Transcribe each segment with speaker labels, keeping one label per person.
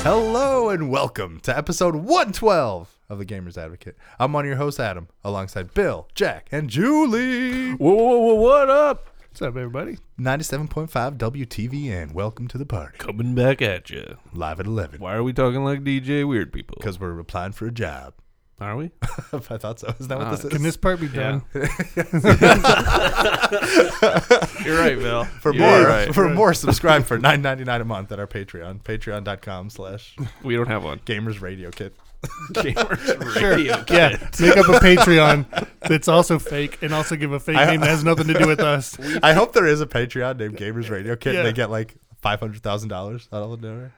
Speaker 1: Hello and welcome to episode 112 of The Gamer's Advocate. I'm one of your hosts, Adam, alongside Bill, Jack, and Julie.
Speaker 2: Whoa, whoa, whoa, what up? What's up, everybody?
Speaker 1: 97.5 WTVN. Welcome to the party.
Speaker 2: Coming back at you.
Speaker 1: Live at 11.
Speaker 2: Why are we talking like DJ Weird People?
Speaker 1: Because we're applying for a job.
Speaker 2: Are we?
Speaker 1: I thought so. Is that what
Speaker 2: Ah,
Speaker 1: this is?
Speaker 3: Uh, Can this part be done?
Speaker 2: You're right, Bill.
Speaker 1: for
Speaker 2: You're
Speaker 1: more,
Speaker 2: right.
Speaker 1: for more, subscribe for nine ninety nine a month at our Patreon, patreon.com slash
Speaker 2: we don't have one.
Speaker 1: gamers radio kit.
Speaker 2: Gamers
Speaker 3: Sure.
Speaker 2: Radio.
Speaker 3: Yeah. Make up a Patreon that's also fake and also give a fake
Speaker 1: I-
Speaker 3: name that has nothing to do with us.
Speaker 1: I hope there is a Patreon named Gamers Radio Kit and
Speaker 3: Yeah.
Speaker 1: they get like $500,000 out of the donor.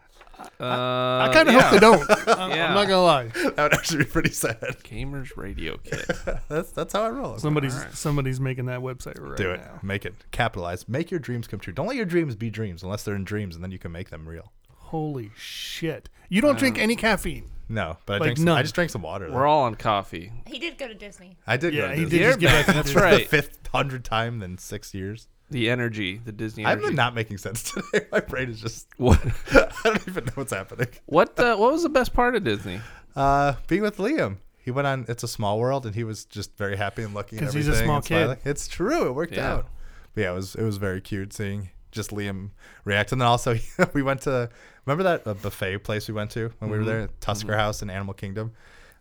Speaker 2: Uh,
Speaker 3: I kind of hope they
Speaker 1: Uh,
Speaker 3: don't. I'm,
Speaker 2: Yeah.
Speaker 3: I'm not going to lie.
Speaker 1: That would actually be pretty sad.
Speaker 2: Gamers Radio Kit.
Speaker 1: That's, that's how I roll.
Speaker 3: Somebody's
Speaker 2: All right.
Speaker 3: somebody's making that website right
Speaker 1: Do it.
Speaker 3: now.
Speaker 1: Make it. Capitalize. Make your dreams come true. Don't let your dreams be dreams unless they're in dreams, and then you can make them real.
Speaker 3: Holy shit. You don't
Speaker 1: Um,
Speaker 3: drink any caffeine.
Speaker 1: No, but I,
Speaker 3: Like
Speaker 1: drank some, I
Speaker 3: none.
Speaker 1: just drank some water. though.
Speaker 2: We're all on coffee.
Speaker 4: He did go to Disney.
Speaker 1: I did.
Speaker 3: Yeah,
Speaker 1: go to
Speaker 3: he
Speaker 1: Disney.
Speaker 3: did just give
Speaker 2: back.
Speaker 3: us
Speaker 2: That's right.
Speaker 1: The fifth hundred time in six years.
Speaker 2: The energy, the Disney
Speaker 1: I'm
Speaker 2: energy.
Speaker 1: not making sense today. My brain is just.
Speaker 2: What?
Speaker 1: I don't even know what's happening.
Speaker 2: What? Uh, what was the best part of Disney?
Speaker 1: Uh, being with Liam. He went on It's a Small World, and he was just very happy and lucky. Because
Speaker 3: 'Cause he's a small kid.
Speaker 1: It's true. It worked
Speaker 2: Yeah.
Speaker 1: out. But yeah, it was it was very cute seeing just Liam react. And then also we went to remember that uh, buffet place we went to when we were there, Tusker House in Animal Kingdom.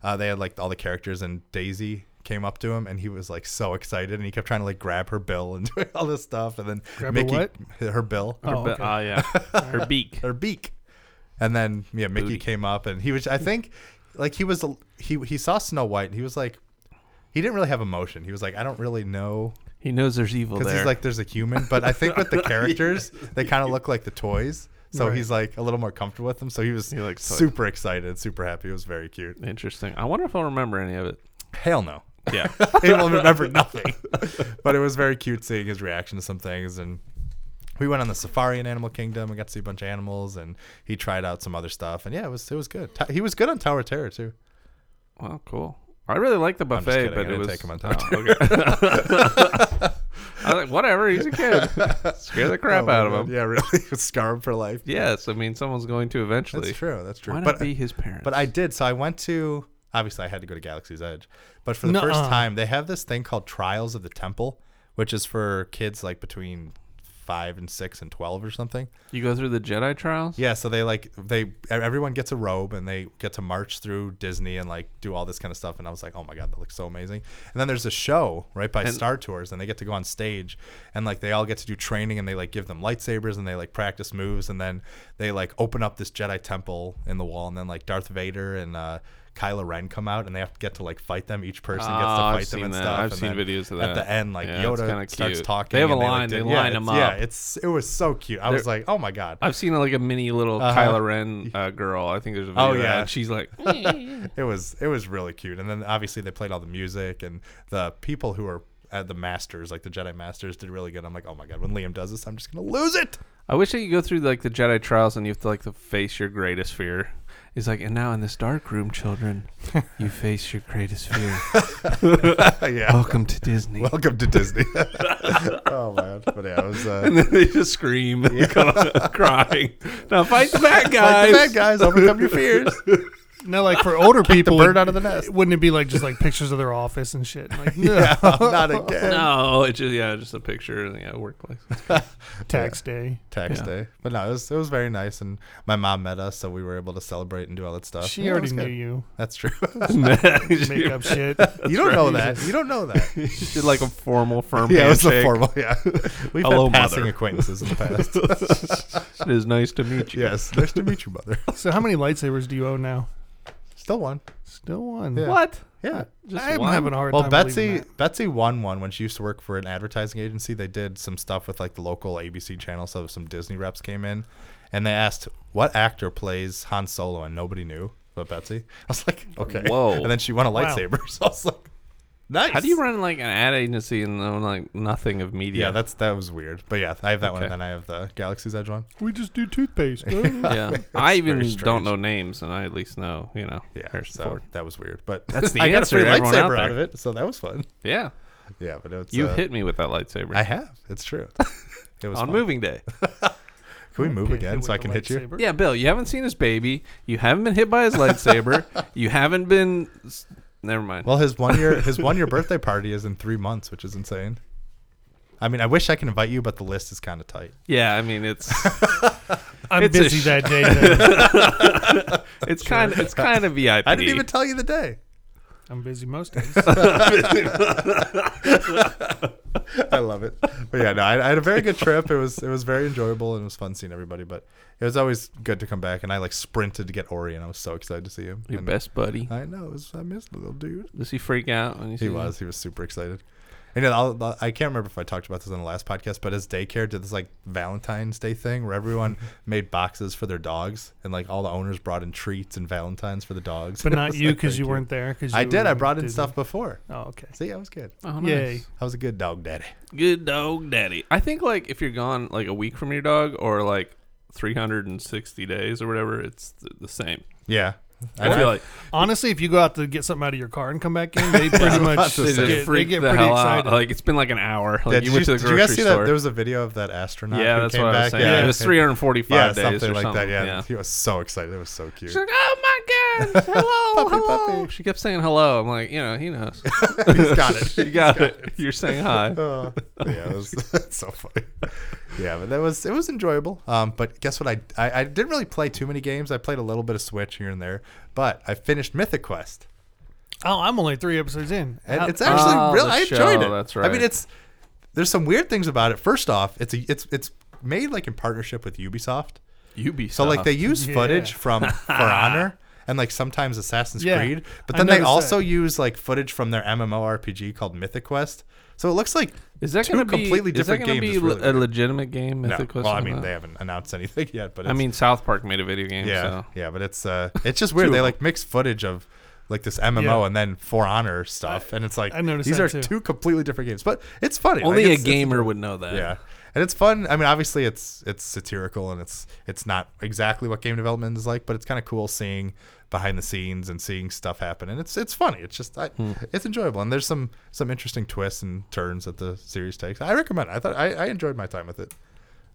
Speaker 1: Uh, they had like all the characters, and Daisy came up to him, and he was like so excited, and he kept trying to like grab her bill and do all this stuff, and then
Speaker 3: Grab her
Speaker 1: Mickey
Speaker 3: what?
Speaker 1: her bill
Speaker 3: Oh,
Speaker 2: Her be-
Speaker 3: okay.
Speaker 2: Ah, yeah. Her beak.
Speaker 1: her beak. And then yeah, Mickey
Speaker 2: Booty.
Speaker 1: came up and he was I think like he was he he saw Snow White and he was like he didn't really have emotion. He was like I don't really know
Speaker 2: He knows there's evil
Speaker 1: because
Speaker 2: there.
Speaker 1: he's like there's a human, but I think with the characters they kind of look like the toys. So
Speaker 3: Right.
Speaker 1: he's like a little more comfortable with them. So he was
Speaker 2: He likes toys.
Speaker 1: super excited, super happy. It was very cute.
Speaker 2: Interesting. I wonder if I'll remember any of it.
Speaker 1: Hell no.
Speaker 2: Yeah.
Speaker 1: he will remember nothing. but it was very cute seeing his reaction to some things. And we went on the safari in Animal Kingdom and got to see a bunch of animals. And he tried out some other stuff. And yeah, it was it was good. Ta- He was good on Tower of Terror too.
Speaker 2: Well, cool. I really like the
Speaker 1: just
Speaker 2: buffet,
Speaker 1: kidding. I
Speaker 2: but it
Speaker 1: didn't
Speaker 2: was
Speaker 1: take him on top.
Speaker 2: Oh, okay. I was like, whatever. He's a kid. Scare the crap
Speaker 1: Oh my
Speaker 2: out of
Speaker 1: God.
Speaker 2: him.
Speaker 1: Yeah, really, scar him for life.
Speaker 2: Yes, I mean someone's going to eventually.
Speaker 1: That's true. That's true.
Speaker 2: Why not
Speaker 1: But
Speaker 2: be his parents?
Speaker 1: but I did. So I went to. Obviously, I had to go to Galaxy's Edge. But for the first
Speaker 3: Nuh-uh.
Speaker 1: time, they have this thing called Trials of the Temple, which is for kids like between five and six and twelve or something.
Speaker 2: you go through the Jedi trials.
Speaker 1: Yeah, so they like they e-, everyone gets a robe and they get to march through Disney and like do all this kind of stuff. And I was like, oh my god, that looks so amazing. And then there's a show right by Star Tours, and they get to go on stage and like they all get to do training and they like give them lightsabers and they like practice moves and then they like open up this Jedi temple in the wall and then like Darth Vader and uh, Kylo Ren come out and they have to get to like fight them. Each person gets to
Speaker 2: Oh,
Speaker 1: fight
Speaker 2: I've
Speaker 1: them
Speaker 2: seen
Speaker 1: and
Speaker 2: that.
Speaker 1: stuff.
Speaker 2: I've
Speaker 1: and
Speaker 2: seen
Speaker 1: then
Speaker 2: videos of
Speaker 1: At
Speaker 2: that.
Speaker 1: the end, like
Speaker 2: Yeah, it's
Speaker 1: Yoda
Speaker 2: kinda
Speaker 1: starts
Speaker 2: cute.
Speaker 1: talking.
Speaker 2: They have a
Speaker 1: and
Speaker 2: line,
Speaker 1: Like,
Speaker 2: they
Speaker 1: did-
Speaker 2: line
Speaker 1: yeah,
Speaker 2: 'em
Speaker 1: it's- Yeah,
Speaker 2: up.
Speaker 1: it's it was so cute. I was like, oh my god.
Speaker 2: I've seen like a mini little
Speaker 1: Uh-huh.
Speaker 2: Kylo Ren uh, girl. I think there's a video.
Speaker 1: Oh,
Speaker 2: of that,
Speaker 1: yeah.
Speaker 2: and she's like,
Speaker 1: it was it was really cute and then obviously they played all the music and the people who are at the masters like the jedi masters did really good i'm like oh my god when liam does this i'm just gonna lose it
Speaker 2: I wish I could go through like the Jedi trials and you have to like to face your greatest fear. He's like, and now in this dark room, children, you face your greatest fear.
Speaker 1: Uh, yeah
Speaker 2: Welcome to Disney.
Speaker 1: welcome to disney oh man but yeah it was uh
Speaker 2: and then they just scream and come out crying. Now fight the bad
Speaker 1: like
Speaker 2: guys.
Speaker 1: the bad guys overcome your fears
Speaker 3: Now, like for older people,
Speaker 1: bird out of the nest.
Speaker 3: wouldn't it be like just like pictures of their office and shit? Like, no,
Speaker 1: yeah not again
Speaker 2: No, it's just yeah, just a picture in the yeah, workplace.
Speaker 3: tax day.
Speaker 1: tax
Speaker 2: Yeah.
Speaker 1: day but no it was it was very nice and my mom met us so we were able to celebrate and do all that stuff
Speaker 3: She
Speaker 1: Yeah, it
Speaker 3: already
Speaker 1: was
Speaker 3: knew
Speaker 1: good.
Speaker 3: you.
Speaker 1: that's true
Speaker 3: Make up shit.
Speaker 1: you don't know that you don't know that
Speaker 2: She did like a formal firm
Speaker 1: yeah it was a
Speaker 2: handshake.
Speaker 1: formal yeah we've
Speaker 2: Hello,
Speaker 1: had passing
Speaker 2: mother.
Speaker 1: acquaintances in the past
Speaker 2: It is nice to meet you.
Speaker 1: yes nice to meet you mother
Speaker 3: So, how many lightsabers do you own now?
Speaker 1: still one
Speaker 3: Still one.
Speaker 1: Yeah.
Speaker 2: What?
Speaker 1: yeah
Speaker 2: Just
Speaker 3: I'm
Speaker 2: one?
Speaker 3: having a hard
Speaker 1: Well,
Speaker 3: time.
Speaker 1: Betsy
Speaker 3: believing
Speaker 1: Betsy won one when she used to work for an advertising agency. They did some stuff with like the local ABC channel, so some Disney reps came in, and they asked what actor plays Han Solo, and nobody knew but Betsy. I was like, okay,
Speaker 2: Whoa.
Speaker 1: And then she won a
Speaker 3: Wow.
Speaker 1: lightsaber, so I was like, nice.
Speaker 2: How do you run like an ad agency and know like nothing of media?
Speaker 1: Yeah, that's that was weird, but yeah, I have that one, and
Speaker 2: Okay.
Speaker 1: then I have the Galaxy's Edge one.
Speaker 3: that. we just do toothpaste.
Speaker 2: yeah. I even
Speaker 1: very strange.
Speaker 2: don't know names, and I at least know you know
Speaker 1: Yeah,
Speaker 2: Harrison
Speaker 1: so
Speaker 2: Ford.
Speaker 1: that was weird, but
Speaker 2: That's the
Speaker 1: I got a
Speaker 2: answer
Speaker 1: free
Speaker 2: to everyone out
Speaker 1: lightsaber out,
Speaker 2: there.
Speaker 1: of it, so that was fun.
Speaker 2: Yeah,
Speaker 1: Yeah, but it's
Speaker 2: you
Speaker 1: uh,
Speaker 2: hit me with that lightsaber
Speaker 1: I have. It's true. It was
Speaker 2: on
Speaker 1: fun.
Speaker 2: moving day.
Speaker 1: Can we move
Speaker 3: hit
Speaker 1: again
Speaker 3: him
Speaker 1: so I
Speaker 3: with
Speaker 1: can
Speaker 3: a
Speaker 1: hit you?
Speaker 3: lightsaber.
Speaker 2: Yeah, Bill, you haven't seen his baby. You haven't been hit by his lightsaber. you haven't been. s- Never mind.
Speaker 1: Well, his one year his one year birthday party is in three months, which is insane. I mean, I wish I can invite you, but the list is kind of tight.
Speaker 2: yeah, I mean it's
Speaker 3: I'm
Speaker 2: It's a
Speaker 3: busy
Speaker 2: sh-
Speaker 3: that day. Though.
Speaker 2: it's kind of it's kind of VIP.
Speaker 1: I didn't even tell you the day.
Speaker 3: I'm busy most days.
Speaker 1: I love it. But yeah, no, I, I had a very good trip. It was it was very enjoyable and it was fun seeing everybody. But it was always good to come back. And I like sprinted to get Ori, and I was so excited to see him.
Speaker 2: your
Speaker 1: And
Speaker 2: best buddy.
Speaker 1: I know. It was, I missed the little dude.
Speaker 2: Does he freak out when you see
Speaker 1: Uh, He
Speaker 2: him?
Speaker 1: was. He was super excited. And then I'll, I'll- I can't remember if I talked about this on the last podcast, but his daycare did this like Valentine's Day thing where everyone made boxes for their dogs, and like all the owners brought in treats and Valentines for the dogs.
Speaker 3: but
Speaker 1: It
Speaker 3: not
Speaker 1: was,
Speaker 3: you
Speaker 1: like,
Speaker 3: because
Speaker 1: very
Speaker 3: you
Speaker 1: cute.
Speaker 3: weren't there. Because
Speaker 1: I did. I brought in stuff before.
Speaker 3: Oh, okay.
Speaker 1: See, I was good.
Speaker 2: Oh,
Speaker 3: Yay.
Speaker 1: I was a good dog daddy.
Speaker 2: Good dog daddy. I think like if you're gone like a week from your dog or like 360 days or whatever, it's th- the same.
Speaker 1: Yeah,
Speaker 2: I feel like
Speaker 3: Honestly, if you go out to get something out of your car and come back in, they pretty much
Speaker 1: They
Speaker 2: they
Speaker 1: just
Speaker 3: get,
Speaker 2: just
Speaker 3: they
Speaker 2: freak
Speaker 3: get
Speaker 2: the
Speaker 3: pretty
Speaker 2: hell
Speaker 3: excited.
Speaker 2: out. Like it's been like an hour. Like
Speaker 1: Yeah,
Speaker 2: you went to the grocery
Speaker 1: that?
Speaker 2: store.
Speaker 1: There was a video of that astronaut.
Speaker 2: yeah,
Speaker 1: who
Speaker 2: that's
Speaker 1: came
Speaker 2: what I was
Speaker 1: back.
Speaker 2: saying.
Speaker 1: Yeah,
Speaker 2: It was
Speaker 1: and-
Speaker 2: 345
Speaker 1: yeah,
Speaker 2: days
Speaker 1: something
Speaker 2: or
Speaker 1: like
Speaker 2: something.
Speaker 1: that. Yeah.
Speaker 2: yeah.
Speaker 1: he was so excited. It was so cute.
Speaker 2: She's like, oh my gosh, hello,
Speaker 1: Puppy,
Speaker 2: hello.
Speaker 1: puppy.
Speaker 2: She kept saying hello. I'm like, you know, he knows.
Speaker 1: He's got it.
Speaker 2: you got it. You're saying hi.
Speaker 1: Uh, yeah, it was that's so funny. Yeah, but that was it was enjoyable. Um, but guess what? I, I I didn't really play too many games. I played a little bit of Switch here and there, but I finished Mythic Quest,
Speaker 3: oh, I'm only three episodes in.
Speaker 1: and
Speaker 3: How-
Speaker 1: it's actually
Speaker 2: Oh,
Speaker 1: really
Speaker 2: the
Speaker 1: I enjoyed
Speaker 2: show,
Speaker 1: it.
Speaker 2: that's
Speaker 1: I
Speaker 2: right.
Speaker 1: mean, it's there's some weird things about it. First off, it's a it's it's made like in partnership with Ubisoft.
Speaker 2: Ubisoft.
Speaker 1: So like they
Speaker 2: Oh.
Speaker 1: use
Speaker 3: Yeah.
Speaker 1: footage from For Honor and like sometimes Assassin's
Speaker 3: Yeah,
Speaker 1: Creed, but
Speaker 3: I
Speaker 1: then they
Speaker 3: noticed
Speaker 1: also
Speaker 3: that.
Speaker 1: use like footage from their MMORPG called Mythic Quest. So it looks like
Speaker 2: is that
Speaker 1: two
Speaker 2: going to be
Speaker 1: completely
Speaker 2: is that
Speaker 1: different
Speaker 2: gonna
Speaker 1: games is
Speaker 2: Be
Speaker 1: really
Speaker 2: le- a
Speaker 1: weird.
Speaker 2: legitimate game?
Speaker 1: no,
Speaker 2: Mythic Quest
Speaker 1: well, I
Speaker 2: on
Speaker 1: mean
Speaker 2: that?
Speaker 1: they haven't announced anything yet, but
Speaker 2: I
Speaker 1: it's-
Speaker 2: mean, South Park made a video game.
Speaker 1: yeah,
Speaker 2: So.
Speaker 1: yeah, but it's uh, it's just weird.
Speaker 2: Two
Speaker 1: they
Speaker 2: of
Speaker 1: like mix footage of like this MMO and then For Honor stuff, and it's like
Speaker 3: I noticed
Speaker 1: these
Speaker 3: that
Speaker 1: are
Speaker 3: too.
Speaker 1: two completely different games, but it's funny. Like,
Speaker 2: Only
Speaker 1: it's-
Speaker 2: a
Speaker 1: it's-
Speaker 2: gamer would know that.
Speaker 1: yeah and it's fun i mean obviously it's it's satirical and it's it's not exactly what game development is like but it's kind of cool seeing behind the scenes and seeing stuff happen and it's it's funny it's just I,
Speaker 2: Hmm.
Speaker 1: it's enjoyable and there's some some interesting twists and turns that the series takes i recommend it. i thought i, I enjoyed my time with it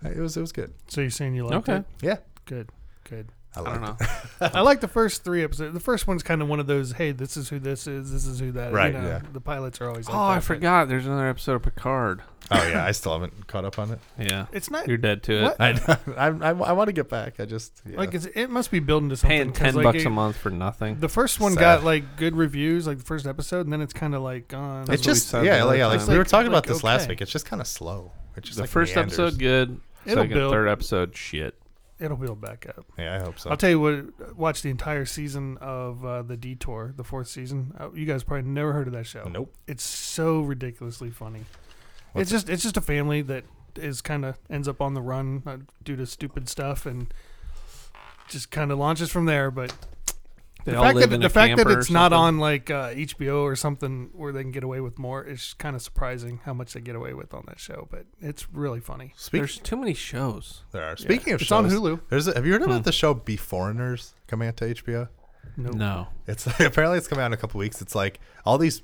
Speaker 1: I- it was it was good
Speaker 3: so you're saying you like
Speaker 2: Okay.
Speaker 3: it?
Speaker 1: yeah
Speaker 3: Good. Good.
Speaker 2: I don't
Speaker 1: liked
Speaker 2: know.
Speaker 3: I like the first three episodes. The first one's kind of one of those, hey, this is who this is, this is who that is.
Speaker 1: Right,
Speaker 3: You know,
Speaker 1: yeah.
Speaker 3: The pilots are always like
Speaker 2: oh, I
Speaker 3: that, but
Speaker 2: forgot. There's another episode of Picard.
Speaker 1: it. oh yeah i still haven't caught up on it
Speaker 2: Yeah.
Speaker 3: It's not
Speaker 2: You're dead to it.
Speaker 3: What?
Speaker 1: i i, I, want to get back i just yeah.
Speaker 3: like it's, it must be building to something.
Speaker 2: Paying
Speaker 3: 'cause,
Speaker 2: ten
Speaker 3: like,
Speaker 2: bucks
Speaker 3: it-
Speaker 2: a month for nothing.
Speaker 3: The first one
Speaker 1: Sad.
Speaker 3: got like good reviews, like the first episode, and then it's kind of like gone.
Speaker 1: it's
Speaker 2: what we
Speaker 1: just
Speaker 2: said
Speaker 1: yeah
Speaker 2: the
Speaker 1: like,
Speaker 2: other
Speaker 1: yeah like
Speaker 3: time.
Speaker 1: we were
Speaker 3: Like-
Speaker 1: talking about
Speaker 3: like,
Speaker 1: this last
Speaker 3: okay.
Speaker 1: week it's just kind of slow it's just
Speaker 2: The
Speaker 1: like
Speaker 2: first
Speaker 1: meanders.
Speaker 2: episode good.
Speaker 3: It'll
Speaker 2: Second,
Speaker 3: build.
Speaker 2: third episode shit.
Speaker 3: It'll build back up.
Speaker 1: yeah i hope so
Speaker 3: I'll tell you what. Watch the entire season of uh, the Detour, the fourth season. Uh, you guys probably never heard of that show.
Speaker 1: nope
Speaker 3: It's so ridiculously funny.
Speaker 1: What's
Speaker 3: it's just it's just a family that is kind of ends up on the run uh, due to stupid stuff and just kind of launches from there. But
Speaker 2: They
Speaker 3: the
Speaker 2: all
Speaker 3: fact
Speaker 2: live
Speaker 3: that
Speaker 2: in
Speaker 3: the
Speaker 2: a
Speaker 3: fact that
Speaker 2: camper or
Speaker 3: it's not
Speaker 2: something.
Speaker 3: on like uh, HBO or something where they can get away with more is kind of surprising how much they get away with on that show. But it's really funny.
Speaker 1: Speak,
Speaker 2: There's too many shows.
Speaker 1: There are. Speaking of
Speaker 3: it's
Speaker 1: shows,
Speaker 3: on Hulu.
Speaker 1: There's a, have you heard about
Speaker 2: Hmm.
Speaker 1: the show Be Foreigners coming out to HBO?
Speaker 3: Nope.
Speaker 2: No.
Speaker 1: It's apparently it's coming out in a couple weeks. It's like all these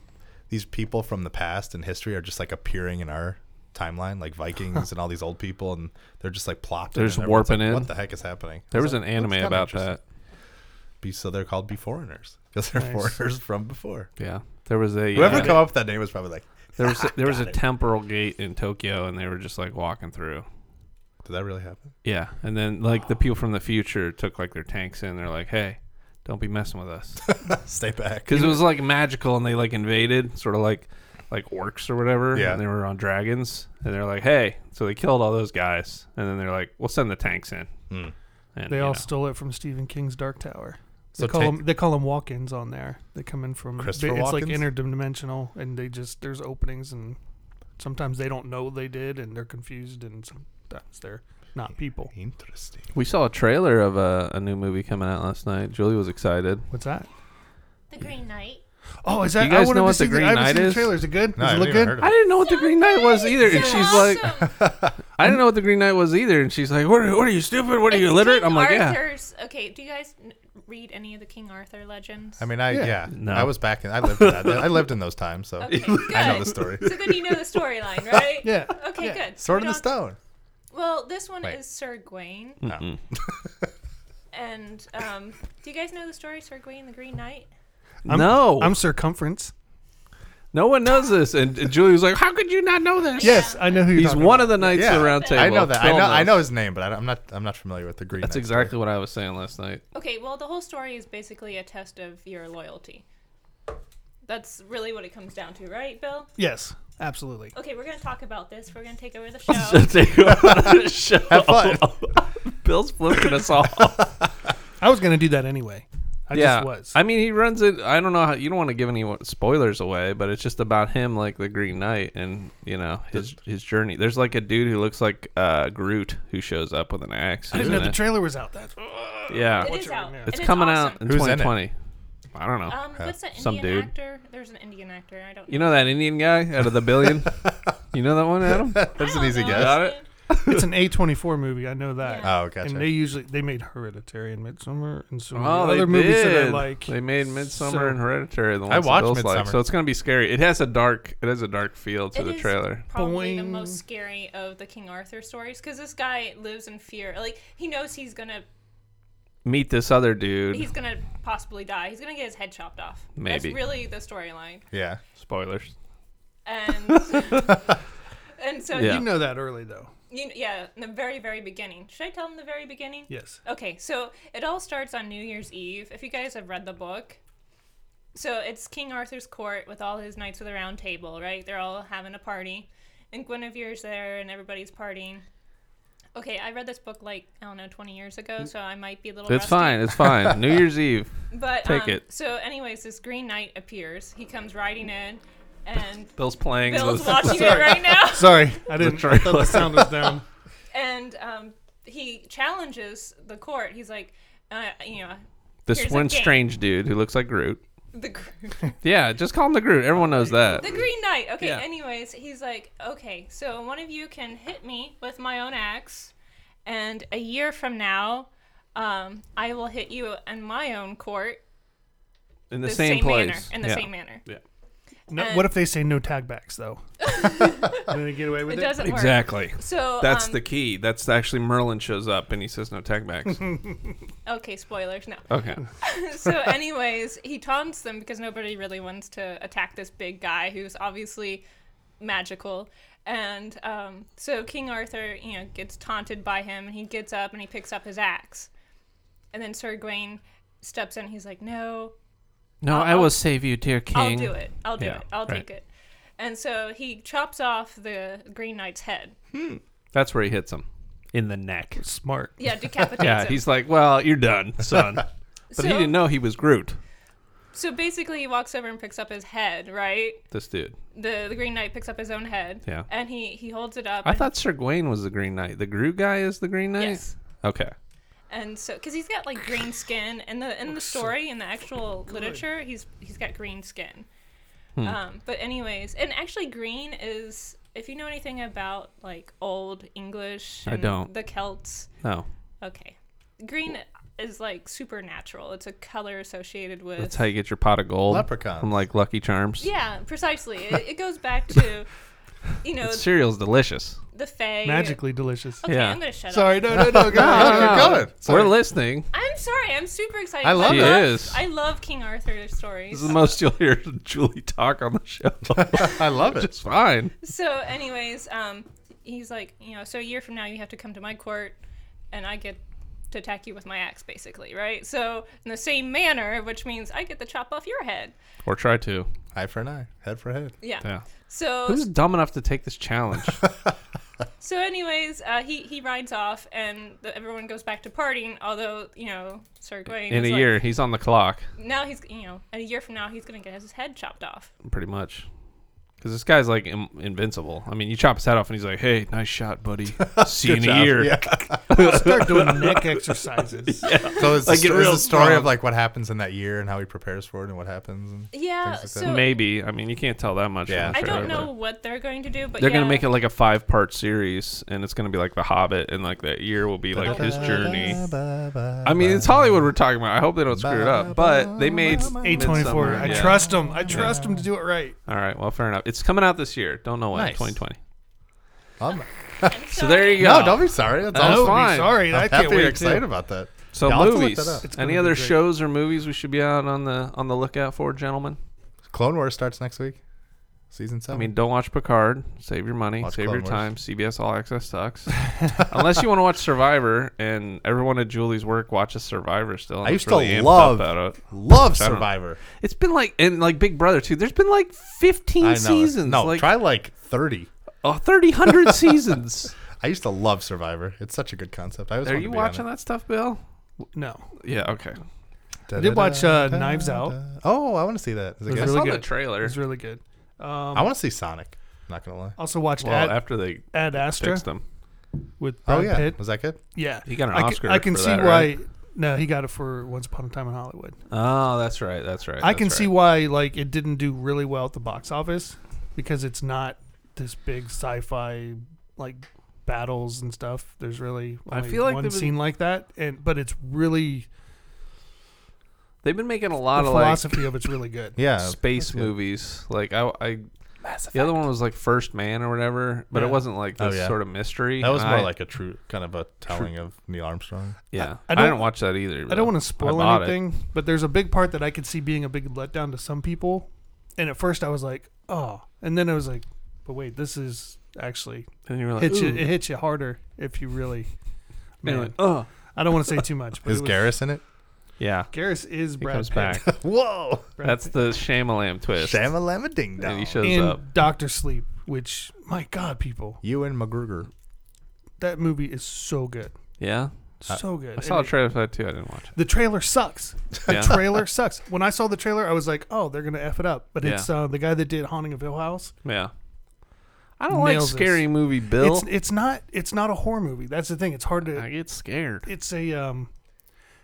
Speaker 1: these people from the past and history are just like appearing in our timeline, like Vikings and all these old people, and they're just like plopped.
Speaker 2: They're
Speaker 1: in,
Speaker 2: just
Speaker 1: and everyone's
Speaker 2: warping
Speaker 1: like,
Speaker 2: in.
Speaker 1: What the heck is happening?
Speaker 2: There
Speaker 1: It's
Speaker 2: was
Speaker 1: like,
Speaker 2: an anime
Speaker 1: that's kinda
Speaker 2: about
Speaker 1: interesting.
Speaker 2: that.
Speaker 1: Be, so they're called Be Foreigners because they're
Speaker 3: Nice.
Speaker 1: foreigners from before.
Speaker 2: Yeah. There was a
Speaker 1: Whoever
Speaker 2: uh,
Speaker 1: come up with that name was probably like,
Speaker 2: there was a, there was a
Speaker 1: Got it.
Speaker 2: temporal gate in Tokyo and they were just like walking through.
Speaker 1: "Did that really happen?"
Speaker 2: Yeah, and then like the people from the future took like their tanks in. They're like, "Hey, don't be messing with us,"
Speaker 1: Stay back.
Speaker 2: because it was like magical, and they like invaded, sort of like like orcs or whatever.
Speaker 1: Yeah.
Speaker 2: and they were on dragons, and they're like, "Hey," so they killed all those guys, and then they're like, "We'll send the tanks in."
Speaker 1: Hmm.
Speaker 2: And,
Speaker 3: They
Speaker 2: you
Speaker 3: all
Speaker 2: know.
Speaker 3: stole it from Stephen King's Dark Tower. They
Speaker 1: So
Speaker 3: call
Speaker 1: take-
Speaker 3: them they call them walk-ins on there. They come in from it's
Speaker 1: Christopher
Speaker 3: like
Speaker 1: Walkens?
Speaker 3: interdimensional, and they just there's openings, and sometimes they don't know they did, and they're confused, and sometimes they're not people.
Speaker 1: Interesting.
Speaker 2: we saw a trailer of a, a new movie coming out last night. Julie was excited.
Speaker 3: What's that?
Speaker 4: The Green Knight.
Speaker 3: Oh, is that?
Speaker 2: You
Speaker 3: I
Speaker 2: guys
Speaker 3: wanted
Speaker 2: know
Speaker 3: to
Speaker 2: what
Speaker 3: see
Speaker 2: the Green
Speaker 3: I haven't
Speaker 2: Knight
Speaker 3: seen
Speaker 2: is?
Speaker 3: The trailer. Is it good?
Speaker 1: No,
Speaker 3: Does
Speaker 1: I
Speaker 3: it
Speaker 1: haven't
Speaker 3: look
Speaker 1: even
Speaker 3: good?
Speaker 1: heard of
Speaker 2: I
Speaker 1: it.
Speaker 2: didn't know what the Green Knight was either, and
Speaker 4: So
Speaker 2: she's like,
Speaker 4: awesome.
Speaker 2: "I didn't know what the Green Knight was either," and she's like, "What are, what are you stupid? What are you
Speaker 4: It's
Speaker 2: illiterate?"
Speaker 4: King
Speaker 2: I'm like, "Yeah."
Speaker 4: Arthur's, Okay, do you guys n- read any of the King Arthur legends?
Speaker 1: I mean, I yeah,
Speaker 3: Yeah.
Speaker 2: No.
Speaker 1: I was back in. I lived in that. I lived in those times, so
Speaker 4: okay, good.
Speaker 1: I know the story.
Speaker 4: So then you know the storyline, right?
Speaker 3: Yeah.
Speaker 4: Okay,
Speaker 3: Yeah.
Speaker 4: good.
Speaker 1: Sword in the
Speaker 4: stuff.
Speaker 1: Stone.
Speaker 4: Well, this one
Speaker 1: Wait.
Speaker 4: is Sir Gawain,
Speaker 2: Mm-mm.
Speaker 4: and um, do you guys know the story Sir Gawain the Green Knight?
Speaker 3: I'm-
Speaker 2: no,
Speaker 3: I'm circumference.
Speaker 2: no one knows this. And, and Julie was like, "How could you not know this?"
Speaker 1: Yes, I know who you're
Speaker 2: he's
Speaker 1: talking
Speaker 2: one
Speaker 1: about.
Speaker 2: of the knights of the round table.
Speaker 1: I know that. I
Speaker 2: Phil
Speaker 1: know. I
Speaker 2: knows.
Speaker 1: know his name, but I don't- I'm not. I'm not familiar with the Green.
Speaker 2: That's
Speaker 1: Knight.
Speaker 2: exactly what I was saying last night.
Speaker 4: Okay, well, the whole story is basically a test of your loyalty. That's really what it comes down to, right, Bill?
Speaker 3: Yes, absolutely.
Speaker 4: Okay, we're gonna talk about this. We're gonna take over the show.
Speaker 1: Have fun.
Speaker 2: Bill's flipping us off.
Speaker 3: I was gonna do that anyway. I
Speaker 2: yeah,
Speaker 3: just was.
Speaker 2: I mean, he runs it. I don't know. how You don't want to give any spoilers away, but it's just about him, like the Green Knight, and you know his his journey. There's like a dude who looks like uh, Groot who shows up with an axe.
Speaker 3: I didn't
Speaker 2: isn't
Speaker 3: know the
Speaker 2: it?
Speaker 3: trailer was out. That
Speaker 2: yeah,
Speaker 4: It
Speaker 3: What's
Speaker 4: is
Speaker 3: your
Speaker 4: out.
Speaker 3: name?
Speaker 4: and
Speaker 2: it's coming
Speaker 4: awesome.
Speaker 2: out in
Speaker 1: Who's in it?
Speaker 2: 2020. I don't know.
Speaker 4: Um, what's that Indian
Speaker 2: Some dude.
Speaker 4: actor? There's an Indian actor. I don't.
Speaker 2: you know that Indian guy out of the billion? you know that one, Adam?
Speaker 1: That's
Speaker 4: I
Speaker 1: an
Speaker 4: don't
Speaker 1: easy
Speaker 4: know.
Speaker 1: guess.
Speaker 2: Got it?
Speaker 3: it's an A24 movie. I know that.
Speaker 4: Yeah.
Speaker 1: Oh, gotcha.
Speaker 3: And they usually they made Hereditary and Midsummer and some
Speaker 2: Oh,
Speaker 3: other
Speaker 2: they
Speaker 3: movies
Speaker 2: did.
Speaker 3: that I like.
Speaker 2: They made Midsummer
Speaker 3: So-
Speaker 2: and Hereditary. The ones that
Speaker 1: watched
Speaker 2: Bill's like,
Speaker 1: Midsommar.
Speaker 2: so it's gonna be scary. It has a dark, it has a dark feel to
Speaker 4: It
Speaker 2: the
Speaker 4: is
Speaker 2: trailer.
Speaker 4: Probably the
Speaker 3: Boing.
Speaker 4: most scary of the King Arthur stories because this guy lives in fear. Like he knows he's gonna
Speaker 2: Meet this other dude.
Speaker 4: he's gonna possibly die. He's gonna get his head chopped off.
Speaker 2: Maybe.
Speaker 4: that's really the storyline.
Speaker 1: yeah.
Speaker 2: Spoilers.
Speaker 4: And and so
Speaker 2: Yeah.
Speaker 4: yeah.
Speaker 3: You know that early though.
Speaker 4: You, you, yeah, in the very very beginning. Should I tell him the very beginning?
Speaker 3: Yes.
Speaker 4: Okay, so it all starts on New Year's Eve. If you guys have read the book, so it's King Arthur's court with all his knights of the Round Table, right? They're all having a party, and Guinevere's there, and everybody's partying. Okay, I read this book like I don't know, twenty years ago, so I might be a little.
Speaker 2: It's
Speaker 4: rusty.
Speaker 2: Mm. fine. It's fine. New Year's Eve.
Speaker 4: But
Speaker 2: Take
Speaker 4: um,
Speaker 2: it.
Speaker 4: So, anyways, this Green Knight appears. He comes riding in, and
Speaker 2: Bill's playing.
Speaker 4: Bill's
Speaker 2: the-
Speaker 4: watching it right now.
Speaker 3: Sorry, I didn't. I thought the sound was down.
Speaker 4: And um, he challenges the court. He's like, uh, you know,
Speaker 2: this
Speaker 4: Here's a
Speaker 2: one
Speaker 4: game.
Speaker 2: strange dude who looks like Groot.
Speaker 4: the. gr-
Speaker 2: Yeah, just call him the Groot. Everyone knows that.
Speaker 4: The Green Knight. Okay,
Speaker 2: Yeah.
Speaker 4: anyways, he's like, okay, so one of you can hit me with my own axe, and a year from now, um, I will hit you in my own court.
Speaker 2: In the, same,
Speaker 4: manner.
Speaker 2: place.
Speaker 4: In the
Speaker 2: Yeah.
Speaker 4: same manner.
Speaker 3: No,
Speaker 4: And-
Speaker 3: what if they say no tagbacks though? Then they get away
Speaker 4: It
Speaker 3: with it.
Speaker 4: doesn't work.
Speaker 2: Exactly.
Speaker 4: So
Speaker 2: That's
Speaker 4: um,
Speaker 2: the key. That's actually Merlin shows up and he says no tag backs.
Speaker 4: okay. Spoilers. No.
Speaker 2: okay.
Speaker 4: so, anyways, he taunts them because nobody really wants to attack this big guy who's obviously magical. And um, so King Arthur, you know, gets taunted by him, and he gets up and he picks up his axe. And then Sir Gawain steps in. He's like, "No,
Speaker 2: No, I will save you, dear king.
Speaker 4: I'll do it. I'll do
Speaker 2: Yeah,
Speaker 4: it. I'll
Speaker 2: right.
Speaker 4: take it." And so he chops off the Green Knight's head.
Speaker 2: That's where he hits him. In the neck.
Speaker 3: Smart.
Speaker 4: Yeah, decapitates
Speaker 2: Yeah,
Speaker 4: him.
Speaker 2: he's like, well, you're done, son. But he
Speaker 4: So-
Speaker 2: didn't know he was Groot,
Speaker 4: So basically, he walks over and picks up his head. Right.
Speaker 2: this dude.
Speaker 4: The the Green Knight picks up his own head.
Speaker 2: Yeah.
Speaker 4: And he he holds it up.
Speaker 2: I
Speaker 4: and-
Speaker 2: thought Sir Gawain was the Green Knight. The Groot guy is the Green Knight?
Speaker 4: Yes.
Speaker 2: Okay.
Speaker 4: and so because he's got like green skin in the in the story in the actual literature he's he's got green skin
Speaker 2: Hmm.
Speaker 4: um, but anyways and actually green is if you know anything about like old english
Speaker 2: I
Speaker 4: and
Speaker 2: don't.
Speaker 4: the celts
Speaker 2: No,
Speaker 4: okay green is like supernatural it's a color associated with
Speaker 2: that's how you get your pot of gold.
Speaker 1: Leprechauns.
Speaker 2: From like Lucky Charms.
Speaker 4: yeah precisely it, it goes back to you know
Speaker 2: That cereal's delicious.
Speaker 4: the fae
Speaker 3: Magically delicious.
Speaker 4: okay
Speaker 2: Yeah.
Speaker 4: i'm gonna shut up
Speaker 1: Sorry. No. No. No. Go ahead. You're good.
Speaker 2: We're
Speaker 1: Sorry.
Speaker 2: listening.
Speaker 4: i'm sorry i'm super excited
Speaker 1: I love
Speaker 2: She
Speaker 1: that.
Speaker 2: is.
Speaker 4: i love king arthur's stories
Speaker 2: This is the most you'll hear Julie talk on the show.
Speaker 1: I love it.
Speaker 2: it's fine.
Speaker 4: So, anyways, um, he's like, you know, so a year from now you have to come to my court, and I get to attack you with my axe, basically, right? So, in the same manner, which means I get to chop off your head.
Speaker 2: Or try to.
Speaker 1: Eye for an eye, head for head.
Speaker 4: Yeah.
Speaker 2: Yeah.
Speaker 4: So,
Speaker 2: Who's dumb enough to take this challenge?
Speaker 4: so anyways, uh, he he rides off, and the, everyone goes back to partying. Although, you know, Sir Gawain
Speaker 2: In a
Speaker 4: is like-
Speaker 2: year, he's on the clock.
Speaker 4: now he's you know, in a year from now he's gonna get his head chopped off.
Speaker 2: pretty much. Because this guy's like Im- invincible. I mean, you chop his head off, and he's like, "Hey, nice shot, buddy. See you in
Speaker 1: Good
Speaker 2: a
Speaker 1: job.
Speaker 2: year."
Speaker 1: Yeah.
Speaker 3: Start doing neck exercises.
Speaker 1: So it's
Speaker 2: Like,
Speaker 1: the,
Speaker 2: get
Speaker 1: sto- is
Speaker 2: real
Speaker 1: the story
Speaker 2: strong.
Speaker 1: of like what happens in that year and how he prepares for it and what happens. And Things
Speaker 4: Yeah.
Speaker 1: like that.
Speaker 4: So
Speaker 2: Maybe. I mean, you can't tell that much.
Speaker 1: Yeah.
Speaker 2: from the
Speaker 4: I don't
Speaker 2: trailer,
Speaker 4: know what they're going to do, but
Speaker 2: but They're
Speaker 4: yeah.
Speaker 2: gonna make it like a five-part series, and it's gonna be like The Hobbit, and like that year will be like his journey. I mean, it's Hollywood we're talking about. I hope they don't screw it up, but they made
Speaker 3: A24.
Speaker 2: Midsummer,
Speaker 3: I
Speaker 2: yeah.
Speaker 3: trust him. I trust him to do it right.
Speaker 2: All right, well, fair enough. It's coming out this year. Don't know when.
Speaker 1: Nice.
Speaker 2: 2020.
Speaker 1: I'm,
Speaker 2: So there you go.
Speaker 1: No, don't be sorry. That's
Speaker 2: That
Speaker 1: all.
Speaker 2: was
Speaker 3: Oh,
Speaker 1: fun.
Speaker 2: fine.
Speaker 3: sorry.
Speaker 1: I'm
Speaker 3: I
Speaker 1: happy
Speaker 3: can't wait.
Speaker 1: you're
Speaker 3: too.
Speaker 1: excited about that.
Speaker 2: so
Speaker 1: Y'all have to look
Speaker 2: movies.
Speaker 1: that up.
Speaker 3: It's
Speaker 2: Any
Speaker 3: gonna be
Speaker 2: other
Speaker 3: great.
Speaker 2: shows or movies we should be out on the on the lookout for, gentlemen?
Speaker 1: Clone Wars starts next week, season seven.
Speaker 2: I mean, don't watch Picard. Save your money.
Speaker 1: Watch
Speaker 2: save
Speaker 1: Clone
Speaker 2: your
Speaker 1: Wars.
Speaker 2: time. CBS All Access sucks. Unless you want to watch Survivor, and everyone at Julie's work watches Survivor still. and
Speaker 1: I
Speaker 2: it's
Speaker 1: used to
Speaker 2: really amped up
Speaker 1: love-
Speaker 2: about it.
Speaker 1: love
Speaker 2: I don't-
Speaker 1: Survivor.
Speaker 2: It's been like and like Big Brother too. There's been like 15
Speaker 1: I know.
Speaker 2: seasons.
Speaker 1: No,
Speaker 2: like
Speaker 1: try like thirty.
Speaker 2: oh, 30, 100 seasons.
Speaker 1: I used to love Survivor. It's such a good concept. I always
Speaker 2: Are
Speaker 1: wanted
Speaker 2: you
Speaker 1: to be on
Speaker 2: watching
Speaker 1: it.
Speaker 2: that stuff, Bill?
Speaker 3: No.
Speaker 2: Yeah. Okay.
Speaker 1: Da-
Speaker 3: I did
Speaker 1: da-
Speaker 3: watch,
Speaker 1: da-
Speaker 3: uh,
Speaker 1: da-
Speaker 3: Knives
Speaker 1: da-
Speaker 3: Out.
Speaker 1: Oh, I want to see that. Is it
Speaker 3: It was
Speaker 1: good?
Speaker 2: I
Speaker 3: really
Speaker 2: saw the
Speaker 3: good.
Speaker 2: trailer.
Speaker 3: It's really good.
Speaker 1: I
Speaker 3: Um,
Speaker 1: want to see Sonic. Not gonna lie.
Speaker 3: also watched
Speaker 2: well,
Speaker 3: Ad,
Speaker 2: after they
Speaker 3: Ad Astra
Speaker 2: fixed them,
Speaker 3: with Brad
Speaker 1: Oh yeah,
Speaker 3: Pitt.
Speaker 1: was that good?
Speaker 3: Yeah,
Speaker 2: he got an
Speaker 3: I can,
Speaker 2: Oscar.
Speaker 3: I can
Speaker 2: for
Speaker 3: see
Speaker 2: that,
Speaker 3: why.
Speaker 2: right?
Speaker 3: No, he got it for Once Upon a Time in Hollywood.
Speaker 2: Oh, that's right. That's right.
Speaker 3: I can
Speaker 2: that's
Speaker 3: see
Speaker 2: right.
Speaker 3: why like it didn't do really well at the box office because it's not this big sci-fi like battles and stuff. There's really
Speaker 2: I
Speaker 3: only
Speaker 2: feel like
Speaker 3: one
Speaker 2: there was-
Speaker 3: scene like that, and but it's really
Speaker 2: they've been making a
Speaker 3: the
Speaker 2: lot of like
Speaker 3: philosophy of it's really good.
Speaker 1: Yeah,
Speaker 2: space
Speaker 1: that's good.
Speaker 2: movies. Like I, I the other one was like First Man or whatever, but it
Speaker 3: Yeah.
Speaker 2: wasn't like
Speaker 1: Oh,
Speaker 2: this
Speaker 1: yeah.
Speaker 2: sort of mystery.
Speaker 1: That was
Speaker 2: and
Speaker 1: more
Speaker 2: I-
Speaker 1: like a true kind of a telling of Neil Armstrong.
Speaker 2: yeah. I,
Speaker 3: I don't-
Speaker 2: didn't watch that either.
Speaker 3: I
Speaker 2: though.
Speaker 3: don't want to spoil
Speaker 2: bought it.
Speaker 3: anything, but there's a big part that I could see being a big letdown to some people. And at first, I was like, "Oh," and then I was like, "But wait, this is actually
Speaker 2: And you were like,
Speaker 3: hits you.
Speaker 2: "Ooh."
Speaker 3: It hits you harder if you really."
Speaker 2: And you're
Speaker 3: Man,
Speaker 2: like, oh,
Speaker 3: I don't want to say too much. But
Speaker 1: Is
Speaker 3: it was-
Speaker 1: Garrus in it?
Speaker 2: yeah.
Speaker 3: Garrus is
Speaker 2: He
Speaker 3: Brad
Speaker 2: comes
Speaker 3: Pitt.
Speaker 2: back.
Speaker 1: Whoa!
Speaker 3: Brad
Speaker 2: That's
Speaker 3: Pitt.
Speaker 2: the Shyamalan twist.
Speaker 1: Shamalama ding
Speaker 2: And he
Speaker 1: dong.
Speaker 2: shows up.
Speaker 3: and Doctor Sleep, which my God, people,
Speaker 1: You and McGruger.
Speaker 3: that movie is so good,
Speaker 2: Yeah.
Speaker 3: so good.
Speaker 2: I saw a
Speaker 3: And it-
Speaker 2: trailer for that too. I didn't watch it.
Speaker 3: the trailer sucks. The
Speaker 2: Yeah.
Speaker 3: trailer sucks. When I saw the trailer, I was like, "Oh, they're gonna f it up." But
Speaker 2: Yeah.
Speaker 3: it's uh, the guy that did Haunting of Hill House.
Speaker 2: Yeah. I
Speaker 3: Nails
Speaker 2: don't like
Speaker 3: this.
Speaker 2: scary movie, Bill.
Speaker 3: It's it's not it's not a horror movie. That's the thing. It's hard to.
Speaker 2: I get scared.
Speaker 3: It's a um,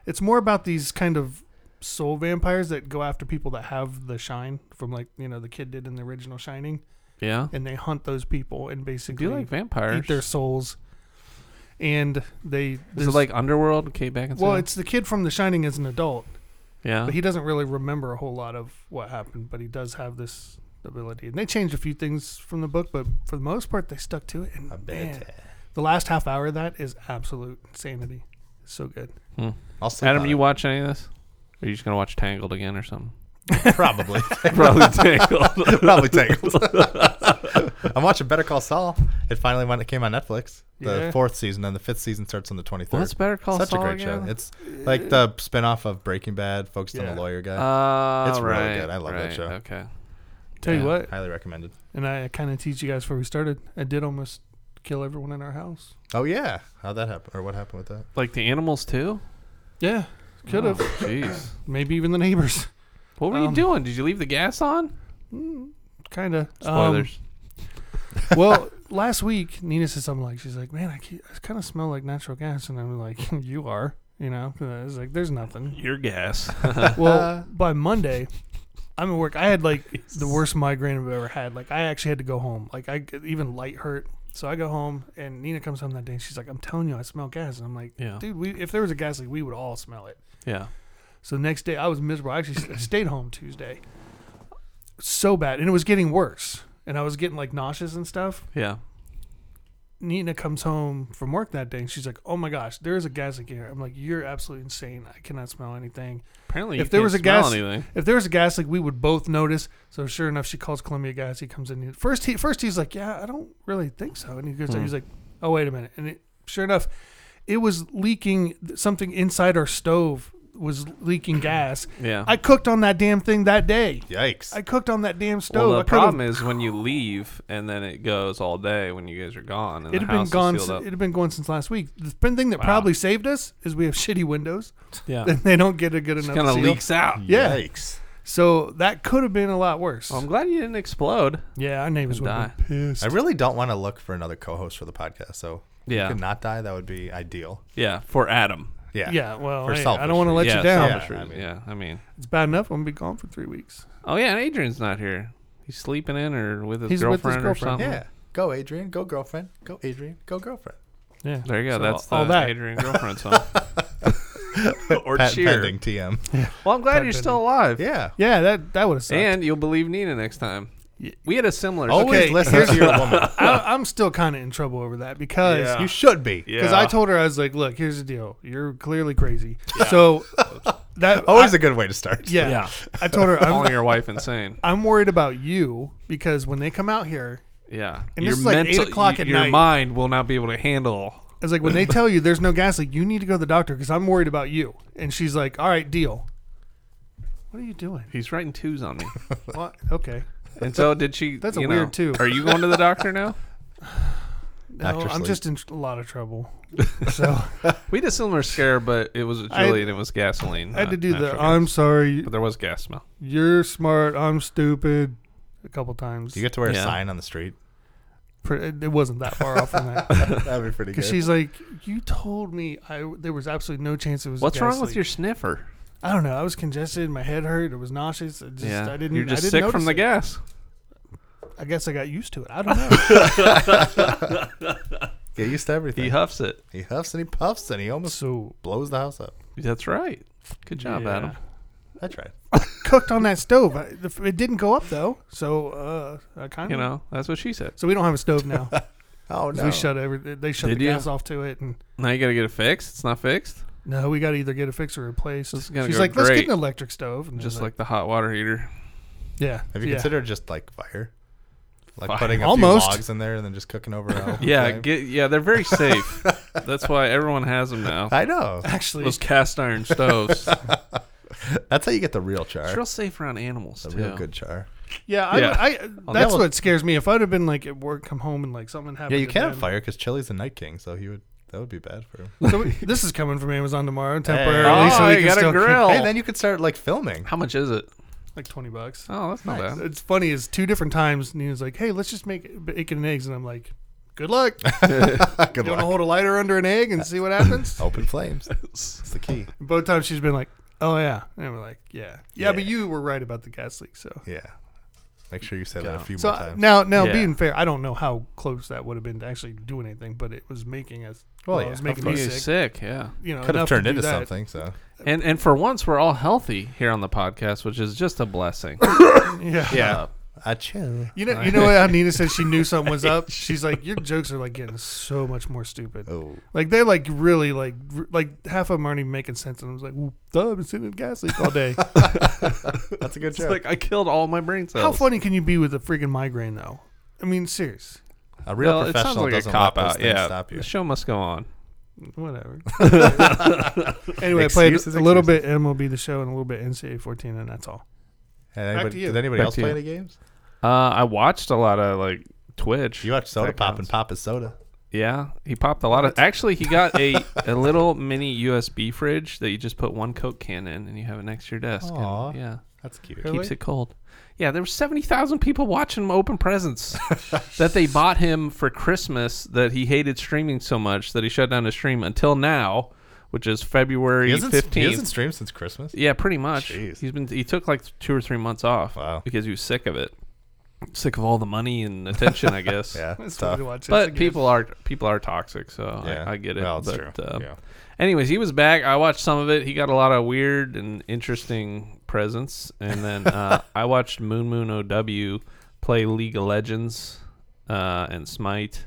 Speaker 3: it's more about these kind of soul vampires that go after people that have the shine from like you know the kid did in the original Shining,
Speaker 2: Yeah.
Speaker 3: and they hunt those people and
Speaker 2: Do
Speaker 3: basically
Speaker 2: you like vampires?
Speaker 3: eat their souls. And they
Speaker 2: Is it
Speaker 3: there's-
Speaker 2: like Underworld? Kate Beckinsale.
Speaker 3: well, it's the kid from The Shining as an adult,
Speaker 2: yeah.
Speaker 3: but he doesn't really remember a whole lot of what happened. But he does have this ability, and they changed a few things from the book, but for the most part, they stuck to it. And man, the last half hour of that is absolute insanity. It's so good.
Speaker 2: Hmm.
Speaker 1: I'll sleep
Speaker 2: Adam,
Speaker 1: on
Speaker 2: you
Speaker 1: it.
Speaker 2: watch any of this? Or are you just gonna watch Tangled again or something?
Speaker 1: probably
Speaker 2: Probably Tangled.
Speaker 1: probably tangled. I'm watching Better Call Saul. It finally went. It came on Netflix. The
Speaker 3: Yeah.
Speaker 1: fourth season and the fifth season starts on the 23rd.
Speaker 2: What's Better Call
Speaker 1: Such
Speaker 2: Saul
Speaker 1: a great
Speaker 2: again?
Speaker 1: show. It's like the spin-off of Breaking Bad, focused on
Speaker 3: Yeah.
Speaker 1: the lawyer guy.
Speaker 2: Uh,
Speaker 1: It's really
Speaker 2: right,
Speaker 1: good. I love that
Speaker 2: right,
Speaker 1: show.
Speaker 2: Okay.
Speaker 3: Tell
Speaker 2: Yeah.
Speaker 3: you what,
Speaker 1: Highly recommended.
Speaker 3: and I kind of teach you guys before we started. I did almost kill everyone in our house.
Speaker 1: Oh yeah, how'd that happen, or what happened with that?
Speaker 2: Like the animals too?
Speaker 3: Yeah, could have.
Speaker 2: Oh, Jeez.
Speaker 3: Maybe even the neighbors.
Speaker 2: What were you
Speaker 3: Um,
Speaker 2: doing? Did you leave the gas on?
Speaker 3: Kind of.
Speaker 2: Spoilers.
Speaker 3: Mm, Um, well, last week Nina said something like, "She's like, man, I, keep, I kind of smell like natural gas," and I'm like, "You are, you know." And I was like, "There's nothing."
Speaker 2: Um, Your gas.
Speaker 3: Well, by Monday, I'm at work. I had like the worst migraine I've ever had. Like I actually had to go home. Like I even light hurt. So I go home, and Nina comes home that day, and she's like, "I'm telling you, I smell gas." And I'm like,
Speaker 2: Yeah.
Speaker 3: "Dude, we, if there was a gas leak, we would all smell it."
Speaker 2: yeah.
Speaker 3: So the next day, I was miserable. I actually st- stayed home Tuesday, so bad, and it was getting worse. And I was getting like nauseous and stuff.
Speaker 2: Yeah.
Speaker 3: Nina comes home from work that day and she's like, "Oh my gosh, there is a gas leak here." I'm like, "You're absolutely insane. I cannot smell anything.
Speaker 2: Apparently,
Speaker 3: If
Speaker 2: you
Speaker 3: there
Speaker 2: can't
Speaker 3: was a
Speaker 2: smell
Speaker 3: gas-
Speaker 2: anything.
Speaker 3: If there was a gas leak, we would both notice." So sure enough, she calls Columbia Gas. He comes in. He- First, he first he's like, "Yeah, I don't really think so." And he goes,
Speaker 2: Hmm.
Speaker 3: "He's like, oh wait a minute." And it, sure enough, it was leaking. Something inside our stove was leaking gas.
Speaker 2: Yeah.
Speaker 3: I cooked on that damn thing that day.
Speaker 1: Yikes!
Speaker 3: I cooked on that damn
Speaker 2: well,
Speaker 3: stove.
Speaker 2: the
Speaker 3: I could've-
Speaker 2: problem is when you leave and then it goes all day when you guys are gone. And
Speaker 3: it had
Speaker 2: the
Speaker 3: been
Speaker 2: house is
Speaker 3: gone.
Speaker 2: sealed
Speaker 3: si-
Speaker 2: up.
Speaker 3: It had been going since last week. The thing that
Speaker 2: Wow.
Speaker 3: probably saved us is we have shitty windows.
Speaker 2: yeah.
Speaker 3: and they don't get a good
Speaker 2: It
Speaker 3: enough
Speaker 2: kind of
Speaker 3: seal.
Speaker 2: leaks out.
Speaker 3: Yeah.
Speaker 1: Yikes!
Speaker 3: So that could have been a lot worse.
Speaker 2: Well, I'm glad you didn't explode.
Speaker 3: yeah, our neighbors
Speaker 2: and
Speaker 3: would have been pissed.
Speaker 1: I really don't want to look for another co-host for the podcast. So if
Speaker 2: Yeah.
Speaker 1: you could not die. That would be ideal.
Speaker 2: Yeah. For Adam.
Speaker 1: Yeah.
Speaker 3: yeah. well,
Speaker 1: For
Speaker 3: hey, I
Speaker 1: selfish
Speaker 3: don't want to let
Speaker 2: yeah,
Speaker 3: you down.
Speaker 1: selfish.
Speaker 2: selfish
Speaker 1: Yeah, I
Speaker 2: reason.
Speaker 1: mean-
Speaker 2: yeah. I mean.
Speaker 3: It's bad enough. I'm gonna be gone for three weeks.
Speaker 2: Oh yeah, and Adrian's not here. He's sleeping in or with his,
Speaker 3: He's with his
Speaker 2: girlfriend,
Speaker 3: girlfriend,
Speaker 2: or something.
Speaker 1: Yeah. Go Adrian. Go girlfriend. Go Adrian. Go girlfriend.
Speaker 3: Yeah,
Speaker 2: There you go.
Speaker 3: So
Speaker 2: That's the
Speaker 3: all that.
Speaker 2: Adrian girlfriend song. or
Speaker 1: Pat
Speaker 2: cheer.
Speaker 1: pending TM.
Speaker 2: Well, I'm glad
Speaker 3: Pat
Speaker 2: you're
Speaker 3: pending.
Speaker 2: still alive.
Speaker 1: Yeah.
Speaker 3: yeah, that that would have sucked.
Speaker 2: And you'll believe Nina next time. We had a similar.
Speaker 1: Always
Speaker 3: Okay,
Speaker 1: listen to your woman.
Speaker 3: I, I'm still kind of in trouble over that because
Speaker 1: You should be.
Speaker 2: Yeah.
Speaker 3: because I told her I was like, look, here's the deal. You're clearly crazy. So that
Speaker 1: Always
Speaker 3: I,
Speaker 1: a good way to start.
Speaker 3: yeah,
Speaker 2: Yeah.
Speaker 3: I told her
Speaker 2: calling
Speaker 3: I'm,
Speaker 2: your wife insane.
Speaker 3: I'm worried about you because when they come out here,
Speaker 2: Yeah,
Speaker 3: And this is like 8 o'clock at
Speaker 2: your
Speaker 3: night.
Speaker 2: mind will not be able to handle.
Speaker 3: I was like, when they tell you there's no gas, like you need to go to the doctor because I'm worried about you. And she's like, all right, deal. What are you doing?
Speaker 2: He's writing twos on me.
Speaker 3: What? Okay,
Speaker 2: And so did she.
Speaker 3: That's a
Speaker 2: you
Speaker 3: weird two.
Speaker 2: know, Are you going to the doctor now?
Speaker 3: no,
Speaker 1: Doctor
Speaker 3: I'm
Speaker 1: sleep.
Speaker 3: just in a lot of trouble. So
Speaker 2: We had a similar scare, but it was a
Speaker 3: I-
Speaker 2: chili and it was gasoline.
Speaker 3: I had
Speaker 2: not
Speaker 3: to do the
Speaker 2: natural gas.
Speaker 3: I'm sorry,
Speaker 2: But there was gas smell.
Speaker 3: you're smart, I'm stupid, a couple times.
Speaker 1: Do you get to wear
Speaker 2: Yeah.
Speaker 1: a sign on the street?
Speaker 3: Pre- it wasn't that far off from that.
Speaker 1: That'd be pretty
Speaker 3: Because she's like, you told me I there was absolutely no chance it was.
Speaker 2: What's
Speaker 3: gas
Speaker 2: wrong with
Speaker 3: leak."
Speaker 2: your sniffer?
Speaker 3: I don't know. I was congested. My head hurt. It was nauseous. I just, I didn't.
Speaker 2: You're just
Speaker 3: I didn't
Speaker 2: sick from
Speaker 3: notice
Speaker 2: the
Speaker 3: it.
Speaker 2: gas.
Speaker 3: I guess I got used to it. I don't know.
Speaker 1: Get used to everything.
Speaker 2: He
Speaker 1: He,
Speaker 2: huffs it.
Speaker 1: huffs and he puffs and he almost
Speaker 3: so
Speaker 1: blows the house up.
Speaker 2: That's right. Good job,
Speaker 3: Yeah.
Speaker 2: Adam.
Speaker 1: I tried.
Speaker 3: cooked on that stove. I, the, f- it didn't go up though. So uh, I kind of
Speaker 2: You know, that's what she said.
Speaker 3: So we don't have a stove now. 'cause
Speaker 1: Oh no.
Speaker 3: We shut every. They shut
Speaker 2: Did
Speaker 3: the
Speaker 2: you?
Speaker 3: gas off to it, and
Speaker 2: Now you got to get it fixed. It's not fixed.
Speaker 3: no, we got to either get it fixed or replaced.
Speaker 2: This is gonna
Speaker 3: She's
Speaker 2: go
Speaker 3: like, let's get
Speaker 2: great."
Speaker 3: an electric stove. And I was
Speaker 2: Just like the hot water heater.
Speaker 3: yeah.
Speaker 1: Have you
Speaker 3: yeah.
Speaker 1: considered just like fire? Like
Speaker 2: Fire.
Speaker 1: putting a
Speaker 3: Almost.
Speaker 1: few logs in there and then just cooking over. a open
Speaker 2: Yeah,
Speaker 1: flame?
Speaker 2: get yeah. They're very safe. that's why everyone has them now.
Speaker 1: I know.
Speaker 3: Actually,
Speaker 2: Those cast iron stoves.
Speaker 1: That's how you get the real
Speaker 2: it's
Speaker 1: char.
Speaker 2: real safe around animals
Speaker 1: The
Speaker 2: too.
Speaker 1: real good char.
Speaker 3: yeah, I,
Speaker 2: Yeah.
Speaker 3: I, that's
Speaker 1: that
Speaker 3: what scares me. If I'd have been like at work, come home, and like something happened.
Speaker 1: Yeah, you
Speaker 3: to
Speaker 1: can't
Speaker 3: them.
Speaker 1: have fire because Chili's a night king, so he would. That would be bad for him.
Speaker 3: So we, this is coming from Amazon tomorrow
Speaker 1: Hey.
Speaker 3: temporarily, so
Speaker 2: Oh,
Speaker 3: we
Speaker 2: you
Speaker 3: can
Speaker 2: got
Speaker 3: still
Speaker 2: a grill.
Speaker 1: Hey, then you could start like filming.
Speaker 2: How much is it?
Speaker 3: like twenty bucks.
Speaker 2: Oh, that's not bad.
Speaker 3: It's funny. It's two different times. Nina's like, "Hey, let's just make bacon and eggs," and I'm like, "Good luck.
Speaker 1: Good
Speaker 3: you want to
Speaker 1: luck. Oh.
Speaker 3: hold a lighter under an egg and see what happens?"
Speaker 1: Open flames. That's the key.
Speaker 3: Both times she's been like, "Oh yeah," and we're like, "Yeah, yeah."
Speaker 1: Yeah.
Speaker 3: But you were right about the gas leak, so.
Speaker 1: Yeah. Make sure you say that a few
Speaker 3: So uh,
Speaker 1: more
Speaker 3: I-
Speaker 1: times.
Speaker 3: now, now
Speaker 2: Yeah.
Speaker 3: being fair, I don't know how close that would have been to actually doing anything, but it was making us.
Speaker 1: Well,
Speaker 3: it
Speaker 1: Oh, yeah,
Speaker 3: was
Speaker 1: of
Speaker 3: making
Speaker 2: You're
Speaker 3: me
Speaker 1: course.
Speaker 2: sick.
Speaker 3: sick.
Speaker 2: yeah.
Speaker 3: You know,
Speaker 1: Could have
Speaker 3: enough to
Speaker 1: turned
Speaker 3: do
Speaker 1: into
Speaker 3: that.
Speaker 1: something. So
Speaker 2: And and for once we're all healthy here on the podcast, which is just a blessing.
Speaker 3: Yeah.
Speaker 1: yeah, a chill.
Speaker 3: You know, you know how Nina said she knew something was up. She's like, "Your jokes are like getting so much more stupid.
Speaker 1: Oh,
Speaker 3: Like they're like really like r- like half of them aren't even making sense." And I was like, well, "Duh, I've been sitting in a gas leak all day.
Speaker 1: that's a good
Speaker 2: It's like I killed all my brain cells.
Speaker 3: how funny can you be with a freaking migraine though? I mean, serious.
Speaker 1: a real
Speaker 2: Well, it sounds
Speaker 1: professional
Speaker 2: like a
Speaker 1: doesn't
Speaker 2: cop
Speaker 1: let those
Speaker 2: out.
Speaker 1: things
Speaker 2: Yeah,
Speaker 1: stop you.
Speaker 2: the show must go on.
Speaker 3: Whatever." anyway, I played
Speaker 1: Excuses,
Speaker 3: a little
Speaker 1: excuses.
Speaker 3: bit MLB the show and a little bit NCAA 14, and that's all.
Speaker 1: And
Speaker 3: Back
Speaker 1: anybody,
Speaker 3: to you.
Speaker 1: did anybody
Speaker 2: Back
Speaker 1: else
Speaker 2: to
Speaker 1: play
Speaker 2: you.
Speaker 1: any games?
Speaker 2: Uh, I watched a lot of like Twitch.
Speaker 1: You watched Soda
Speaker 2: That
Speaker 1: Pop
Speaker 2: counts.
Speaker 1: and Pop is Soda.
Speaker 2: Yeah, he popped a lot of. Actually, he got a a little mini USB fridge that you just put one Coke can in, and you have it next to your desk. and,
Speaker 1: Aw.
Speaker 2: yeah,
Speaker 1: That's cute.
Speaker 2: keeps it cold. Yeah, there were seventy thousand people watching him open presents that they bought him for Christmas. That he hated streaming so much that he shut down his stream until now, which is
Speaker 1: He
Speaker 2: February
Speaker 1: hasn't, he hasn't
Speaker 2: fifteenth.
Speaker 1: streamed since Christmas.
Speaker 2: Yeah, pretty much.
Speaker 1: Jeez.
Speaker 2: He's been he took like two or three months off
Speaker 1: Wow.
Speaker 2: because he was sick of it, sick of all the money and attention, I guess.
Speaker 1: Yeah,
Speaker 3: That's
Speaker 1: tough.
Speaker 3: funny to watch.
Speaker 2: But
Speaker 3: It's a good-
Speaker 2: people are people are toxic, so
Speaker 1: Yeah.
Speaker 2: I, I get it.
Speaker 1: Well, it's
Speaker 2: but,
Speaker 1: true.
Speaker 2: uh,
Speaker 1: yeah.
Speaker 2: Anyways, he was back. I watched some of it. He got a lot of weird and interesting presents, and then uh, I watched Moon Moon OW play League of Legends uh, and Smite.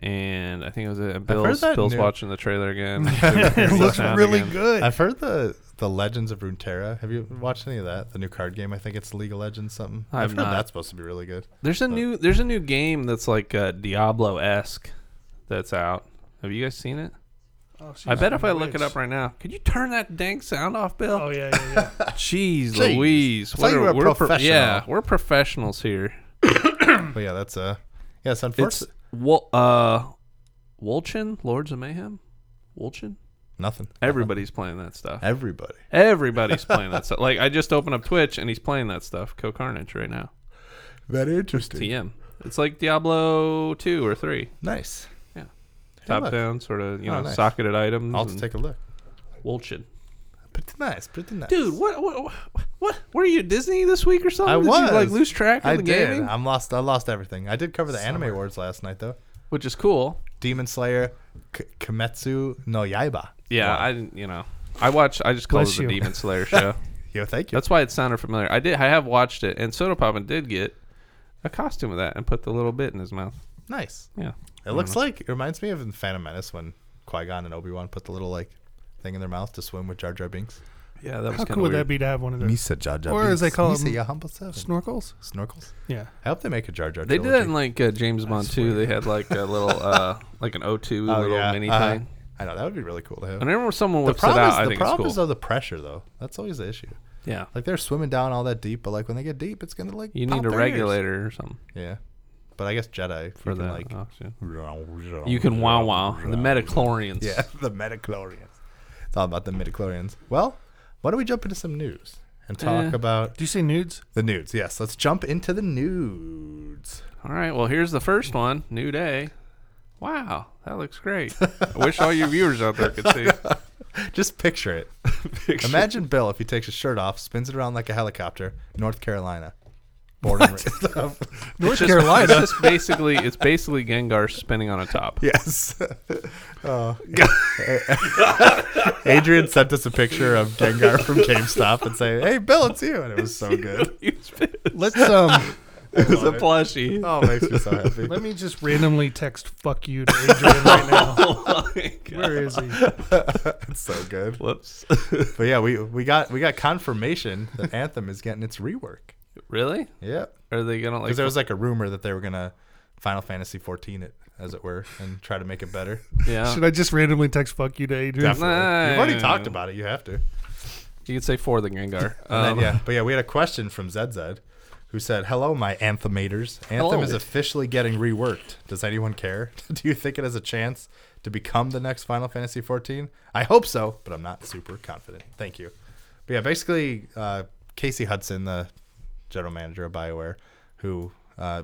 Speaker 2: And I think it was it. And Bill's,
Speaker 1: that
Speaker 2: Bill's
Speaker 1: new-
Speaker 2: watching the trailer again.
Speaker 3: it looks
Speaker 2: Down
Speaker 3: really
Speaker 2: again.
Speaker 3: good.
Speaker 1: I've heard the the Legends of Runeterra. Have you watched any of that? The new card game. I think it's League of Legends something.
Speaker 2: I have
Speaker 1: heard
Speaker 2: not.
Speaker 1: that's supposed to be really good.
Speaker 2: There's a
Speaker 1: But-
Speaker 2: new there's a new game that's like uh, Diablo esque that's out. Have you guys seen it?
Speaker 3: Oh, she's
Speaker 2: I bet if I
Speaker 3: being
Speaker 2: look it
Speaker 3: rich.
Speaker 2: up right now, could you turn that dang sound off, Bill?
Speaker 3: Oh yeah, yeah, yeah.
Speaker 2: Jeez,
Speaker 1: Jeez.
Speaker 2: Louise,
Speaker 1: I thought you were a
Speaker 2: we're pro-
Speaker 1: professional.
Speaker 2: yeah, we're professionals here.
Speaker 1: But yeah, that's uh yeah, it's
Speaker 2: It's
Speaker 1: unfortunate.
Speaker 2: Wol- uh, Wolchin, Lords of Mayhem, Wolchin.
Speaker 1: Nothing.
Speaker 2: Everybody's playing that stuff.
Speaker 1: Everybody.
Speaker 2: Everybody's playing that stuff. Like I just opened up Twitch and he's playing that stuff. Co Carnage right now.
Speaker 1: Very interesting.
Speaker 2: TM. It's like Diablo two or three.
Speaker 1: Nice.
Speaker 2: Yeah.
Speaker 1: Hey,
Speaker 2: Top
Speaker 1: look,
Speaker 2: down, sort of you
Speaker 1: Oh,
Speaker 2: know
Speaker 1: nice.
Speaker 2: socketed items.
Speaker 1: I'll
Speaker 2: and-
Speaker 1: take a look.
Speaker 2: Wolchin.
Speaker 1: Pretty nice. Pretty nice.
Speaker 2: Dude, what, what, what? Were you at Disney this week or something?
Speaker 1: I
Speaker 2: did
Speaker 1: was
Speaker 2: You, like lose track of
Speaker 1: I
Speaker 2: the
Speaker 1: did. uh,
Speaker 2: gaming,
Speaker 1: I'm lost. I lost everything. I did cover the anime awards last night though.
Speaker 2: which is cool.
Speaker 1: Demon Slayer, K- Kimetsu no Yaiba.
Speaker 2: Yeah, I didn't. You know, I watch. I just called
Speaker 3: Bless
Speaker 2: it the
Speaker 3: you.
Speaker 2: Demon Slayer show.
Speaker 1: Yo, thank you.
Speaker 2: That's why it sounded familiar. I did. I have watched it, and Soda Poppin did get a costume of that and put the little bit in his mouth.
Speaker 1: Nice.
Speaker 2: Yeah.
Speaker 1: It looks
Speaker 2: Hmm.
Speaker 1: like it reminds me of in Phantom Menace when Qui Gon and Obi Wan put the little like thing in their mouth to swim with Jar Jar Binks.
Speaker 2: Yeah, that was
Speaker 3: How
Speaker 2: kind
Speaker 3: cool would that be to have one of those
Speaker 5: Misa Jar Jar
Speaker 3: Or as they
Speaker 5: Binks.
Speaker 3: call
Speaker 1: Misa,
Speaker 3: them,
Speaker 1: ya humble seven.
Speaker 3: snorkels.
Speaker 1: Snorkels.
Speaker 3: Yeah,
Speaker 1: I hope they make a Jar Jar.
Speaker 2: They did
Speaker 1: trilogy.
Speaker 2: that in like uh, James Bond too. They had like a little, uh, like an O2
Speaker 1: Oh,
Speaker 2: little
Speaker 1: yeah.
Speaker 2: mini
Speaker 1: Uh-huh.
Speaker 2: thing.
Speaker 1: I know that would be really cool to have.
Speaker 2: Whenever someone
Speaker 1: The
Speaker 2: whips it
Speaker 1: problem,
Speaker 2: out,
Speaker 1: is,
Speaker 2: I
Speaker 1: the
Speaker 2: think it's
Speaker 1: problem
Speaker 2: cool.
Speaker 1: is though the pressure though. That's always the issue.
Speaker 2: yeah,
Speaker 1: Like they're swimming down all that deep, but like when they get deep, it's gonna like
Speaker 2: you
Speaker 1: pop
Speaker 2: need a
Speaker 1: their ears.
Speaker 2: regulator or something
Speaker 1: Yeah, but I guess Jedi
Speaker 2: for
Speaker 1: you can,
Speaker 2: that
Speaker 1: like
Speaker 2: oxygen. You
Speaker 1: you
Speaker 2: can wow wow the
Speaker 1: Oh,
Speaker 2: metachlorians.
Speaker 1: yeah the metachlorians. It's all about the metachlorians. Well, why don't we jump into some news and talk
Speaker 2: Eh.
Speaker 1: about
Speaker 3: do you see nudes?
Speaker 1: the nudes? Yes, let's jump into the nudes.
Speaker 2: All right. Well, here's the first one. New day. Wow, that looks great. I wish all your viewers out there could see.
Speaker 1: Just picture it. Imagine Bill if he takes his shirt off, spins it around like a helicopter, North Carolina. Born and raised.
Speaker 3: North
Speaker 2: Just-
Speaker 3: Carolina.
Speaker 2: It's just basically it's basically Gengar spinning on a top.
Speaker 1: Yes. Oh. Adrian sent us a picture of Gengar from GameStop and saying, "Hey, Bill, it's you," and it was so good.
Speaker 2: it
Speaker 3: Let's um.
Speaker 2: was a plushie.
Speaker 1: Oh, it makes me so happy.
Speaker 3: let me just randomly text "fuck you" to Adrian right now.
Speaker 2: Oh my God.
Speaker 3: Where is he?
Speaker 1: It's so good.
Speaker 2: Whoops.
Speaker 1: But yeah, we we got we got confirmation that Anthem is getting its rework.
Speaker 2: really?
Speaker 1: Yep.
Speaker 2: Are they gonna like?
Speaker 1: Because there was like a rumor that they were gonna Final Fantasy 14 it, as it were, and try to make it better.
Speaker 2: yeah.
Speaker 3: Should I just randomly text "fuck you" to Adrian?
Speaker 1: Definitely. We've already talked about it. You have to.
Speaker 2: You could say for the Gengar.
Speaker 1: And
Speaker 2: Um,
Speaker 1: then, yeah, but yeah, we had a question from ZZ who said, Hello, my Anthemators. Anthem
Speaker 2: Hello.
Speaker 1: is officially getting reworked. Does anyone care? Do you think it has a chance to become the next Final Fantasy 14? I hope so, but I'm not super confident. Thank you. But yeah, basically, uh, Casey Hudson, the general manager of BioWare, who uh,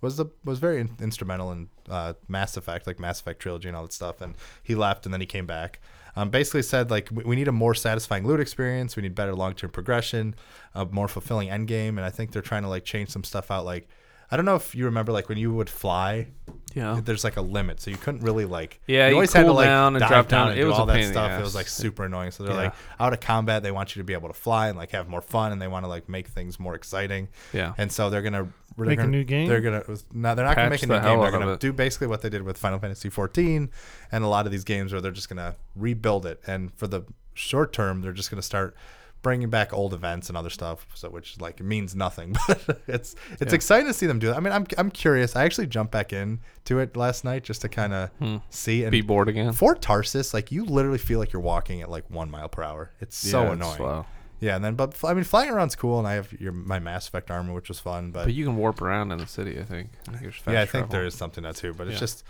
Speaker 1: was the was very in- instrumental in uh, Mass Effect, like Mass Effect trilogy and all that stuff. And he left, and then he came back. Um, basically said like we, we need a more satisfying loot experience. We need better long term progression, a more fulfilling end game. And I think they're trying to like change some stuff out. Like I don't know if you remember like when you would fly.
Speaker 2: Yeah.
Speaker 1: There's like a limit, so you couldn't really like.
Speaker 2: Yeah, you cool down and
Speaker 1: dive
Speaker 2: drop down. It
Speaker 1: do
Speaker 2: was
Speaker 1: all
Speaker 2: a
Speaker 1: that
Speaker 2: pain in the
Speaker 1: stuff. It
Speaker 2: ass.
Speaker 1: was like super annoying. So they're
Speaker 2: Yeah.
Speaker 1: like out of combat. They want you to be able to fly and like have more fun, and they want to like make things more exciting.
Speaker 2: Yeah.
Speaker 1: And so they're gonna they're
Speaker 3: Make a
Speaker 1: gonna-
Speaker 3: new game?
Speaker 1: They're gonna no, they're not gonna
Speaker 2: Patch
Speaker 1: make a
Speaker 2: the
Speaker 1: new
Speaker 2: hell
Speaker 1: game. They're
Speaker 2: out of
Speaker 1: gonna
Speaker 2: it.
Speaker 1: do basically what they did with Final Fantasy 14 and a lot of these games where they're just gonna rebuild it. And for the short term, they're just gonna start bringing back old events and other stuff, so which like means nothing. But it's it's exciting to see them do that. I mean, I'm I'm curious. I actually jumped back in to it last night just to kind of see and
Speaker 2: Hmm. Be bored again.
Speaker 1: for Tarsus, like you literally feel like you're walking at like one mile per hour. It's so
Speaker 2: Yeah, it's
Speaker 1: annoying.
Speaker 2: slow.
Speaker 1: Yeah, and then but fl- I mean, flying around's cool, and I have your my Mass Effect armor, which was fun. But,
Speaker 2: But you can warp around in the city. I think. I think there's fast
Speaker 1: yeah, I think
Speaker 2: travel.
Speaker 1: there is something to that too. But it's
Speaker 2: Yeah.
Speaker 1: just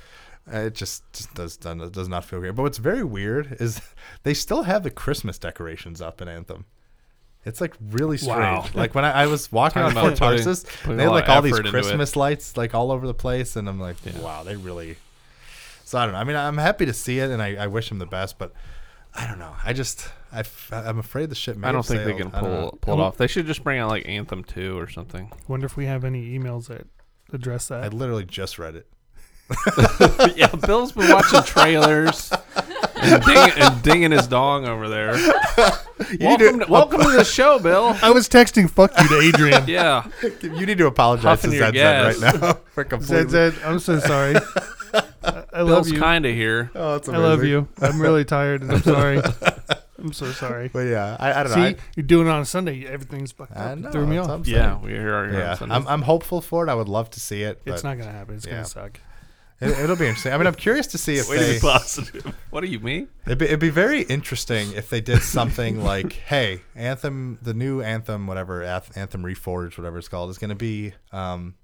Speaker 1: uh, it just, just does done- does not feel great. But what's very weird is they still have the Christmas decorations up in Anthem. It's like really strange.
Speaker 2: Wow.
Speaker 1: Like when I, I was walking on
Speaker 2: Talking
Speaker 1: Fort
Speaker 2: about putting-
Speaker 1: Tarsus,
Speaker 2: putting
Speaker 1: they
Speaker 2: a
Speaker 1: had
Speaker 2: lot
Speaker 1: like
Speaker 2: of
Speaker 1: all these
Speaker 2: effort into it.
Speaker 1: Christmas lights like all over the place, and I'm like, wow, they really. So I don't know. I mean, I'm happy to see it, and I, I wish him the best, but I don't know. I just I f- I'm afraid the ship. May
Speaker 2: I don't
Speaker 1: have
Speaker 2: think they
Speaker 1: sailed.
Speaker 2: can
Speaker 1: I don't know.
Speaker 2: pull pull it off. They should just bring out like Anthem Two or something.
Speaker 3: Wonder if we have any emails that address
Speaker 1: I
Speaker 3: that.
Speaker 1: literally just read it.
Speaker 2: yeah, Bill's been watching trailers and, ding, and dinging his dong over there. welcome to, welcome to the show, Bill.
Speaker 3: I was texting "fuck you" to Adrian.
Speaker 2: Yeah,
Speaker 1: You need to apologize
Speaker 2: Huffing
Speaker 1: to
Speaker 2: your
Speaker 1: Zed right
Speaker 2: gas.
Speaker 1: now for completely.
Speaker 3: Zed, Zed, I'm so sorry. I, I love
Speaker 2: Bill's
Speaker 3: you.
Speaker 2: kind of here.
Speaker 1: Oh, that's
Speaker 3: I love you. I'm really tired, and I'm sorry. I'm so sorry.
Speaker 1: But yeah, I, I don't
Speaker 3: See,
Speaker 1: know.
Speaker 3: you're doing it on Sunday. Everything's fucked
Speaker 1: I, I
Speaker 3: up.
Speaker 1: know.
Speaker 3: It threw me
Speaker 1: that's what
Speaker 3: off.
Speaker 1: I'm
Speaker 2: Yeah,
Speaker 1: saying.
Speaker 2: we are here.
Speaker 1: Yeah,
Speaker 2: on Sundays.
Speaker 1: I'm, I'm hopeful for it. I would love to see it. But
Speaker 3: It's not gonna happen. It's
Speaker 1: Yeah.
Speaker 3: gonna suck.
Speaker 1: it, it'll be interesting. I mean, I'm curious to see if
Speaker 2: Way to
Speaker 1: they.
Speaker 2: be positive. What do you mean?
Speaker 1: It'd be, it'd be very interesting if they did something like, "Hey, Anthem, the new Anthem, whatever Ath- Anthem Reforged, whatever it's called, is going to be um,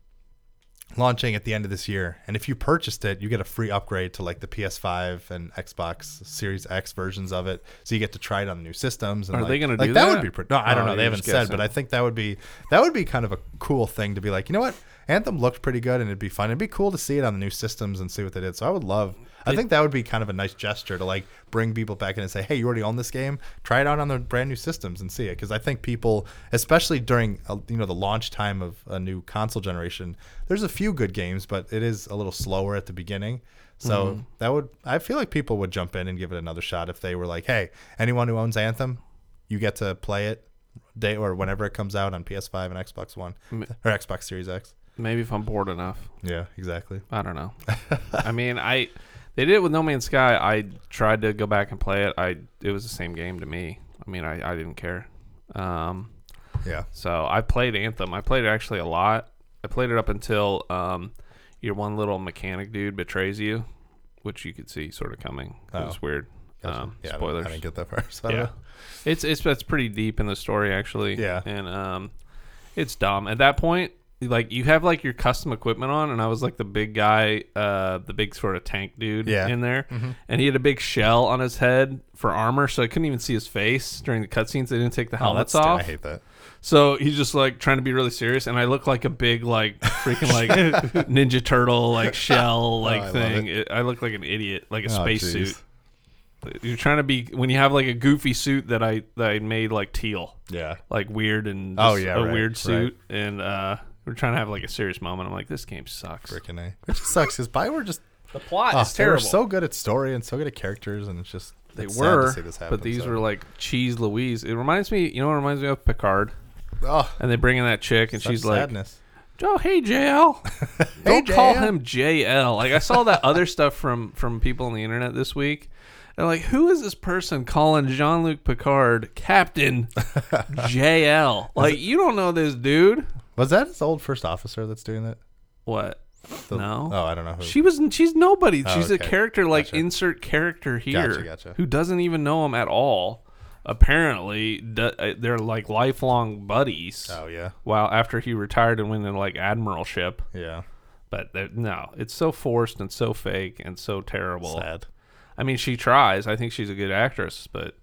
Speaker 1: launching at the end of this year. And if you purchased it, you get a free upgrade to like the PS5 and Xbox Series X versions of it, so you get to try it on the new systems. And,
Speaker 2: Are
Speaker 1: like,
Speaker 2: they gonna
Speaker 1: like,
Speaker 2: do
Speaker 1: that?
Speaker 2: that?
Speaker 1: Would be pretty. No, I don't
Speaker 2: Oh,
Speaker 1: know. They
Speaker 2: you're
Speaker 1: haven't
Speaker 2: just
Speaker 1: said,
Speaker 2: guessing.
Speaker 1: but I think that would be that would be kind of a cool thing to be like, you know what? Anthem looked pretty good, and it'd be fun. It'd be cool to see it on the new systems and see what they did. So I would love. I think that would be kind of a nice gesture to like bring people back in and say, "Hey, you already own this game. Try it out on the brand new systems and see it." Because I think people, especially during uh, you know the launch time of a new console generation, there's a few good games, but it is a little slower at the beginning. So that would I feel like people would jump in and give it another shot if they were like, "Hey, anyone who owns Anthem, you get to play it day or whenever it comes out on PS5 and Xbox One or Xbox Series X.
Speaker 2: Maybe if I'm bored enough.
Speaker 1: Yeah, exactly.
Speaker 2: I don't know. I mean, I they did it with No Man's Sky. I tried to go back and play it. I it was the same game to me. I mean, I, I didn't care. Um,
Speaker 1: Yeah.
Speaker 2: so I played Anthem. I played it actually a lot. I played it up until um, your one little mechanic dude betrays you, which you could see sort of coming. It
Speaker 1: Oh.
Speaker 2: was weird.
Speaker 1: Gotcha.
Speaker 2: Um,
Speaker 1: yeah, I didn't-
Speaker 2: spoilers.
Speaker 1: I didn't get that far. So I don't
Speaker 2: Yeah,
Speaker 1: know.
Speaker 2: it's it's that's pretty deep in the story actually.
Speaker 1: Yeah.
Speaker 2: and um, it's dumb at that point. Like you have like your custom equipment on, and I was like the big guy, uh, the big sort of tank dude
Speaker 1: Yeah. Mm-hmm.
Speaker 2: in there, and he had a big shell on his head for armor, so I couldn't even see his face during the cutscenes. They didn't take the
Speaker 1: Oh, that's
Speaker 2: helmets
Speaker 1: I
Speaker 2: off,
Speaker 1: hate that.
Speaker 2: so he's just like trying to be really serious, and I look like a big like freaking like Ninja Turtle like shell
Speaker 1: Oh,
Speaker 2: like
Speaker 1: I love
Speaker 2: thing. It- I look like an idiot, like a
Speaker 1: Oh,
Speaker 2: space
Speaker 1: jeez.
Speaker 2: suit you're trying to be when you have like a goofy suit that I that I made like teal,
Speaker 1: Yeah.
Speaker 2: like weird and
Speaker 1: Oh,
Speaker 2: just
Speaker 1: yeah,
Speaker 2: a
Speaker 1: right,
Speaker 2: weird
Speaker 1: right.
Speaker 2: suit, and uh, we're trying to have like a serious moment. I'm like, this game sucks.
Speaker 1: Freaking A. Which sucks because Bioware just
Speaker 2: The plot
Speaker 1: oh,
Speaker 2: is
Speaker 1: they were
Speaker 2: terrible.
Speaker 1: so good at story and so good at characters, and it's just
Speaker 2: they
Speaker 1: it's sad to
Speaker 2: were,
Speaker 1: see this happen,
Speaker 2: but these
Speaker 1: so.
Speaker 2: were like cheese Louise. It reminds me, you know, what it reminds me of Picard,
Speaker 1: oh,
Speaker 2: and they bring in that chick, and
Speaker 1: such
Speaker 2: she's like,
Speaker 1: sadness.
Speaker 2: "Oh, hey JL, don't
Speaker 1: Hey,
Speaker 2: call
Speaker 1: JL.
Speaker 2: him JL." Like I saw that other stuff from from people on the internet this week. And like, who is this person calling Jean Luc Picard Captain JL? Like, you don't know this dude.
Speaker 1: was that his old first officer that's doing that?
Speaker 2: What?
Speaker 1: The-
Speaker 2: no.
Speaker 1: Oh, I don't know who. Oh,
Speaker 2: She was. She's nobody. she's a
Speaker 1: okay.
Speaker 2: character like
Speaker 1: Gotcha.
Speaker 2: insert character here,
Speaker 1: Gotcha, gotcha.
Speaker 2: who doesn't even know him at all. Apparently, d- uh, they're like lifelong buddies.
Speaker 1: oh yeah,
Speaker 2: While after he retired and went into like admiralship,
Speaker 1: yeah.
Speaker 2: but they're- no, it's so forced and so fake and so terrible.
Speaker 1: Sad.
Speaker 2: I mean, she tries. I think she's a good actress, but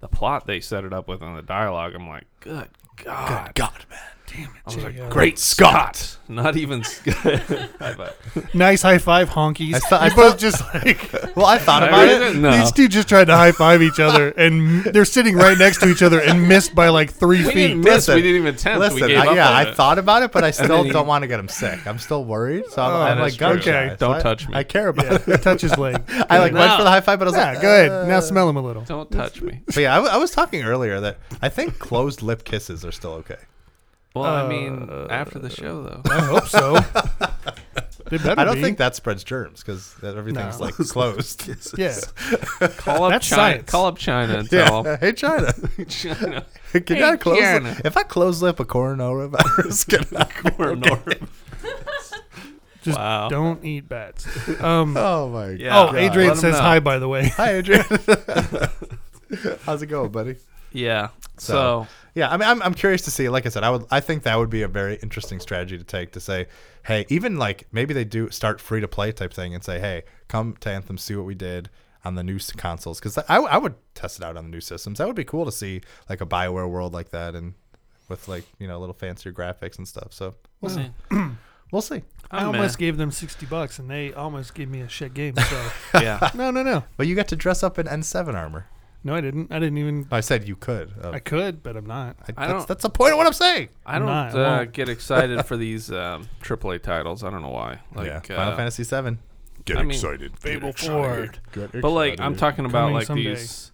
Speaker 2: the plot they set it up with and the dialogue, I'm like, good god,
Speaker 1: God man.
Speaker 2: I was like,
Speaker 3: Yeah.
Speaker 2: great Scott, not even. Scott. High five.
Speaker 3: Nice high five, honkies.
Speaker 1: I thought- I
Speaker 3: you both just like
Speaker 1: Well, I thought about
Speaker 2: really
Speaker 1: it.
Speaker 2: didn't know.
Speaker 3: these two just tried to high five each other, and they're sitting right next to each other and missed by like three
Speaker 2: We
Speaker 3: feet.
Speaker 2: didn't miss.
Speaker 1: Listen,
Speaker 2: we didn't even attempt. we
Speaker 1: Listen,
Speaker 2: gave
Speaker 1: I,
Speaker 2: up
Speaker 1: yeah,
Speaker 2: on
Speaker 1: I
Speaker 2: it.
Speaker 1: thought about it, but I still
Speaker 2: he-
Speaker 1: don't want to get him sick. I'm still worried, so I'm,
Speaker 3: Oh,
Speaker 1: I'm
Speaker 2: that
Speaker 1: like,
Speaker 2: is true.
Speaker 1: gun shy.
Speaker 3: Okay.
Speaker 1: So
Speaker 2: Don't
Speaker 1: I-
Speaker 2: touch me.
Speaker 1: I care about
Speaker 3: Yeah,
Speaker 1: it.
Speaker 3: touch his leg.
Speaker 1: I like went
Speaker 2: No.
Speaker 1: for the high five, but I was
Speaker 3: Yeah,
Speaker 1: like,
Speaker 3: go ahead.
Speaker 1: uh,
Speaker 3: Now smell him a little.
Speaker 2: Don't touch me.
Speaker 1: But yeah, I, w- I was talking earlier that I think closed lip kisses are still okay.
Speaker 2: Well, I mean, after the show though.
Speaker 1: Uh,
Speaker 3: I hope so. They better
Speaker 1: I don't
Speaker 3: be.
Speaker 1: think that spreads germs because everything's
Speaker 3: No.
Speaker 1: like closed.
Speaker 3: Yeah.
Speaker 2: Call up
Speaker 3: That's
Speaker 2: China.
Speaker 3: science.
Speaker 2: Call up China and tell
Speaker 1: yeah. Hey China,
Speaker 2: them China.
Speaker 1: can
Speaker 2: Hey,
Speaker 1: I close?
Speaker 2: China.
Speaker 1: Lip? If I close lip a coronavirus, can I?
Speaker 2: Or Norm.
Speaker 3: Just
Speaker 2: wow.
Speaker 3: Don't eat bats. Um,
Speaker 1: Oh my
Speaker 2: Yeah.
Speaker 3: oh,
Speaker 1: god.
Speaker 3: Adrian
Speaker 2: Let 'em
Speaker 3: says
Speaker 2: know.
Speaker 3: hi, by the way.
Speaker 1: Hi, Adrian. How's it going, buddy?
Speaker 2: Yeah. So,
Speaker 1: So- Yeah, I mean, I'm, I'm curious to see. Like I said, I would, I think that would be a very interesting strategy to take to say, hey, even like maybe they do start free to play type thing and say, hey, come to Anthem, see what we did on the new s- consoles, because I, I would test it out on the new systems. That would be cool to see like a Bioware world like that and with like you know little fancier graphics and stuff. So we'll see. We'll see.
Speaker 3: I
Speaker 2: I'm
Speaker 3: almost
Speaker 2: meh.
Speaker 3: gave them 60 bucks, and they almost gave me a shit game. So
Speaker 2: yeah.
Speaker 3: no, no, no,
Speaker 1: But you got to dress up in N7 armor.
Speaker 3: no, I didn't. I didn't even.
Speaker 1: I said you could.
Speaker 2: Oh.
Speaker 1: Uh,
Speaker 3: I could, but I'm not.
Speaker 1: I,
Speaker 2: I
Speaker 1: that's,
Speaker 2: don't-
Speaker 1: that's the point of what I'm saying.
Speaker 2: I don't
Speaker 3: Nah, I
Speaker 2: uh,
Speaker 3: won't.
Speaker 2: get excited for these um, AAA titles. I don't know why. Like,
Speaker 1: yeah,
Speaker 2: uh,
Speaker 1: Final Fantasy VII.
Speaker 2: Get excited.
Speaker 3: Fable Four.
Speaker 2: But like, I'm talking about
Speaker 3: Coming
Speaker 2: like
Speaker 3: someday.
Speaker 2: these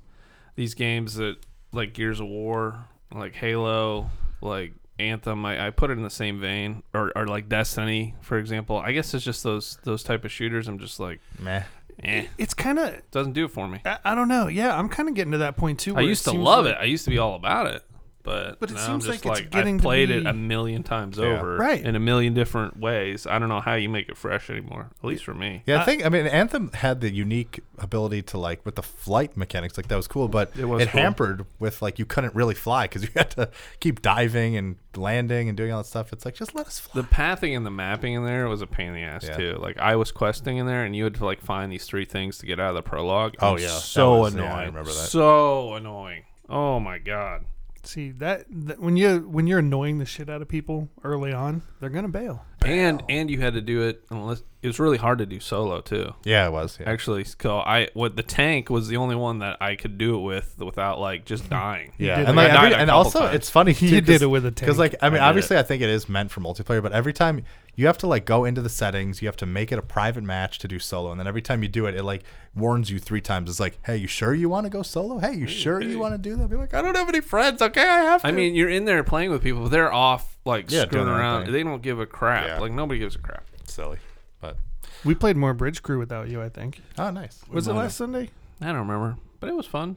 Speaker 2: these games that like Gears of War, like Halo, like Anthem. I, I put it in the same vein, or, or like Destiny, for example. I guess it's just those those type of shooters. I'm just like,
Speaker 1: Meh.
Speaker 2: eh,
Speaker 3: It's kind of.
Speaker 2: doesn't do it for me.
Speaker 3: I, I don't know. Yeah, I'm kind of getting to that point too.
Speaker 2: I
Speaker 3: where
Speaker 2: used to
Speaker 3: seems
Speaker 2: love
Speaker 3: like-
Speaker 2: it. I used to be all about it. But,
Speaker 3: But it
Speaker 2: now
Speaker 3: seems
Speaker 2: I'm
Speaker 3: like
Speaker 2: just like,
Speaker 3: it's getting
Speaker 2: I've
Speaker 3: to
Speaker 2: played it
Speaker 3: be-
Speaker 2: a million times over,
Speaker 3: Right.
Speaker 2: In a million different ways. I don't know how you make it fresh anymore. At least for me,
Speaker 1: Yeah,
Speaker 3: I-
Speaker 1: I think I mean Anthem had the unique ability to like with the flight mechanics, like that was cool, but
Speaker 2: It
Speaker 1: it,
Speaker 2: was cool.
Speaker 1: hampered with like you couldn't really fly because you had to keep diving and landing and doing all that stuff. It's like just let us fly.
Speaker 2: the pathing and the mapping in there was a pain in the ass
Speaker 1: Yeah.
Speaker 2: too. Like I was questing in there, and you had to like find these three things to get out of the prologue.
Speaker 1: Oh,
Speaker 2: It was
Speaker 1: yeah. That
Speaker 2: so
Speaker 1: was- yeah,
Speaker 2: annoying.
Speaker 1: I remember that.
Speaker 2: So annoying. Oh my god.
Speaker 3: See that, that when you when you're annoying the shit out of people early on, they're gonna bail.
Speaker 2: And and you had to do it unless it was really hard to do solo too.
Speaker 1: Yeah, it was. Yeah,
Speaker 2: Actually, so I what the tank was the only one that I could do it with without like just dying.
Speaker 1: yeah.
Speaker 3: did
Speaker 1: and
Speaker 2: it.
Speaker 1: like
Speaker 2: I died
Speaker 1: every,
Speaker 2: a
Speaker 1: and
Speaker 2: couple
Speaker 1: also
Speaker 2: times.
Speaker 1: it's funny
Speaker 3: You did it with a tank.
Speaker 1: because like I mean
Speaker 2: I did
Speaker 1: obviously I think it is meant for multiplayer, but every time you have to like go into the settings. You have to make it a private match to do solo, and then every time you do it, it like warns you three times. It's like, hey, you sure you want to go solo? Hey, you sure you want to do that? Be like, I don't have any friends. Okay, I have to.
Speaker 2: I mean, you're in there playing with people, but they're off like
Speaker 1: Yeah, doing
Speaker 2: screwing
Speaker 1: their own
Speaker 2: around.
Speaker 1: thing.
Speaker 2: They don't give a crap.
Speaker 1: Yeah.
Speaker 2: Like nobody gives a crap.
Speaker 1: silly, but
Speaker 3: We played more Bridge Crew without you, I think.
Speaker 1: oh, nice.
Speaker 3: Was it last Sunday?
Speaker 2: I don't remember, but it was fun.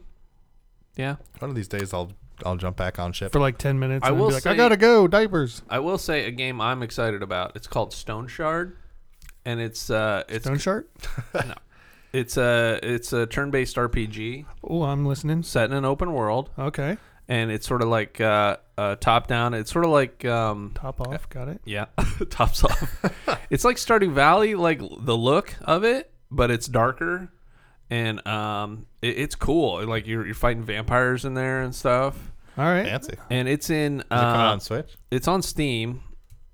Speaker 2: Yeah,
Speaker 1: One of these days, I'll I'll jump back on ship.
Speaker 3: For like 10 minutes.
Speaker 2: I
Speaker 3: and then
Speaker 2: will
Speaker 3: be like, I
Speaker 2: say-
Speaker 3: gotta go, diapers.
Speaker 2: I will say a game I'm excited about. It's called Stone Shard, and it's uh, it's
Speaker 3: Stone Shard?
Speaker 2: it's a it's a turn-based RPG
Speaker 3: Oh, I'm listening.
Speaker 2: set in an open world,
Speaker 3: Okay.
Speaker 2: and it's sort of like uh, uh top-down. It's sort of like um,
Speaker 3: Top off. Got it.
Speaker 2: yeah, tops off. it's like Stardew Valley, like the look of it, but it's darker, and um, it, it's cool. Like you're you're fighting vampires in there and stuff,
Speaker 3: All right.
Speaker 1: Fancy. Is it
Speaker 2: and it's in
Speaker 1: coming out
Speaker 2: uh,
Speaker 1: on Switch?
Speaker 2: it's on Steam,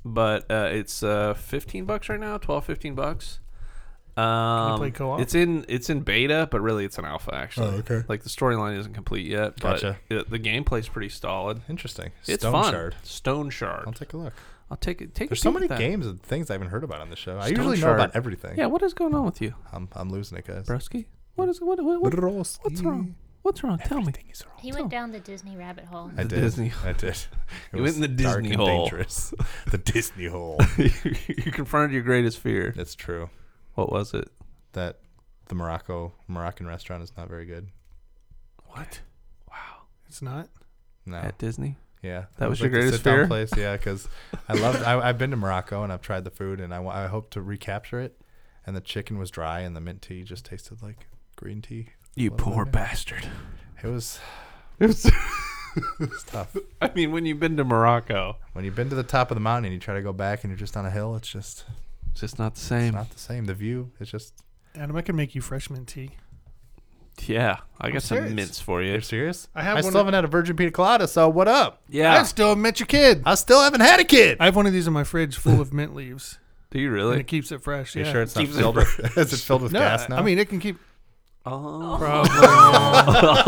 Speaker 2: but uh, it's uh, 15 bucks right now, 12, 15 bucks. Um,
Speaker 3: play co-op?
Speaker 2: It's in it's in beta, but really it's an alpha actually.
Speaker 1: Oh, okay.
Speaker 2: Like the storyline isn't complete yet,
Speaker 1: Gotcha.
Speaker 2: but it, the gameplay's pretty solid.
Speaker 1: Interesting.
Speaker 2: It's
Speaker 1: Stone
Speaker 2: fun.
Speaker 1: Shard.
Speaker 2: Stone
Speaker 1: I'll
Speaker 2: Shard.
Speaker 1: take a look.
Speaker 2: I'll take it. Take a
Speaker 1: There's so
Speaker 2: peek
Speaker 1: many
Speaker 2: at that.
Speaker 1: games and things I haven't heard about on the show. I
Speaker 2: Stone
Speaker 1: usually know
Speaker 2: Shard.
Speaker 1: about everything.
Speaker 2: Yeah, what is going on with you,
Speaker 1: I'm, I'm losing it, guys.
Speaker 2: broski? What is what, what, what what's wrong? What's wrong? Tell me.
Speaker 5: He went down the Disney rabbit hole.
Speaker 1: I
Speaker 2: The
Speaker 1: did.
Speaker 2: Disney-
Speaker 1: I did. It
Speaker 2: You went
Speaker 1: was
Speaker 2: in the
Speaker 1: dark
Speaker 2: Disney
Speaker 1: and
Speaker 2: hole.
Speaker 1: Dangerous. the Disney hole.
Speaker 2: you confronted your greatest fear.
Speaker 1: It's true
Speaker 2: What was it?
Speaker 1: that the Morocco Moroccan restaurant is not very good.
Speaker 2: What?
Speaker 3: It's not.
Speaker 1: No.
Speaker 2: At Disney?
Speaker 1: yeah.
Speaker 2: that
Speaker 1: It
Speaker 2: was your
Speaker 1: like the
Speaker 2: greatest
Speaker 1: sit-down
Speaker 2: fear?
Speaker 1: Place. Yeah, because I love. I, I've been to Morocco and I've tried the food and I, wa- I hope to recapture it. And the chicken was dry and the mint tea just tasted like green tea.
Speaker 2: You
Speaker 1: What was
Speaker 2: poor
Speaker 1: it?
Speaker 2: bastard.
Speaker 1: It was
Speaker 2: It was
Speaker 1: it's tough.
Speaker 2: I mean, when you've been to Morocco,
Speaker 1: When you've been to the top of the mountain and you try to go back and you're just on a hill, it's just
Speaker 2: it's just not the same.
Speaker 1: it's not the same. The view, it's just.
Speaker 3: Adam, I can make you freshman tea.
Speaker 2: yeah, I got
Speaker 3: serious.
Speaker 2: some mints for you.
Speaker 1: You're serious?
Speaker 3: I have
Speaker 1: I
Speaker 3: one
Speaker 1: still
Speaker 3: of-
Speaker 1: haven't had a virgin pina colada, so what up?
Speaker 2: Yeah.
Speaker 3: I still haven't met your kid.
Speaker 1: I still haven't had a kid.
Speaker 3: I have one of these in my fridge full of mint leaves,
Speaker 2: Do you
Speaker 3: and
Speaker 2: really?
Speaker 3: it keeps it fresh.
Speaker 1: You
Speaker 3: yeah.
Speaker 1: sure it's not
Speaker 2: Keeps it
Speaker 1: filled with? is it filled with
Speaker 3: no,
Speaker 1: gas now?
Speaker 3: I mean, it can keep.
Speaker 2: Oh,
Speaker 3: Probably.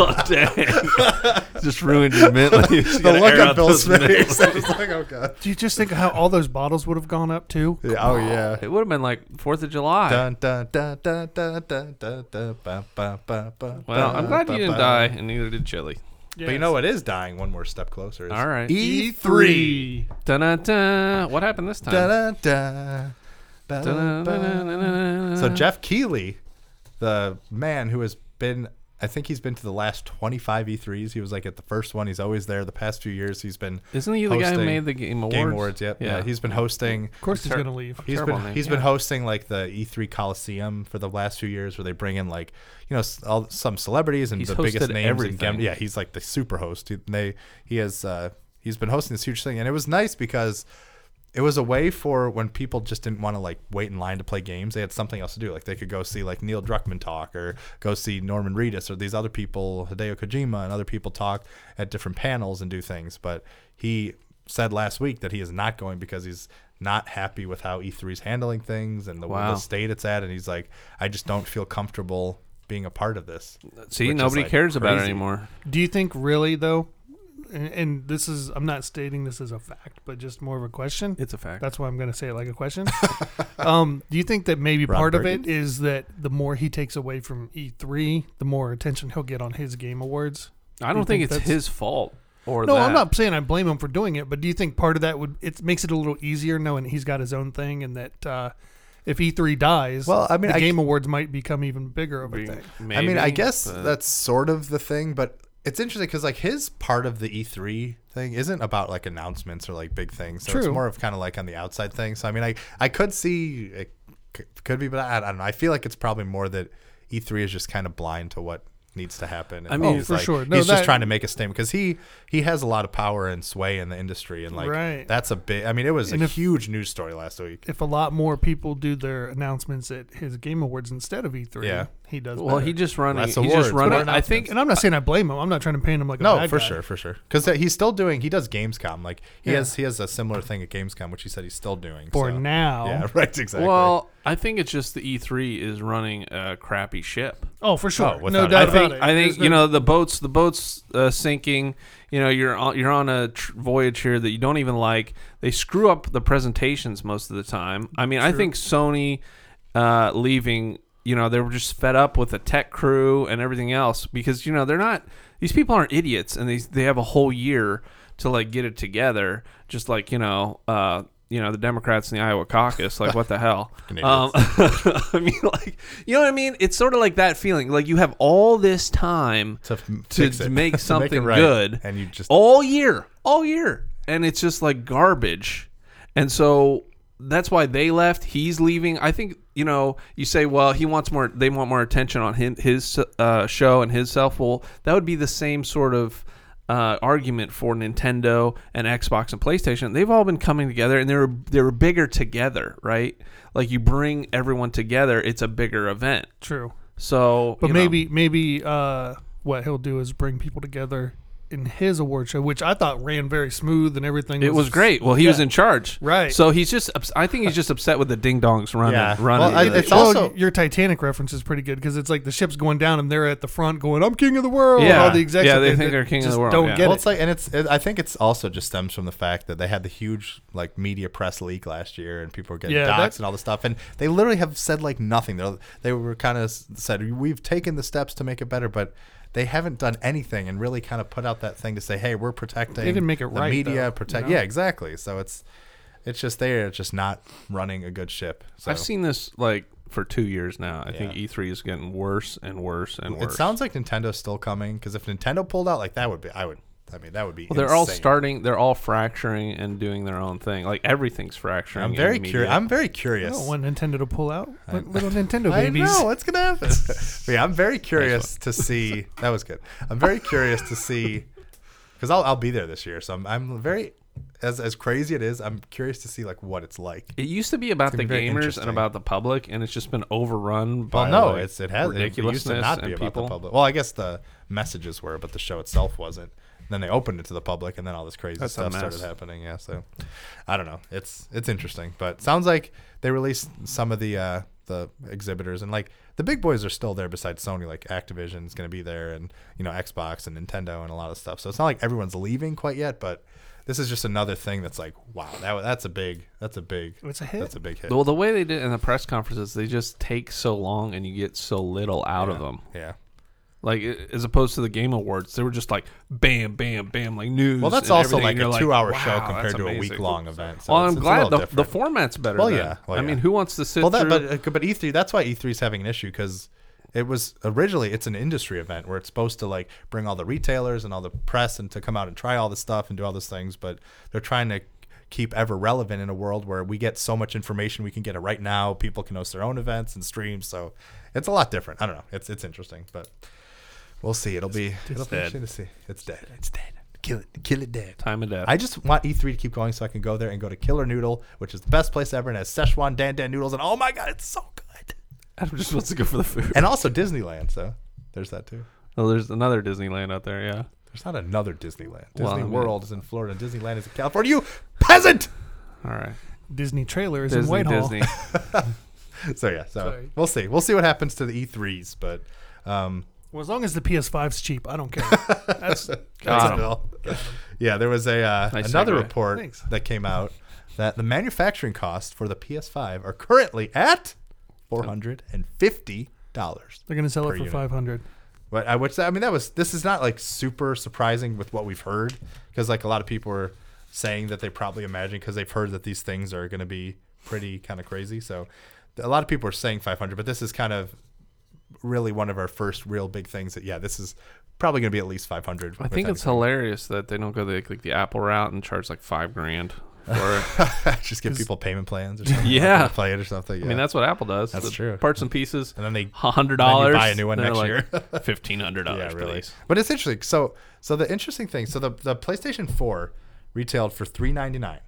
Speaker 2: oh dang. Just ruined your mint leaves. You
Speaker 1: the
Speaker 2: gotta
Speaker 1: look
Speaker 2: air
Speaker 1: on
Speaker 2: out
Speaker 1: Bill's
Speaker 2: those mint
Speaker 1: face. I
Speaker 2: leaves.
Speaker 1: was like, oh god.
Speaker 3: Do you just think how all those bottles would have gone up too?
Speaker 1: Yeah, oh yeah.
Speaker 2: It would have been like 4th of July.
Speaker 1: Dun, dun, dun, dun, dun, dun, dun, dun, ba, ba, ba, ba,
Speaker 2: Well, I'm
Speaker 1: ba,
Speaker 2: glad
Speaker 1: ba,
Speaker 2: you didn't
Speaker 1: ba.
Speaker 2: die, and neither did Chili.
Speaker 1: But you know what is dying one more step closer is
Speaker 2: All right.
Speaker 1: E3.
Speaker 2: Dun, dun, dun. What happened this time?
Speaker 1: Dun, dun, dun,
Speaker 2: Dun, dun,
Speaker 1: dun,
Speaker 2: dun,
Speaker 1: dun.
Speaker 2: dun, dun, dun.
Speaker 1: So Jeff Keeley, the man who has been, I think he's been to the last 25 E3s. He was like at the first one. He's always there. The past few years, he's been
Speaker 2: Isn't he the guy who
Speaker 1: hosting
Speaker 2: made the Game Awards?
Speaker 1: Game Awards. Yep. Yeah. He's been hosting.
Speaker 3: Of course, he's
Speaker 2: Ter-
Speaker 3: gonna leave.
Speaker 1: He's
Speaker 2: Terrible
Speaker 1: been
Speaker 2: name,
Speaker 1: he's
Speaker 2: yeah.
Speaker 1: been hosting like the E3 Coliseum for the last few years, where they bring in like you know s- all some celebrities and
Speaker 2: He's
Speaker 1: the biggest
Speaker 2: hosted
Speaker 1: names. in
Speaker 2: everything.
Speaker 1: gam- yeah, he's like the super host. He, they he has uh, he's been hosting this huge thing, and it was nice because it was a way for when people just didn't want to like wait in line to play games. They had something else to do. Like they could go see like Neil Druckmann talk, or go see Norman Reedus, or these other people, Hideo Kojima, and other people talk at different panels and do things. But he said last week that he is not going because he's not happy with how E3 is handling things and the,
Speaker 2: Wow.
Speaker 1: the state it's at. And he's like, I just don't feel comfortable being a part of this.
Speaker 2: See,
Speaker 1: which is,
Speaker 2: nobody
Speaker 1: like,
Speaker 2: cares about it
Speaker 1: crazy.
Speaker 2: anymore.
Speaker 3: Do you think really though? And, and this is I'm not stating this as a fact, but just more of a question.
Speaker 2: It's a fact.
Speaker 3: That's why I'm going to say it like a question. um, do you think that maybe
Speaker 1: Rob
Speaker 3: part
Speaker 1: Perkins?
Speaker 3: of it is that the more he takes away from E3, the more attention he'll get on his game awards?
Speaker 2: I don't
Speaker 3: You
Speaker 2: think,
Speaker 3: think
Speaker 2: it's
Speaker 3: that's-
Speaker 2: his fault or
Speaker 3: No,
Speaker 2: that.
Speaker 3: I'm not saying I blame him for doing it, but do you think part of that would it makes it a little easier knowing he's got his own thing and that uh, if E3 dies,
Speaker 1: Well, I mean,
Speaker 3: the
Speaker 1: I-
Speaker 3: game awards might become even bigger of a
Speaker 2: Being-
Speaker 3: thing.
Speaker 1: I mean, I
Speaker 2: maybe,
Speaker 1: guess
Speaker 2: but-
Speaker 1: that's sort of the thing, but it's interesting because like his part of the E3 thing isn't about like announcements or like big things. So it's
Speaker 3: True.
Speaker 1: more of kind of like on the outside thing. So I mean, I I could see it c- could be, but I, I don't know. I feel like it's probably more that E3 is just kind of blind to what needs to happen. And
Speaker 2: I mean,
Speaker 1: he's
Speaker 3: for
Speaker 1: like-
Speaker 3: sure. No,
Speaker 1: he's
Speaker 3: that-
Speaker 1: just trying to make a statement because he he has a lot of power and sway in the industry, and like
Speaker 3: Right.
Speaker 1: that's a big. I mean, it was
Speaker 3: And
Speaker 1: a
Speaker 3: if-
Speaker 1: huge news story last week.
Speaker 3: If a lot more people do their announcements at his game awards instead of E3,
Speaker 1: Yeah.
Speaker 3: he does
Speaker 2: Well,
Speaker 3: better.
Speaker 2: he just running.
Speaker 1: Less
Speaker 2: he's
Speaker 1: awards,
Speaker 2: just running.
Speaker 1: more
Speaker 2: I think.
Speaker 3: and I'm not saying I blame him. I'm not trying to paint him like a
Speaker 1: No,
Speaker 3: bad
Speaker 1: for
Speaker 3: guy.
Speaker 1: sure, for sure. Because he's still doing. He does Gamescom. Like he
Speaker 3: Yeah.
Speaker 1: has he has a similar thing at Gamescom, which he said he's still doing.
Speaker 3: For
Speaker 1: so-
Speaker 3: now,
Speaker 1: Yeah, right. Exactly.
Speaker 2: E Well, I think it's just the E3 is running a crappy ship.
Speaker 3: Oh, for sure.
Speaker 1: Oh,
Speaker 3: no
Speaker 1: without a
Speaker 3: doubt
Speaker 1: doubt.
Speaker 3: about it.
Speaker 2: I
Speaker 3: There's
Speaker 2: think you
Speaker 3: no-
Speaker 2: know the boats. The boats uh, sinking. You know you're on, you're on a tr- voyage here that you don't even like. They screw up the presentations most of the time. I mean, I think Sony uh, leaving. You know they were just fed up with the tech crew and everything else because you know they're not. These people aren't idiots, and they they have a whole year to like get it together. Just like you know. Uh, you know the Democrats in the Iowa caucus, like what the hell? Um, I mean, like you know what I mean? It's sort of like that feeling, like you have all this time
Speaker 1: To
Speaker 2: to,
Speaker 1: f- fix it. To
Speaker 2: make
Speaker 1: make it
Speaker 2: something
Speaker 1: right,
Speaker 2: good,
Speaker 1: and you just-
Speaker 2: all year, all year, and it's just like garbage. And so that's why they left. He's leaving. I think you know. You say, well, he wants more. They want more attention on him, his uh, show and his self. Well, that would be the same sort of. Uh, argument for Nintendo and Xbox and PlayStation, they've all been coming together, and they were they were bigger together, right? Like you bring everyone together, it's a bigger event.
Speaker 3: True.
Speaker 2: So,
Speaker 3: But
Speaker 2: you know.
Speaker 3: maybe maybe uh, what he'll do is bring people together in his award show, which I thought ran very smooth and everything.
Speaker 2: It was great. Well, he was in charge,
Speaker 3: Right.
Speaker 2: So he's just. ups- I think he's just upset with the ding dongs running,
Speaker 1: Yeah.
Speaker 2: running.
Speaker 1: Well, I-
Speaker 2: the-
Speaker 1: it's
Speaker 3: well,
Speaker 1: also-
Speaker 3: your Titanic reference is pretty good because it's like the ship's going down and they're at the front going, "I'm king of the world." and
Speaker 2: Yeah.
Speaker 3: all the execs
Speaker 2: Yeah,
Speaker 3: up
Speaker 2: they
Speaker 3: there
Speaker 2: think
Speaker 3: that
Speaker 2: they're king of
Speaker 3: just
Speaker 2: the world,
Speaker 3: Don't
Speaker 2: yeah.
Speaker 3: get
Speaker 1: well,
Speaker 3: it.
Speaker 1: it's like, and it's. It, I think it's also just stems from the fact that they had the huge like media press leak last year, and people were getting
Speaker 3: Yeah,
Speaker 1: doxxed
Speaker 3: that-
Speaker 1: and all this stuff, and they literally have said like nothing. They they were kind of said we've taken the steps to make it better, but they haven't done anything and really kind of put out that thing to say, hey, we're protecting.
Speaker 3: They didn't make it
Speaker 1: the
Speaker 3: right,
Speaker 1: Media
Speaker 3: though,
Speaker 1: protect.
Speaker 3: you know?
Speaker 1: Yeah, exactly. So it's it's just they're just not running a good ship. So.
Speaker 2: I've seen this like for two years now. I think
Speaker 1: Yeah.
Speaker 2: E3 is getting worse and worse and worse.
Speaker 1: It sounds like Nintendo's still coming because if Nintendo pulled out like that would be I would I mean that would be
Speaker 2: Well, they're all
Speaker 1: insane.
Speaker 2: starting. They're all fracturing and doing their own thing. Like everything's fracturing.
Speaker 1: I'm
Speaker 2: in
Speaker 1: very
Speaker 2: media.
Speaker 1: curious. I'm very
Speaker 3: I
Speaker 1: curious.
Speaker 3: don't want Nintendo to pull out. little Nintendo
Speaker 1: I
Speaker 3: babies.
Speaker 1: know what's gonna happen. But yeah, I'm very curious to see. That was good. I'm very curious to see because I'll I'll be there this year, so I'm I'm very as as crazy it is. I'm curious to see like what it's like.
Speaker 2: It used to be about the
Speaker 1: gonna be very
Speaker 2: gamers and
Speaker 1: interesting.
Speaker 2: about the public, and it's just been overrun by.
Speaker 1: Well, no,
Speaker 2: like,
Speaker 1: it's it has it used
Speaker 2: ridiculousness
Speaker 1: to not be
Speaker 2: and
Speaker 1: about
Speaker 2: people.
Speaker 1: the public. Well, I guess the messages were, but the show itself wasn't. Then they opened it to the public, and then all this crazy
Speaker 2: That's a
Speaker 1: stuff
Speaker 2: mess.
Speaker 1: started happening. Yeah, so I don't know. It's it's interesting, but sounds like they released some of the uh, the exhibitors, and like the big boys are still there. Besides Sony, like Activision's going to be there, and you know Xbox and Nintendo and a lot of stuff. So it's not like everyone's leaving quite yet, but this is just another thing that's like, wow, that wa- that's a big that's a big
Speaker 3: It's a hit.
Speaker 1: that's a big hit.
Speaker 2: Well, the way they did in the press conferences, they just take so long and you get so little out of them.
Speaker 1: Yeah.
Speaker 2: Like i- as opposed to the game awards, they were just like bam, bam, bam, like news.
Speaker 1: Well, that's
Speaker 2: and
Speaker 1: also
Speaker 2: everything,
Speaker 1: like
Speaker 2: and
Speaker 1: a
Speaker 2: you're
Speaker 1: two-hour
Speaker 2: wow,
Speaker 1: show
Speaker 2: that's
Speaker 1: compared to a
Speaker 2: amazing.
Speaker 1: week-long event. So
Speaker 2: well,
Speaker 1: it's-
Speaker 2: I'm
Speaker 1: it's a
Speaker 2: glad
Speaker 1: little
Speaker 2: the, the
Speaker 1: different.
Speaker 2: format's better.
Speaker 1: Well,
Speaker 2: then.
Speaker 1: yeah, well,
Speaker 2: I mean,
Speaker 1: yeah.
Speaker 2: who wants to sit
Speaker 1: Well, that
Speaker 2: through?
Speaker 1: but uh, but E3 that's why E3 is having an issue because it was originally it's an industry event where it's supposed to like bring all the retailers and all the press and to come out and try all this stuff and do all those things, but they're trying to keep ever relevant in a world where we get so much information we can get it right now. People can host their own events and streams, so it's a lot different. I don't know. It's it's interesting, but we'll see. It'll be it'll be interesting to see. It's dead. It's dead. Kill it. Kill it dead.
Speaker 2: time of death.
Speaker 1: I just want E3 to keep going so I can go there and go to Killer Noodle, which is the best place ever, and has Szechuan Dan Dan noodles, and oh my god, it's so good.
Speaker 2: Adam just wants to go for the food.
Speaker 1: And also Disneyland, so there's that too.
Speaker 2: Oh, there's another Disneyland out there. Yeah.
Speaker 1: There's not another Disneyland. Disney
Speaker 2: Well, I mean-
Speaker 1: World is in Florida, and Disneyland is in California. You peasant!
Speaker 2: All right.
Speaker 3: Disney trailer is in
Speaker 2: Disney.
Speaker 3: Whitehall.
Speaker 2: Disney.
Speaker 1: So yeah, so
Speaker 3: Sorry.
Speaker 1: we'll see. We'll see what happens to the E3s, but um,
Speaker 3: Well, as long as the PS5's cheap, I don't care. That's
Speaker 1: That's
Speaker 2: Got
Speaker 1: a
Speaker 2: 'em.
Speaker 1: bill. Yeah, there was a uh,
Speaker 2: Nice
Speaker 1: another
Speaker 2: segue.
Speaker 1: report
Speaker 3: Thanks.
Speaker 1: that came out that the manufacturing costs for the PS5 are currently at four hundred and fifty dollars.
Speaker 3: they're gonna sell
Speaker 1: Per
Speaker 3: it for
Speaker 1: unit.
Speaker 3: five hundred.
Speaker 1: But I which I mean that was this is not like super surprising with what we've heard because like a lot of people are saying that they probably imagine because they've heard that these things are going to be pretty kind of crazy. So th- a lot of people are saying 500, but this is kind of really one of our first real big things that yeah, this is probably going to be at least 500.
Speaker 2: I think it's hilarious that they don't go the like the Apple route and charge like five grand for it.
Speaker 1: just give people payment plans or something.
Speaker 2: Yeah.
Speaker 1: Like, play it or something. Yeah.
Speaker 2: I mean, that's what Apple does.
Speaker 1: That's
Speaker 2: The
Speaker 1: true.
Speaker 2: Parts and pieces.
Speaker 1: and then they
Speaker 2: hundred
Speaker 1: Then you
Speaker 2: dollars.
Speaker 1: buy a new one next year.
Speaker 2: Fifteen hundred dollars, please.
Speaker 1: But it's interesting. So so the interesting thing. So the the PlayStation Four retailed for three ninety nine,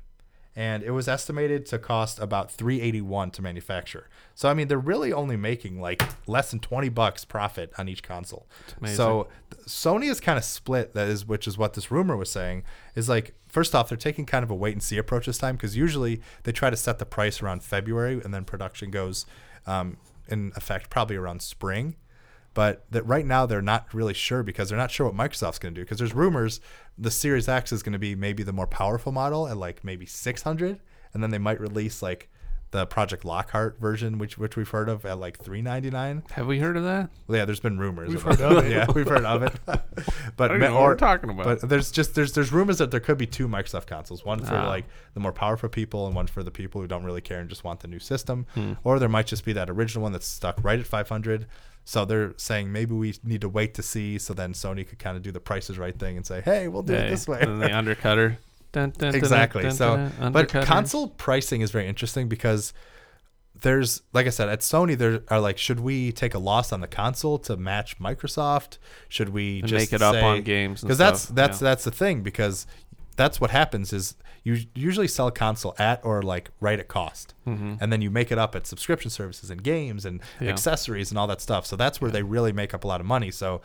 Speaker 1: and it was estimated to cost about three eighty one to manufacture. So I mean, they're really only making like less than twenty bucks profit on each console.
Speaker 2: amazing.
Speaker 1: So th- Sony is kind of split. That is, which is what this rumor was saying. Is like first off, they're taking kind of a wait and see approach this time because usually they try to set the price around February and then production goes. Um, in effect, probably around spring, But that right now they're not really sure because they're not sure what Microsoft's going to do. Because there's rumors the Series X is going to be maybe the more powerful model at like maybe 600, and then they might release like the Project Lockhart version, which which we've heard of at like 399.
Speaker 2: Have we heard of that?
Speaker 1: Well, yeah, there's been rumors.
Speaker 3: We've
Speaker 1: about
Speaker 3: heard of it.
Speaker 1: Yeah, we've heard of it. but
Speaker 2: I don't
Speaker 1: ma-
Speaker 2: even know what we're talking about.
Speaker 1: But there's just there's there's rumors that there could be two Microsoft consoles, one for
Speaker 2: Ah.
Speaker 1: like the more powerful people, and one for the people who don't really care and just want the new system.
Speaker 2: Hmm.
Speaker 1: Or there might just be that original one that's stuck right at 500. So they're saying maybe we need to wait to see. So then Sony could kind of do the prices right thing and say, hey, we'll do
Speaker 2: Yeah,
Speaker 1: it this way.
Speaker 2: And then the undercutter. Dun, dun, dun,
Speaker 1: exactly.
Speaker 2: dun,
Speaker 1: so,
Speaker 2: dun, dun,
Speaker 1: but
Speaker 2: undercutters.
Speaker 1: console pricing is very interesting because there's, like I said, at Sony, there are like, should we take a loss on the console to match Microsoft? Should we
Speaker 2: And
Speaker 1: just
Speaker 2: make it up
Speaker 1: say-
Speaker 2: on games and
Speaker 1: Because that's
Speaker 2: stuff,
Speaker 1: that's
Speaker 2: yeah.
Speaker 1: that's the thing because that's what happens is you usually sell a console at or like right at cost, and then you make it up at subscription services and games and
Speaker 2: Mm-hmm. Yeah.
Speaker 1: accessories and all that stuff. So that's where they really make up a lot of money. So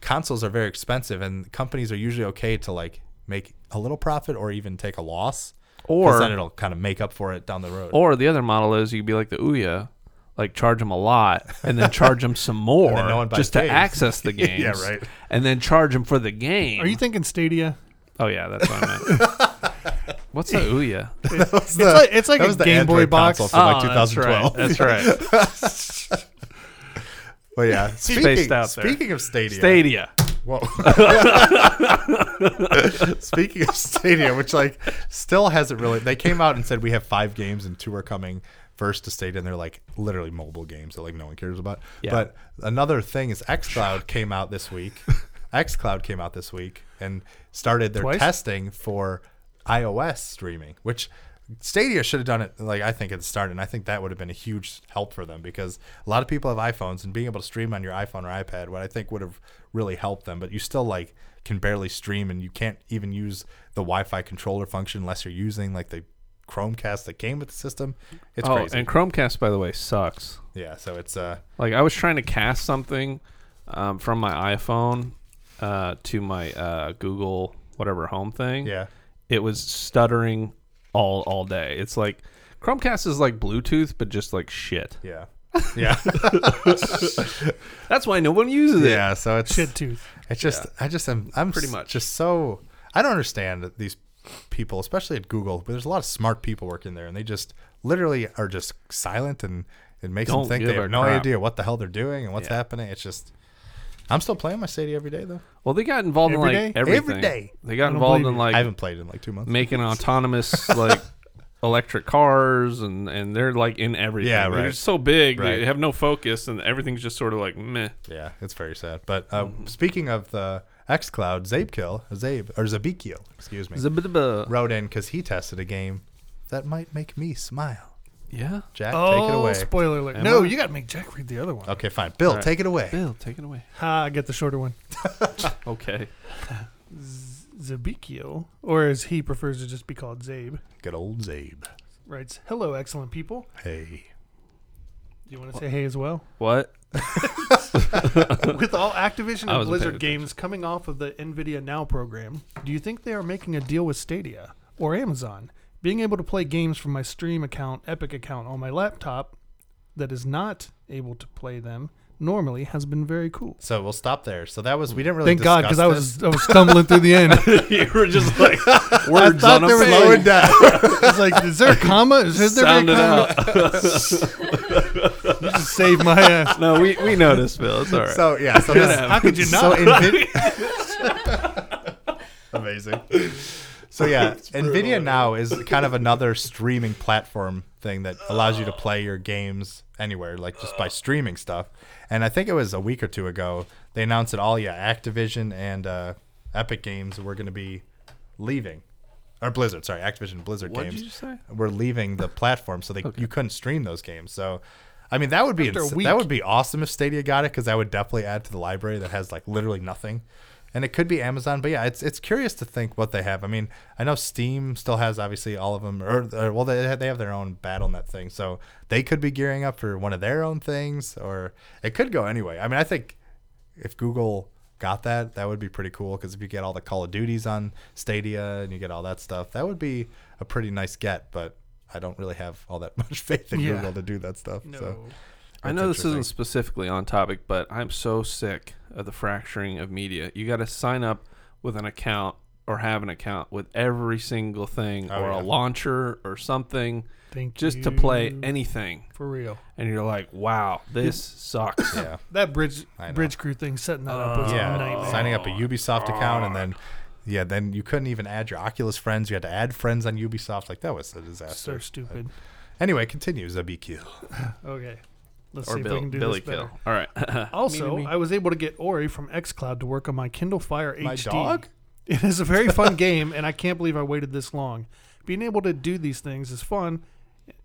Speaker 1: consoles are very expensive, and companies are usually okay to like make a little profit or even take a loss, 'cause
Speaker 2: Or-
Speaker 1: then it'll kind of make up for it down the road.
Speaker 2: Or the other model is you'd be like the Ouya, like charge them a lot and then charge them some more
Speaker 1: then no one buys
Speaker 2: just to
Speaker 1: games.
Speaker 2: access the games.
Speaker 1: Yeah, right.
Speaker 2: And then charge them for the game.
Speaker 3: Are you thinking Stadia?
Speaker 2: oh yeah, that's what I meant. What's the Ouya? Ah,
Speaker 1: it's,
Speaker 3: like- it's like a Game Boy box.
Speaker 1: console from like 2012.
Speaker 2: That's right. That's right.
Speaker 1: But yeah, speaking,
Speaker 2: out there.
Speaker 1: speaking of Stadia,
Speaker 2: Stadia.
Speaker 1: Whoa. Speaking of Stadia, which like still hasn't really they came out and said we have five games and two are coming first to Stadia and they're like literally mobile games that like no one cares about.
Speaker 2: Yeah.
Speaker 1: But another thing is xCloud came out this week. xCloud came out this week and started their
Speaker 3: Twice?
Speaker 1: testing for iOS streaming, which Stadia should have done it like I think at the start, and I think that would have been a huge help for them because a lot of people have iPhones and being able to stream on your iPhone or iPad, what I think would have really helped them. But you still like can barely stream, and you can't even use the Wi-Fi controller function unless you're using like the Chromecast that came with the system. It's
Speaker 2: oh,
Speaker 1: crazy.
Speaker 2: and Chromecast by the way sucks.
Speaker 1: yeah, so it's uh
Speaker 2: Like I was trying to cast something um, from my iPhone uh, to my uh, Google whatever home thing.
Speaker 1: yeah.
Speaker 2: it was stuttering all all day. It's like Chromecast is like Bluetooth, but just like shit.
Speaker 1: Yeah. Yeah.
Speaker 2: That's why no one uses it.
Speaker 1: yeah. So it's
Speaker 3: Shit tooth.
Speaker 1: It's just I just am I'm
Speaker 2: Pretty
Speaker 1: s-
Speaker 2: much.
Speaker 1: just so I don't understand that these people, especially at Google, but there's a lot of smart people working there, and they just literally are just silent, and it makes
Speaker 2: Don't
Speaker 1: them think
Speaker 2: give
Speaker 1: they
Speaker 2: a
Speaker 1: have no
Speaker 2: crap.
Speaker 1: idea what the hell they're doing and what's
Speaker 2: Yeah.
Speaker 1: happening. It's just I'm still playing my Sadie every day though.
Speaker 2: Well, they got involved
Speaker 3: Every
Speaker 2: in like
Speaker 3: day?
Speaker 2: everything.
Speaker 1: Every day.
Speaker 2: They got involved
Speaker 3: believe
Speaker 2: in
Speaker 3: you.
Speaker 2: like
Speaker 1: I haven't played in like two months.
Speaker 2: making autonomous like electric cars, and and they're like in everything.
Speaker 1: Yeah,
Speaker 2: They're
Speaker 1: right.
Speaker 2: just so big. They
Speaker 1: Right.
Speaker 2: have no focus, and everything's just sort of like meh.
Speaker 1: yeah, it's very sad. But uh,
Speaker 2: Mm-hmm.
Speaker 1: speaking of the XCloud, Zabekill, Zabe or Zabikio, excuse me, wrote in because he tested a game that might make me smile.
Speaker 2: Yeah.
Speaker 1: Jack, take it
Speaker 3: Oh,
Speaker 1: away.
Speaker 3: spoiler alert!
Speaker 2: Am
Speaker 3: no,
Speaker 2: I?
Speaker 3: you got to make Jack read the other one.
Speaker 1: okay, fine. Bill,
Speaker 2: All right.
Speaker 1: take it away.
Speaker 2: Bill, take it away.
Speaker 3: Ha! I get the shorter one.
Speaker 2: Okay.
Speaker 3: Zabikio, or as he prefers to just be called Zabe,
Speaker 1: Good old Zabe.
Speaker 3: writes, "Hello, excellent people.
Speaker 1: Hey.
Speaker 3: Do you want to say hey as well?"
Speaker 2: What?
Speaker 3: With all Activision
Speaker 2: I
Speaker 3: and
Speaker 2: wasn't
Speaker 3: Blizzard
Speaker 2: paying
Speaker 3: games coming off of the Nvidia Now program, do you think they are making a deal with Stadia or Amazon? Being able to play games from my Stream account, Epic account on my laptop that is not able to play them normally has been very cool.
Speaker 1: So we'll stop there. So that was we didn't really.
Speaker 3: Thank God,
Speaker 1: discuss
Speaker 3: because I
Speaker 1: this.
Speaker 3: was I was stumbling through the end.
Speaker 2: you were just like words
Speaker 1: thought
Speaker 2: on a
Speaker 1: they were
Speaker 2: page.
Speaker 1: slowing down.
Speaker 3: It's like, is there a comma? Is, is there
Speaker 2: Sound
Speaker 3: a
Speaker 2: it
Speaker 3: comma?
Speaker 2: out.
Speaker 3: Just save my ass.
Speaker 2: No, we, we noticed, Bill. It's all right.
Speaker 1: So yeah, so this,
Speaker 3: How could you
Speaker 1: so
Speaker 3: not?
Speaker 1: Nvi- amazing. So yeah, Nvidia now is kind of another streaming platform thing that allows you to play your games anywhere, like just by streaming stuff. And I think it was a week or two ago they announced that all yeah, Activision and uh, Epic Games were going to be leaving, or Blizzard, sorry, Activision and Blizzard
Speaker 2: What did
Speaker 1: games
Speaker 2: you just say?
Speaker 1: were leaving the platform, so they you couldn't stream those games. So, I mean, that would be
Speaker 3: After a
Speaker 1: ins-
Speaker 3: week.
Speaker 1: that would be awesome if Stadia got it because that would definitely add to the library that has like literally nothing. And it could be Amazon, but yeah, it's it's curious to think what they have. I mean, I know Steam still has obviously all of them, or, or well, they have- they have their own BattleNet thing, so they could be gearing up for one of their own things, or it could go anyway. I mean, I think if Google got that, that would be pretty cool because if you get all the Call of Duties on Stadia and you get all that stuff, that would be a pretty nice get. But I don't really have all that much faith in
Speaker 3: Yeah.
Speaker 1: Google to do that stuff. So
Speaker 2: I know this
Speaker 1: interesting.
Speaker 2: isn't specifically on topic, but I'm so sick of the fracturing of media. You got to sign up with an account or have an account with every single thing
Speaker 1: Oh,
Speaker 2: or
Speaker 1: yeah.
Speaker 2: a launcher or something
Speaker 3: Thank
Speaker 2: just
Speaker 3: you
Speaker 2: to play anything.
Speaker 3: for real.
Speaker 2: And you're like, wow, this sucks.
Speaker 1: Yeah.
Speaker 3: That bridge
Speaker 1: I know.
Speaker 3: bridge crew thing setting that up was
Speaker 1: yeah,
Speaker 3: a nightmare.
Speaker 1: signing up a Ubisoft account and then yeah, then you couldn't even add your Oculus friends. You had to add friends on Ubisoft. Like that was a
Speaker 3: so
Speaker 1: disaster.
Speaker 3: stupid.
Speaker 1: Anyway, continues ZBQ.
Speaker 3: Okay, let's
Speaker 2: or
Speaker 3: see if we
Speaker 2: Bill,
Speaker 3: can do
Speaker 2: Billy
Speaker 3: this better.
Speaker 2: Kill. All right.
Speaker 3: Also,
Speaker 2: Me, me, me.
Speaker 3: I was able to get Ori from XCloud to work on my Kindle Fire
Speaker 1: My
Speaker 3: HD.
Speaker 1: dog?
Speaker 3: It is a very fun game, and I can't believe I waited this long. Being able to do these things is fun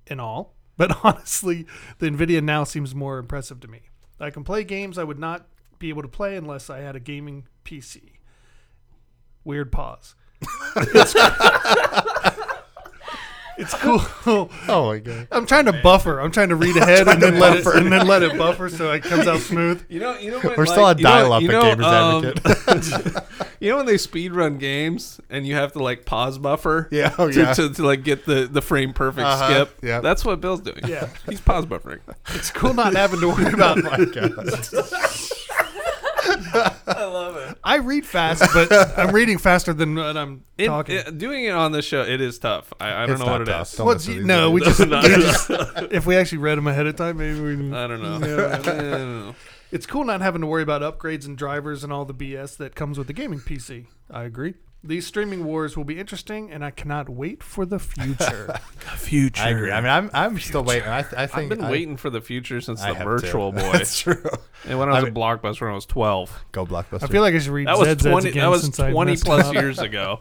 Speaker 3: and all, but honestly, the NVIDIA now seems more impressive to me. I can play games I would not be able to play unless I had a gaming PC. Weird pause. it's, it's cool.
Speaker 1: Oh my god.
Speaker 3: I'm trying to buffer. I'm trying to read ahead and then let it and then let it buffer so it comes out smooth.
Speaker 2: You know, you know
Speaker 1: We're still on dial up at Gamers Advocate.
Speaker 2: you know when they speed run games and you have to like pause buffer
Speaker 1: Yeah, oh,
Speaker 2: to,
Speaker 1: yeah.
Speaker 2: to, to like get the, the frame perfect
Speaker 1: Uh-huh,
Speaker 2: skip
Speaker 1: yeah.
Speaker 2: that's what bill's doing
Speaker 3: Yeah.
Speaker 2: he's pause buffering
Speaker 3: It's cool not having to worry about.
Speaker 1: oh my god.
Speaker 3: I read fast, but I'm reading faster than what I'm
Speaker 2: It-
Speaker 3: talking.
Speaker 2: it- uh, doing it on this show it is tough i, I don't
Speaker 1: It's
Speaker 2: know
Speaker 1: not
Speaker 2: what it
Speaker 1: tough.
Speaker 2: is
Speaker 1: Don't
Speaker 3: What's-
Speaker 1: listen to these
Speaker 3: no,
Speaker 1: guys.
Speaker 3: we just,
Speaker 2: No,
Speaker 3: we
Speaker 2: no.
Speaker 3: just- if we actually read them ahead of time, maybe we.
Speaker 2: i don't know
Speaker 3: Yeah.
Speaker 2: I don't know.
Speaker 3: It's cool not having to worry about upgrades and drivers and all the BS that comes with the gaming PC. I agree. These streaming wars will be interesting, and I cannot wait for the future.
Speaker 1: I agree. I mean, I'm I'm still waiting. I, th- I
Speaker 2: I've
Speaker 1: think
Speaker 2: been
Speaker 1: I-
Speaker 2: waiting for the future since
Speaker 1: I
Speaker 2: the
Speaker 1: have
Speaker 2: virtual
Speaker 1: too.
Speaker 2: boy.
Speaker 1: That's true.
Speaker 2: And when I was
Speaker 1: I
Speaker 2: a blockbuster, when I was twelve,
Speaker 1: Go blockbuster.
Speaker 3: I feel like I should read
Speaker 2: that was
Speaker 3: Zed's
Speaker 2: twenty.
Speaker 3: again
Speaker 2: That was
Speaker 3: since I
Speaker 2: twenty
Speaker 3: messed
Speaker 2: plus
Speaker 3: up.
Speaker 2: years ago.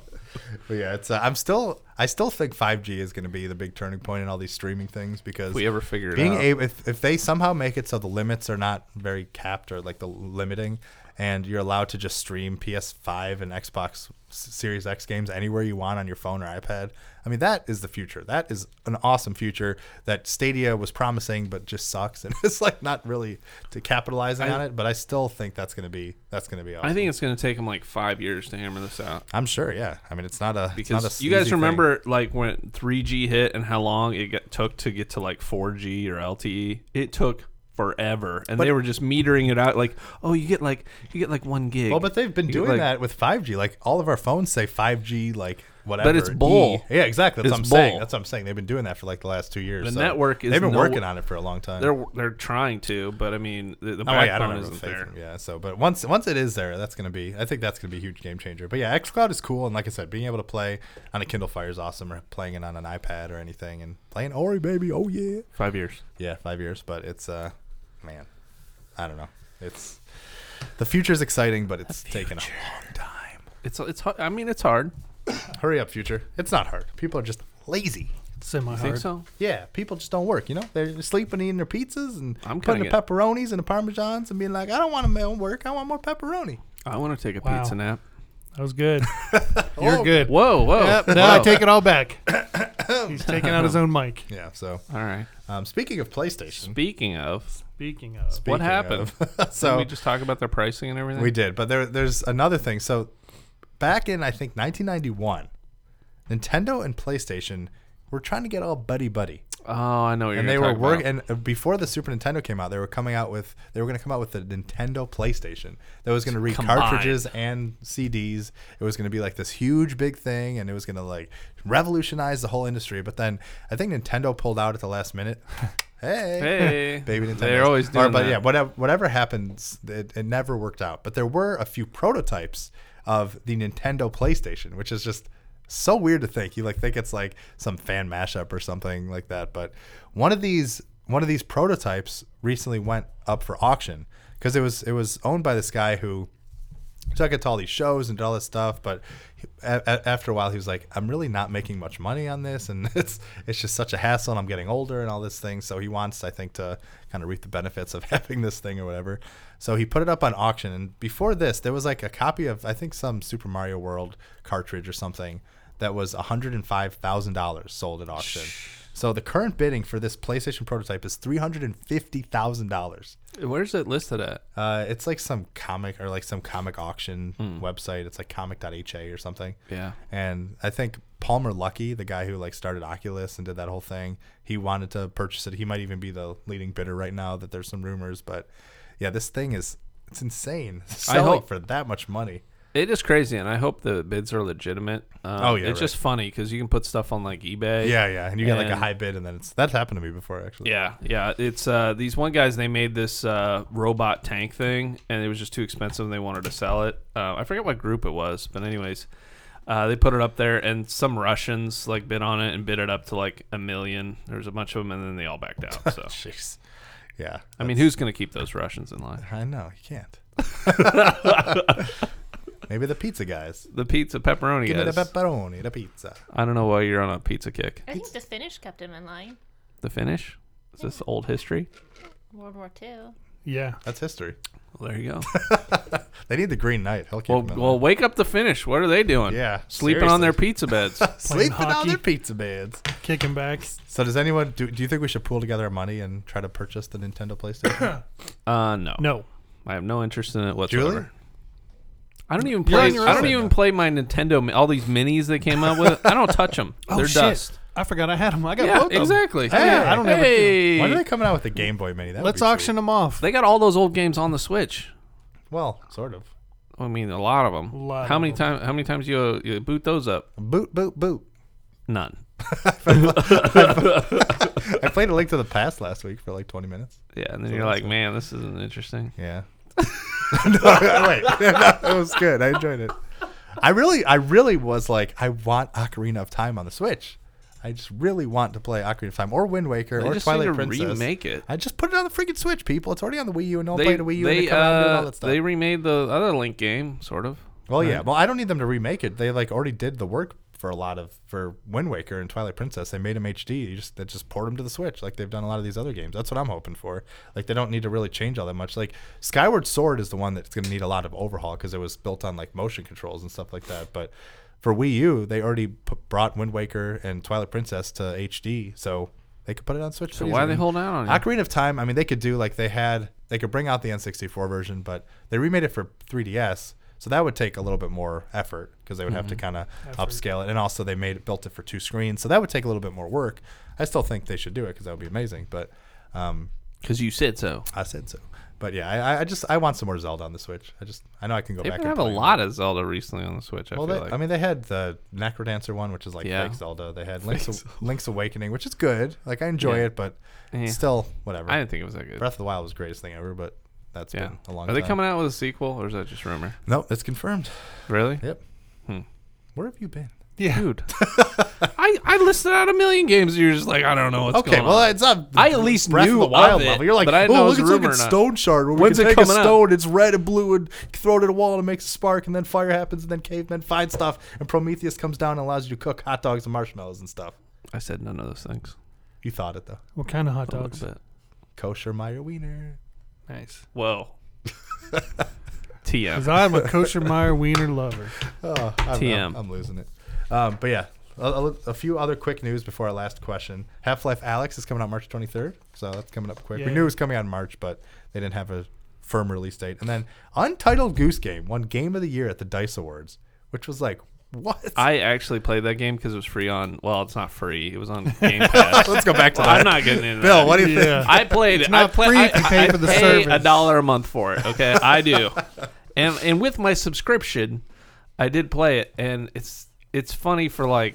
Speaker 1: But yeah, it's. Uh, I'm still. I still think 5G is going to be the big turning point in all these streaming things because
Speaker 2: If we ever figured it
Speaker 1: being
Speaker 2: out.
Speaker 1: able if, if they somehow make it so the limits are not very capped or like the limiting and you're allowed to just stream ps5 and xbox S- series x games anywhere you want on your phone or ipad i mean that is the future that is an awesome future that stadia was promising but just sucks and it's like not really to capitalizing on it but i still think that's going to be that's going to be awesome
Speaker 2: I think it's going to take them like five years to hammer this out.
Speaker 1: i'm sure yeah i mean it's not a it's not a
Speaker 2: because you
Speaker 1: easy
Speaker 2: guys
Speaker 1: thing.
Speaker 2: remember like when 3G hit and how long it got, took to get to like 4G or LTE. It took forever, and they were just metering it out. Like, oh, you get like you get like one gig.
Speaker 1: Well, but they've been
Speaker 2: You get,
Speaker 1: doing
Speaker 2: like-
Speaker 1: that with 5G. Like all of our phones say 5G, like whatever.
Speaker 2: it's bull.
Speaker 1: E. Yeah, exactly. That's
Speaker 2: It's
Speaker 1: what I'm saying.
Speaker 2: bull.
Speaker 1: That's what I'm saying. They've been doing that for like the last two years.
Speaker 2: The
Speaker 1: so
Speaker 2: network is
Speaker 1: They've been
Speaker 2: no-
Speaker 1: working on it for a long time.
Speaker 2: They're they're trying to, but I mean the, the
Speaker 1: Oh, yeah, I don't
Speaker 2: backbone
Speaker 1: know.
Speaker 2: isn't there.
Speaker 1: Yeah. So, but once once it is there, that's gonna be. I think that's gonna be a huge game changer. But yeah, XCloud is cool, and like I said, being able to play on a Kindle Fire is awesome, or playing it on an iPad or anything, and playing Ori, baby. Oh yeah.
Speaker 2: Five years.
Speaker 1: Yeah, five years, but it's uh, man, I don't know. It's the future's exciting, but it's taken a long time.
Speaker 2: It's it's hard. I mean it's hard.
Speaker 1: Hurry up, future. It's not hard. People are just lazy.
Speaker 3: Semi
Speaker 2: Think
Speaker 3: hard.
Speaker 2: so?
Speaker 1: Yeah, people just don't work. You know, they're sleeping, eating their pizzas, and
Speaker 2: I'm
Speaker 1: putting the
Speaker 2: kinda
Speaker 1: pepperonis and the parmesans, and being like, "I don't want to work. I want more pepperoni."
Speaker 2: I want to take a
Speaker 3: Wow.
Speaker 2: pizza nap.
Speaker 3: That was good. You're good.
Speaker 2: Oh, Whoa, whoa.
Speaker 3: Yep, no, I
Speaker 2: whoa.
Speaker 3: take it all back. He's taking out his own mic.
Speaker 1: Yeah. So,
Speaker 2: All right.
Speaker 1: um, speaking of PlayStation,
Speaker 2: Speaking of,
Speaker 3: Speaking of,
Speaker 1: speaking
Speaker 2: what happened?
Speaker 1: of-
Speaker 2: so
Speaker 1: so
Speaker 2: we just talk about their pricing and everything.
Speaker 1: We did, but there, there's another thing. So, back in I think 1991, Nintendo and PlayStation were trying to get all buddy buddy,
Speaker 2: oh, I know what you're.
Speaker 1: and they
Speaker 2: gonna
Speaker 1: were
Speaker 2: talk
Speaker 1: work.
Speaker 2: about.
Speaker 1: And uh, before the Super Nintendo came out, they were coming out with they were going to come out with the Nintendo PlayStation that was going to read
Speaker 2: Combined.
Speaker 1: cartridges and CDs. It was going to be like this huge big thing, and it was going to like revolutionize the whole industry. But then I think Nintendo pulled out at the last minute. hey,
Speaker 2: Hey,
Speaker 1: baby Nintendo.
Speaker 2: They're always doing
Speaker 1: but
Speaker 2: that.
Speaker 1: yeah, whatever whatever happens, it, it never worked out. But there were a few prototypes of the Nintendo PlayStation, which is just so weird to think. You like think it's like some fan mashup or something like that. But one of these one of these prototypes recently went up for auction because it was it was owned by this guy who took it to all these shows and did all this stuff but he, a, a- after a while he was like i'm really not making much money on this and it's it's just such a hassle and i'm getting older and all this thing so he wants i think to kind of reap the benefits of having this thing or whatever so he put it up on auction and before this there was like a copy of i think some super mario world cartridge or something that was $105000 sold at auction so the current bidding for this playstation prototype is $350000
Speaker 2: Where's it listed at?
Speaker 1: uh, it's like some comic or like some comic auction website. It's like comic.ha or something.
Speaker 2: Hmm. Yeah.
Speaker 1: And I think Palmer Lucky, the guy who like started Oculus and did that whole thing, he wanted to purchase it. He might even be the leading bidder right now. That there's some rumors, but yeah, this thing is it's insane. Selling
Speaker 2: hope-
Speaker 1: for that much money.
Speaker 2: It is crazy, and I hope the bids are legitimate. Um,
Speaker 1: Oh, yeah,
Speaker 2: it's just funny because you can put stuff on like eBay.
Speaker 1: Yeah, yeah, and you get like a
Speaker 2: And-
Speaker 1: high bid, and then it's that's happened to me before actually.
Speaker 2: Yeah, yeah. It's uh, these one guys. They made this uh, robot tank thing, and it was just too expensive, and they wanted to sell it. Uh, I forget what group it was, but anyways, uh, they put it up there, and some Russians like bid on it and bid it up to like a million. There was a bunch of them, and then they all backed out. So,
Speaker 1: Jeez. Yeah. Uh,
Speaker 2: I mean, who's gonna keep those Russians in line?
Speaker 1: I know you can't. Maybe the pizza guys.
Speaker 2: The pizza pepperoni
Speaker 1: Give me
Speaker 2: guys.
Speaker 1: the pepperoni, the pizza.
Speaker 2: I don't know why you're on a pizza kick.
Speaker 5: I think the Finnish kept him in line.
Speaker 2: The finish. Is this old history?
Speaker 5: World War II.
Speaker 3: Yeah.
Speaker 1: That's history.
Speaker 2: Well, there you go.
Speaker 1: They need the Green Knight. He'll keep
Speaker 2: Well,
Speaker 1: them in
Speaker 2: well,
Speaker 1: line.
Speaker 2: wake up the Finnish. What are they doing?
Speaker 1: Yeah,
Speaker 2: sleeping on their
Speaker 1: seriously.
Speaker 2: pizza beds.
Speaker 1: sleeping on
Speaker 3: hockey.
Speaker 1: their pizza beds.
Speaker 3: Kicking back.
Speaker 1: So does anyone do? Do you think we should pool together our money and try to purchase the Nintendo PlayStation?
Speaker 2: Uh, no,
Speaker 3: No.
Speaker 2: I have no interest in it whatsoever.
Speaker 1: Julie,
Speaker 2: I don't even
Speaker 3: You're
Speaker 2: play. I
Speaker 3: on your
Speaker 2: don't
Speaker 1: own.
Speaker 2: even play my Nintendo. mi- All these minis they came out with. I don't touch them. They're dust.
Speaker 3: I forgot I had them. I got Oh,
Speaker 2: Yeah,
Speaker 3: both. of 'em.
Speaker 2: exactly.
Speaker 3: Hey, I don't ever
Speaker 2: Hey.
Speaker 1: why are they coming out with the Game Boy Mini? That would
Speaker 3: Let's
Speaker 1: be sweet.
Speaker 3: auction them off.
Speaker 2: They got all those old games on the Switch.
Speaker 1: Well, sort of.
Speaker 2: I mean, a lot of them.
Speaker 3: lot
Speaker 2: how
Speaker 3: of
Speaker 2: many times? How many times you, uh, you boot those up?
Speaker 1: Boot, boot, boot.
Speaker 2: None.
Speaker 1: I played A Link to the Past last week for like 20 minutes.
Speaker 2: Yeah, and then you're like, man, this isn't interesting.
Speaker 1: Yeah. no, wait. No, it was good. I enjoyed it. I really, I really was like, I want Ocarina of Time on the Switch. I just really want to play Ocarina of Time or Wind Waker
Speaker 2: They
Speaker 1: or
Speaker 2: just need
Speaker 1: Twilight
Speaker 2: to
Speaker 1: Princess.
Speaker 2: remake it.
Speaker 1: I just put it on the freaking Switch, people. It's already on the Wii U, and no one
Speaker 2: They,
Speaker 1: played a Wii U. and
Speaker 2: they,
Speaker 1: they come out and doing all
Speaker 2: uh,
Speaker 1: that stuff.
Speaker 2: they remade the other Link game, sort of.
Speaker 1: well, Oh, yeah. Well, I don't need them to remake it. They like already did the work for a lot of for Wind Waker and Twilight Princess. They made them HD. You just they just poured them to the Switch, like they've done a lot of these other games. That's what I'm hoping for. Like they don't need to really change all that much. Like Skyward Sword is the one that's going to need a lot of overhaul because it was built on like motion controls and stuff like that. But for Wii U, they already p- brought Wind Waker and Twilight Princess to HD, so they could put it on Switch.
Speaker 2: So
Speaker 1: pretty
Speaker 2: why are
Speaker 1: easily.
Speaker 2: they holding out on it?
Speaker 1: Ocarina of Time, I mean, they could do like they had, they could bring out the N64 version, but they remade it for 3DS. So that would take a little bit more effort because they would have to
Speaker 2: Mm-hmm.
Speaker 1: kind of upscale it. And also, they made built it for two screens. So that would take a little bit more work. I still think they should do it because that would be amazing. But um,
Speaker 2: Because you said so.
Speaker 1: I said so. But yeah, I, I- I just, I want some more Zelda on the Switch. I just, I know I can go
Speaker 2: They've
Speaker 1: back
Speaker 2: been
Speaker 1: and
Speaker 2: having a
Speaker 1: play
Speaker 2: lot of Zelda recently on the Switch. I
Speaker 1: well,
Speaker 2: feel
Speaker 1: they,
Speaker 2: like.
Speaker 1: I mean, they had the Necrodancer one, which is like
Speaker 2: Yeah.
Speaker 1: fake Zelda. They had Link's, Link's Awakening, which is good. Like I enjoy
Speaker 2: Yeah.
Speaker 1: it, but
Speaker 2: Eh.
Speaker 1: still, whatever.
Speaker 2: I didn't think it was that good.
Speaker 1: Breath of the Wild was the greatest thing ever, but that's
Speaker 2: yeah.
Speaker 1: been a long
Speaker 2: Are
Speaker 1: time.
Speaker 2: they coming out with a sequel, or is that just rumor?
Speaker 1: No, it's confirmed.
Speaker 2: Really?
Speaker 1: Yep.
Speaker 2: Hmm.
Speaker 1: Where have you been?
Speaker 3: Yeah.
Speaker 2: Dude, I, I listed out a million games. And you're just like, I don't know what's
Speaker 1: okay,
Speaker 2: going
Speaker 1: well,
Speaker 2: on.
Speaker 1: it's not.
Speaker 2: I at least
Speaker 1: Breath
Speaker 2: knew
Speaker 1: of the Wild
Speaker 2: of it,
Speaker 1: level. You're like,
Speaker 2: but I didn't
Speaker 1: oh,
Speaker 2: know
Speaker 1: look,
Speaker 2: it was
Speaker 1: it's like
Speaker 2: a
Speaker 1: a
Speaker 2: rumor or not."
Speaker 1: stone shard where we
Speaker 2: When's
Speaker 1: can
Speaker 2: it
Speaker 1: take a
Speaker 2: coming out?
Speaker 1: stone, it's red and blue, and throw it at a wall and it makes a spark, and then fire happens, and then cavemen find stuff, and Prometheus comes down and allows you to cook hot dogs and marshmallows and stuff.
Speaker 2: I said none of those things.
Speaker 1: You thought it though.
Speaker 3: What kind of hot
Speaker 2: A
Speaker 3: dogs?
Speaker 2: little bit.
Speaker 1: Kosher Meyer Wiener.
Speaker 3: Nice.
Speaker 2: Whoa.
Speaker 3: Because
Speaker 2: TM.
Speaker 3: I'm a kosher Meyer Wiener lover.
Speaker 1: Oh, I'm,
Speaker 2: TM.
Speaker 1: I'm, I'm losing it. Um, but yeah, a, a- a few other quick news before our last question. Half Life Alex is coming out March 23rd, so that's coming up quick. We
Speaker 3: Yay.
Speaker 1: knew it was coming out in March, but they didn't have a firm release date. And then Untitled Goose Game won Game of the Year at the Dice Awards, which was like, what?
Speaker 2: I actually played that game because it was free on. Well, it's not free. It was on Game Pass.
Speaker 1: Let's go back to that.
Speaker 2: I'm not getting into
Speaker 1: Bill,
Speaker 2: that.
Speaker 1: what do you think?
Speaker 2: I played. it. I
Speaker 3: not
Speaker 2: play,
Speaker 3: free
Speaker 2: I,
Speaker 3: if you pay
Speaker 2: I
Speaker 3: for the
Speaker 2: pay a
Speaker 3: service.
Speaker 2: dollar a month for it. Okay, I do. and and with my subscription, I did play it, and it's it's funny for like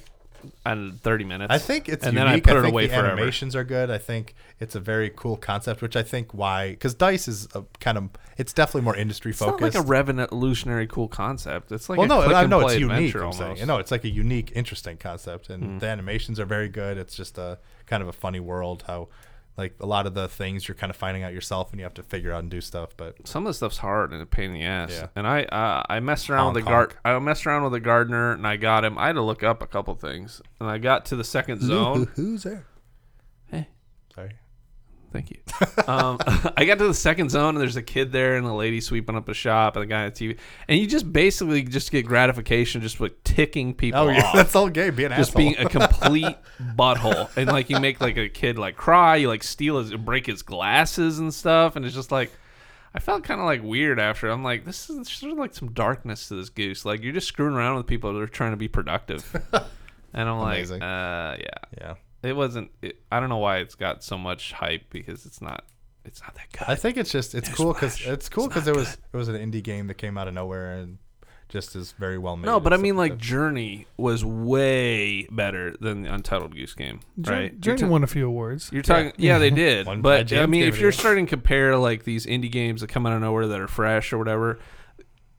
Speaker 2: I don't know, thirty minutes.
Speaker 1: I think it's
Speaker 2: and
Speaker 1: unique.
Speaker 2: then I put it
Speaker 1: think
Speaker 2: away
Speaker 1: the
Speaker 2: forever.
Speaker 1: animations are good. I think it's a very cool concept, which I think why because Dice is a kind of it's definitely more industry
Speaker 2: It's not
Speaker 1: focused.
Speaker 2: like a revolutionary cool concept. It's like
Speaker 1: well,
Speaker 2: a
Speaker 1: no,
Speaker 2: click
Speaker 1: I
Speaker 2: and
Speaker 1: know
Speaker 2: play
Speaker 1: it's unique.
Speaker 2: adventure
Speaker 1: I'm
Speaker 2: almost. Hmm.
Speaker 1: saying, no, it's like a unique, interesting concept, and the animations are very good. It's just a kind of a funny world. How, like, a lot of the things you're kind of finding out yourself, and you have to figure out and do stuff. But
Speaker 2: Some of the stuff's hard and a pain in the ass.
Speaker 1: Yeah.
Speaker 2: And I uh, I messed around with
Speaker 1: Honk,
Speaker 2: the gar-
Speaker 1: honk.
Speaker 2: I messed around with the gardener and I got him. I had to look up a couple things and I got to the second zone. Eh.
Speaker 1: who's there?
Speaker 2: Hey.
Speaker 1: sorry.
Speaker 2: Thank you. Um, I got to the second zone and there's a kid there and a lady sweeping up a shop and a guy on TV and you just basically just get gratification just with ticking people
Speaker 1: Oh, yeah,
Speaker 2: off.
Speaker 1: that's all gay. Be an
Speaker 2: just
Speaker 1: asshole.
Speaker 2: being a complete butthole and like you make like a kid like cry you like steal his break his glasses and stuff and it's just like i felt kind of like weird after i'm like this is there's sort of like some darkness to this goose like you're just screwing around with people that are trying to be productive And I'm
Speaker 1: Amazing.
Speaker 2: like, uh, yeah.
Speaker 1: Yeah.
Speaker 2: It wasn't. It, I don't know why it's got so much hype because it's not. It's not that good.
Speaker 1: I think it's just it's cool 'cause cool
Speaker 2: Newsflash.
Speaker 1: because it's cool
Speaker 2: It's
Speaker 1: because
Speaker 2: not
Speaker 1: it was it was an indie game that came out of nowhere and just is very well made.
Speaker 2: No, but I
Speaker 1: and
Speaker 2: mean,
Speaker 1: stuff
Speaker 2: like
Speaker 1: that.
Speaker 2: Journey was way better than the Untitled Goose Game,
Speaker 3: Journey,
Speaker 2: right?
Speaker 3: Journey
Speaker 2: you're, ta-
Speaker 3: won a few awards.
Speaker 2: you're talking, yeah, they did.
Speaker 1: One- uh,
Speaker 2: but I
Speaker 1: James
Speaker 2: mean,
Speaker 1: gave
Speaker 2: if
Speaker 1: it
Speaker 2: you're
Speaker 1: a-
Speaker 2: starting to compare like these indie games that come out of nowhere that are fresh or whatever,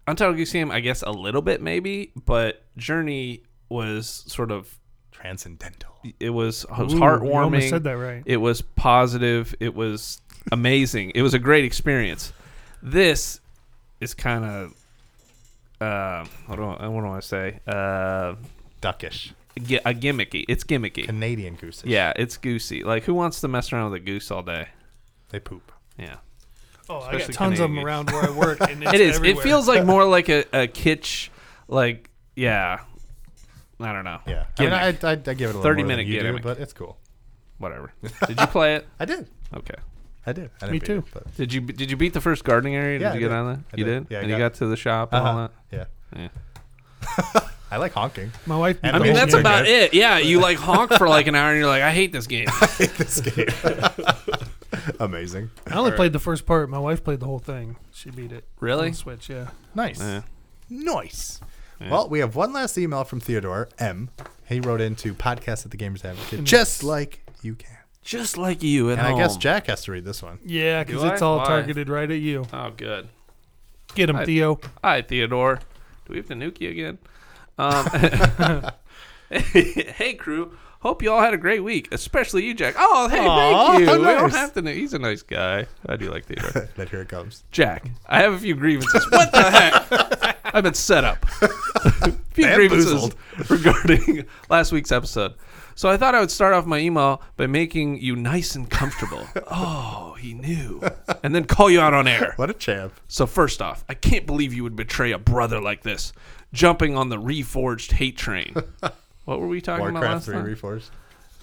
Speaker 2: Untitled Goose Game, I guess a little bit maybe, but Journey was sort of
Speaker 1: transcendental.
Speaker 2: it was it was
Speaker 3: Ooh,
Speaker 2: heartwarming.
Speaker 3: You almost said that right.
Speaker 2: It was positive. It was amazing. it was a great experience. This is kind of uh, what do I, what do I say? Uh,
Speaker 1: Duckish.
Speaker 2: gi- a gimmicky. It's gimmicky.
Speaker 1: Canadian goose.
Speaker 2: yeah, it's goosey. Like who wants to mess around with a goose all day?
Speaker 1: They poop.
Speaker 2: Yeah,
Speaker 3: Oh, I got
Speaker 2: especially
Speaker 3: tons of them
Speaker 2: Canadian.
Speaker 3: around where I work. And it's
Speaker 2: it is.
Speaker 3: Everywhere.
Speaker 2: It feels like more like a, a kitsch. Like yeah, I don't know.
Speaker 1: Yeah. I, mean,
Speaker 2: Gimmick.
Speaker 1: I, I, I give it a little
Speaker 2: 30
Speaker 1: more than
Speaker 2: minute
Speaker 1: you do,
Speaker 2: gimmick.
Speaker 1: but it's cool.
Speaker 2: Whatever. Did you play it?
Speaker 1: I did.
Speaker 2: Okay.
Speaker 1: I did. I didn't
Speaker 3: Me
Speaker 1: beat
Speaker 3: too.
Speaker 1: It, but
Speaker 2: Did you did you beat the first gardening area? Did
Speaker 1: Yeah, I
Speaker 2: you get
Speaker 1: did.
Speaker 2: on
Speaker 1: I
Speaker 2: that? You
Speaker 1: did.
Speaker 2: did.
Speaker 1: Yeah, I
Speaker 2: and you
Speaker 1: got-
Speaker 2: got to the shop and all
Speaker 1: Uh-huh.
Speaker 2: that.
Speaker 1: yeah,
Speaker 2: Yeah.
Speaker 1: I like honking.
Speaker 3: My wife.
Speaker 1: And
Speaker 2: I
Speaker 1: the
Speaker 2: mean,
Speaker 1: whole
Speaker 2: that's
Speaker 1: thing,
Speaker 2: about
Speaker 1: guys.
Speaker 2: it. Yeah, you like honk for like an hour and you're like, I hate this game.
Speaker 1: this game. Amazing.
Speaker 3: I only played the first part. My wife played the whole thing. She beat it.
Speaker 2: Really?
Speaker 3: On Switch, yeah.
Speaker 1: Nice.
Speaker 2: Yeah.
Speaker 1: Nice. Well, we have one last email from Theodore M. He wrote into podcast at the Gamers
Speaker 2: Mm.
Speaker 1: Advocate, just like you can.
Speaker 2: Just like you at
Speaker 1: And
Speaker 2: home.
Speaker 1: I guess Jack has to read this one.
Speaker 3: Yeah, because
Speaker 2: Do
Speaker 3: it's
Speaker 2: I?
Speaker 3: all
Speaker 2: Why?
Speaker 3: targeted right at you.
Speaker 2: Oh, good.
Speaker 3: Get him,
Speaker 2: I-
Speaker 3: Theo.
Speaker 2: Hi, Theodore. Do we have to nuke you again? Um, hey, crew. Hope you all had a great week, especially you, Jack. Oh, hey,
Speaker 1: Aw,
Speaker 2: thank you. We don't
Speaker 1: nice.
Speaker 2: have to. nu- He's a nice guy. I do like Theodore.
Speaker 1: But here it comes.
Speaker 2: Jack, I have a few grievances. what the heck? I've been set up. few grievances
Speaker 1: Bamboozled.
Speaker 2: regarding last week's episode. So I thought I would start off my email by making you nice and comfortable. oh, he knew. And then call you out on air.
Speaker 1: What a champ.
Speaker 2: So first off, I can't believe you would betray a brother like this, jumping on the reforged hate train. What were we talking about
Speaker 1: Warcraft
Speaker 2: last
Speaker 1: 3
Speaker 2: time?
Speaker 1: Reforged.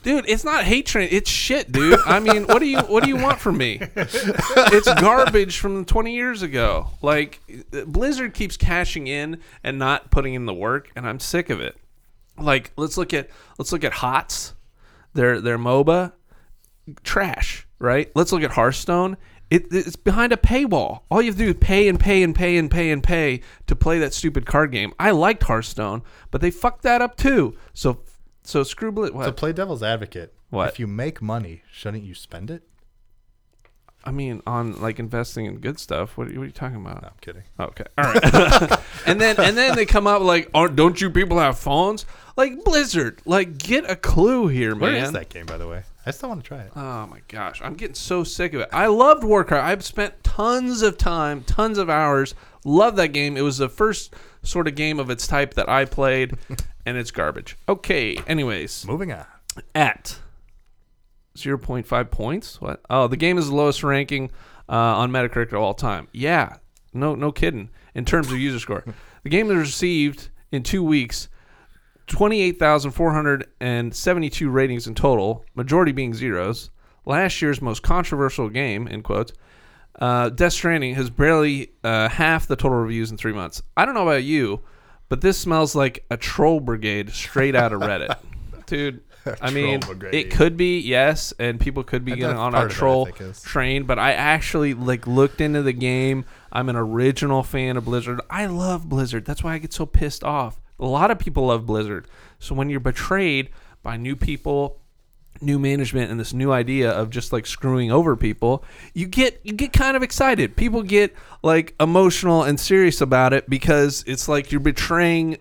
Speaker 2: Dude, it's not hate train. It's shit, dude. I mean, what do you what do you want from me? It's garbage from 20 years ago. Like Blizzard keeps cashing in and not putting in the work, and I'm sick of it. Like let's look at let's look at Hots, their their MOBA, trash. Right. Let's look at Hearthstone. It, it's behind a paywall. All you have to do is pay and pay and pay and pay and pay to play that stupid card game. I liked Hearthstone, but they fucked that up too. So so screw Blizzard.
Speaker 1: To play devil's advocate,
Speaker 2: Uh, What?
Speaker 1: if you make money, shouldn't you spend it?
Speaker 2: I mean, on like investing in good stuff. What are, what are you talking about?
Speaker 1: No, I'm kidding.
Speaker 2: Okay, all right. and then and then they come up like, oh, don't you people have phones? Like Blizzard, like get a clue here,
Speaker 1: Where
Speaker 2: man.
Speaker 1: is that game, by the way? I still want to try it.
Speaker 2: Oh my gosh, I'm getting so sick of it. I loved Warcraft. I've spent tons of time, tons of hours. Love that game. It was the first sort of game of its type that I played, and it's garbage. Okay. Anyways,
Speaker 1: Moving on.
Speaker 2: at 0.5 points. What? Oh, the game is the lowest ranking uh, on Metacritic of all time. Yeah, no, no kidding. In terms of user score, the game has received in two weeks 28,472 ratings in total, majority being zeros. Last year's most controversial game, in quotes, uh, Death Stranding has barely uh, half the total reviews in three months. I don't know about you, but this smells like a troll brigade straight out of Reddit. Dude, I mean,
Speaker 1: Troll brigade.
Speaker 2: it could be, yes, and people could be
Speaker 1: That's
Speaker 2: getting on
Speaker 1: part
Speaker 2: a
Speaker 1: of it, I
Speaker 2: troll
Speaker 1: think, is-
Speaker 2: train, but I actually like looked into the game. I'm an original fan of Blizzard. I love Blizzard. That's why I get so pissed off. A lot of people love Blizzard. So when you're betrayed by new people, new management and this new idea of just like screwing over people, you get you get kind of excited. People get like emotional and serious about it because it's like you're betraying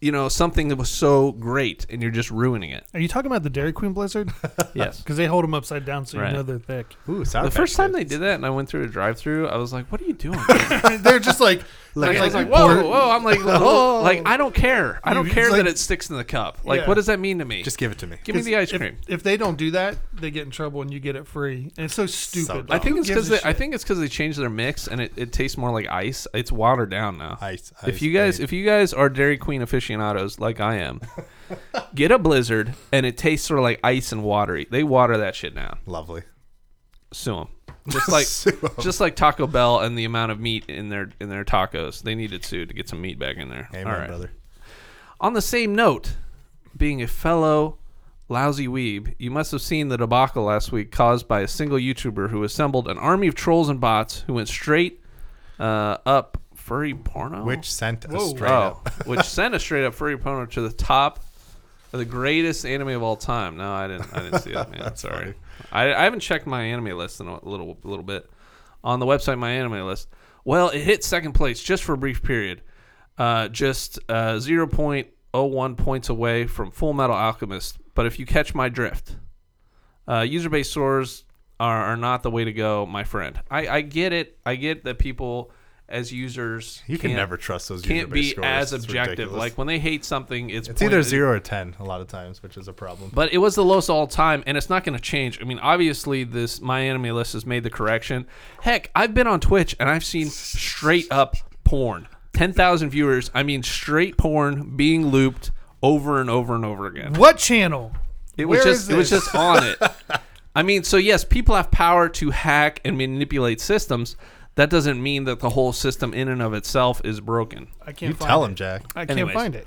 Speaker 2: you know something that was so great and you're just ruining it.
Speaker 3: Are you talking about the Dairy Queen Blizzard?
Speaker 2: Yes.
Speaker 3: Because they hold them upside down so
Speaker 2: Right.
Speaker 3: you know they're thick.
Speaker 1: Ooh,
Speaker 2: The first time they did that and I went through a drive-through, I was like, "What are you doing?"
Speaker 1: they they're just like,
Speaker 2: Like,
Speaker 1: like,
Speaker 2: I was like, whoa, whoa. I'm like, whoa. like I don't care. I don't
Speaker 3: It's
Speaker 2: care
Speaker 3: like-
Speaker 2: that it sticks in the cup. Like,
Speaker 3: Yeah.
Speaker 2: what does that mean to me?
Speaker 1: just give it to me.
Speaker 2: give me the ice
Speaker 3: If-
Speaker 2: cream.
Speaker 3: If, they don't do that, they get in trouble and you get it free. And it's so stupid.
Speaker 1: dumb.
Speaker 2: I think
Speaker 3: who
Speaker 2: it's
Speaker 3: gives
Speaker 2: because
Speaker 3: a
Speaker 2: I
Speaker 3: shit?
Speaker 2: think it's because they changed their mix and it, it tastes more like ice. It's watered down now.
Speaker 1: Ice, ice,
Speaker 2: if you guys
Speaker 1: ice.
Speaker 2: if you guys are Dairy Queen aficionados like I am, get a Blizzard and it tastes sort of like ice and watery. They water that shit down.
Speaker 1: Lovely.
Speaker 2: Sue them. Just like
Speaker 1: Sue 'em.
Speaker 2: just like Taco Bell and the amount of meat in their in their tacos. They needed Sue to get some meat back in there.
Speaker 1: Amen,
Speaker 2: All right.
Speaker 1: brother.
Speaker 2: On the same note, being a fellow lousy weeb, you must have seen the debacle last week caused by a single YouTuber who assembled an army of trolls and bots who went straight uh, up furry
Speaker 3: Oh.
Speaker 2: porno.
Speaker 1: Which sent us straight
Speaker 2: oh,
Speaker 1: up.
Speaker 2: which sent a straight up furry porno to the top of the greatest anime of all time. No, I didn't. I didn't see that, man. Sorry, I, I haven't checked my anime list in a little little bit on the website. My anime list. Well, it hit second place just for a brief period, uh, just uh, zero point oh one points away from Full Metal Alchemist. But if you catch my drift, uh, user based stores are, are not the way to go, my friend. I, I get it. I get that people as users
Speaker 1: You can
Speaker 2: can't-
Speaker 1: never trust those
Speaker 2: can't
Speaker 1: user-based
Speaker 2: be
Speaker 1: scores.
Speaker 2: as
Speaker 1: It's
Speaker 2: objective.
Speaker 1: ridiculous.
Speaker 2: Like when they hate something, it's,
Speaker 1: it's either
Speaker 2: pointed-
Speaker 1: zero or ten a lot of times, which is a problem.
Speaker 2: But it was the lowest of all time, and it's not going to change. I mean, obviously, this my anime list has made the correction. Heck, I've been on Twitch and I've seen straight up porn. Ten thousand viewers. I mean, straight porn being looped over and over and over again.
Speaker 3: What channel?
Speaker 2: It was
Speaker 3: Where
Speaker 2: just
Speaker 3: is
Speaker 2: it was
Speaker 3: this?
Speaker 2: just on it. I mean, so yes, people have power to hack and manipulate systems. That doesn't mean that the whole system in and of itself is broken.
Speaker 3: I can't
Speaker 1: You
Speaker 3: find
Speaker 1: tell
Speaker 3: it.
Speaker 1: him, Jack.
Speaker 3: I can't
Speaker 2: Anyways.
Speaker 3: find it.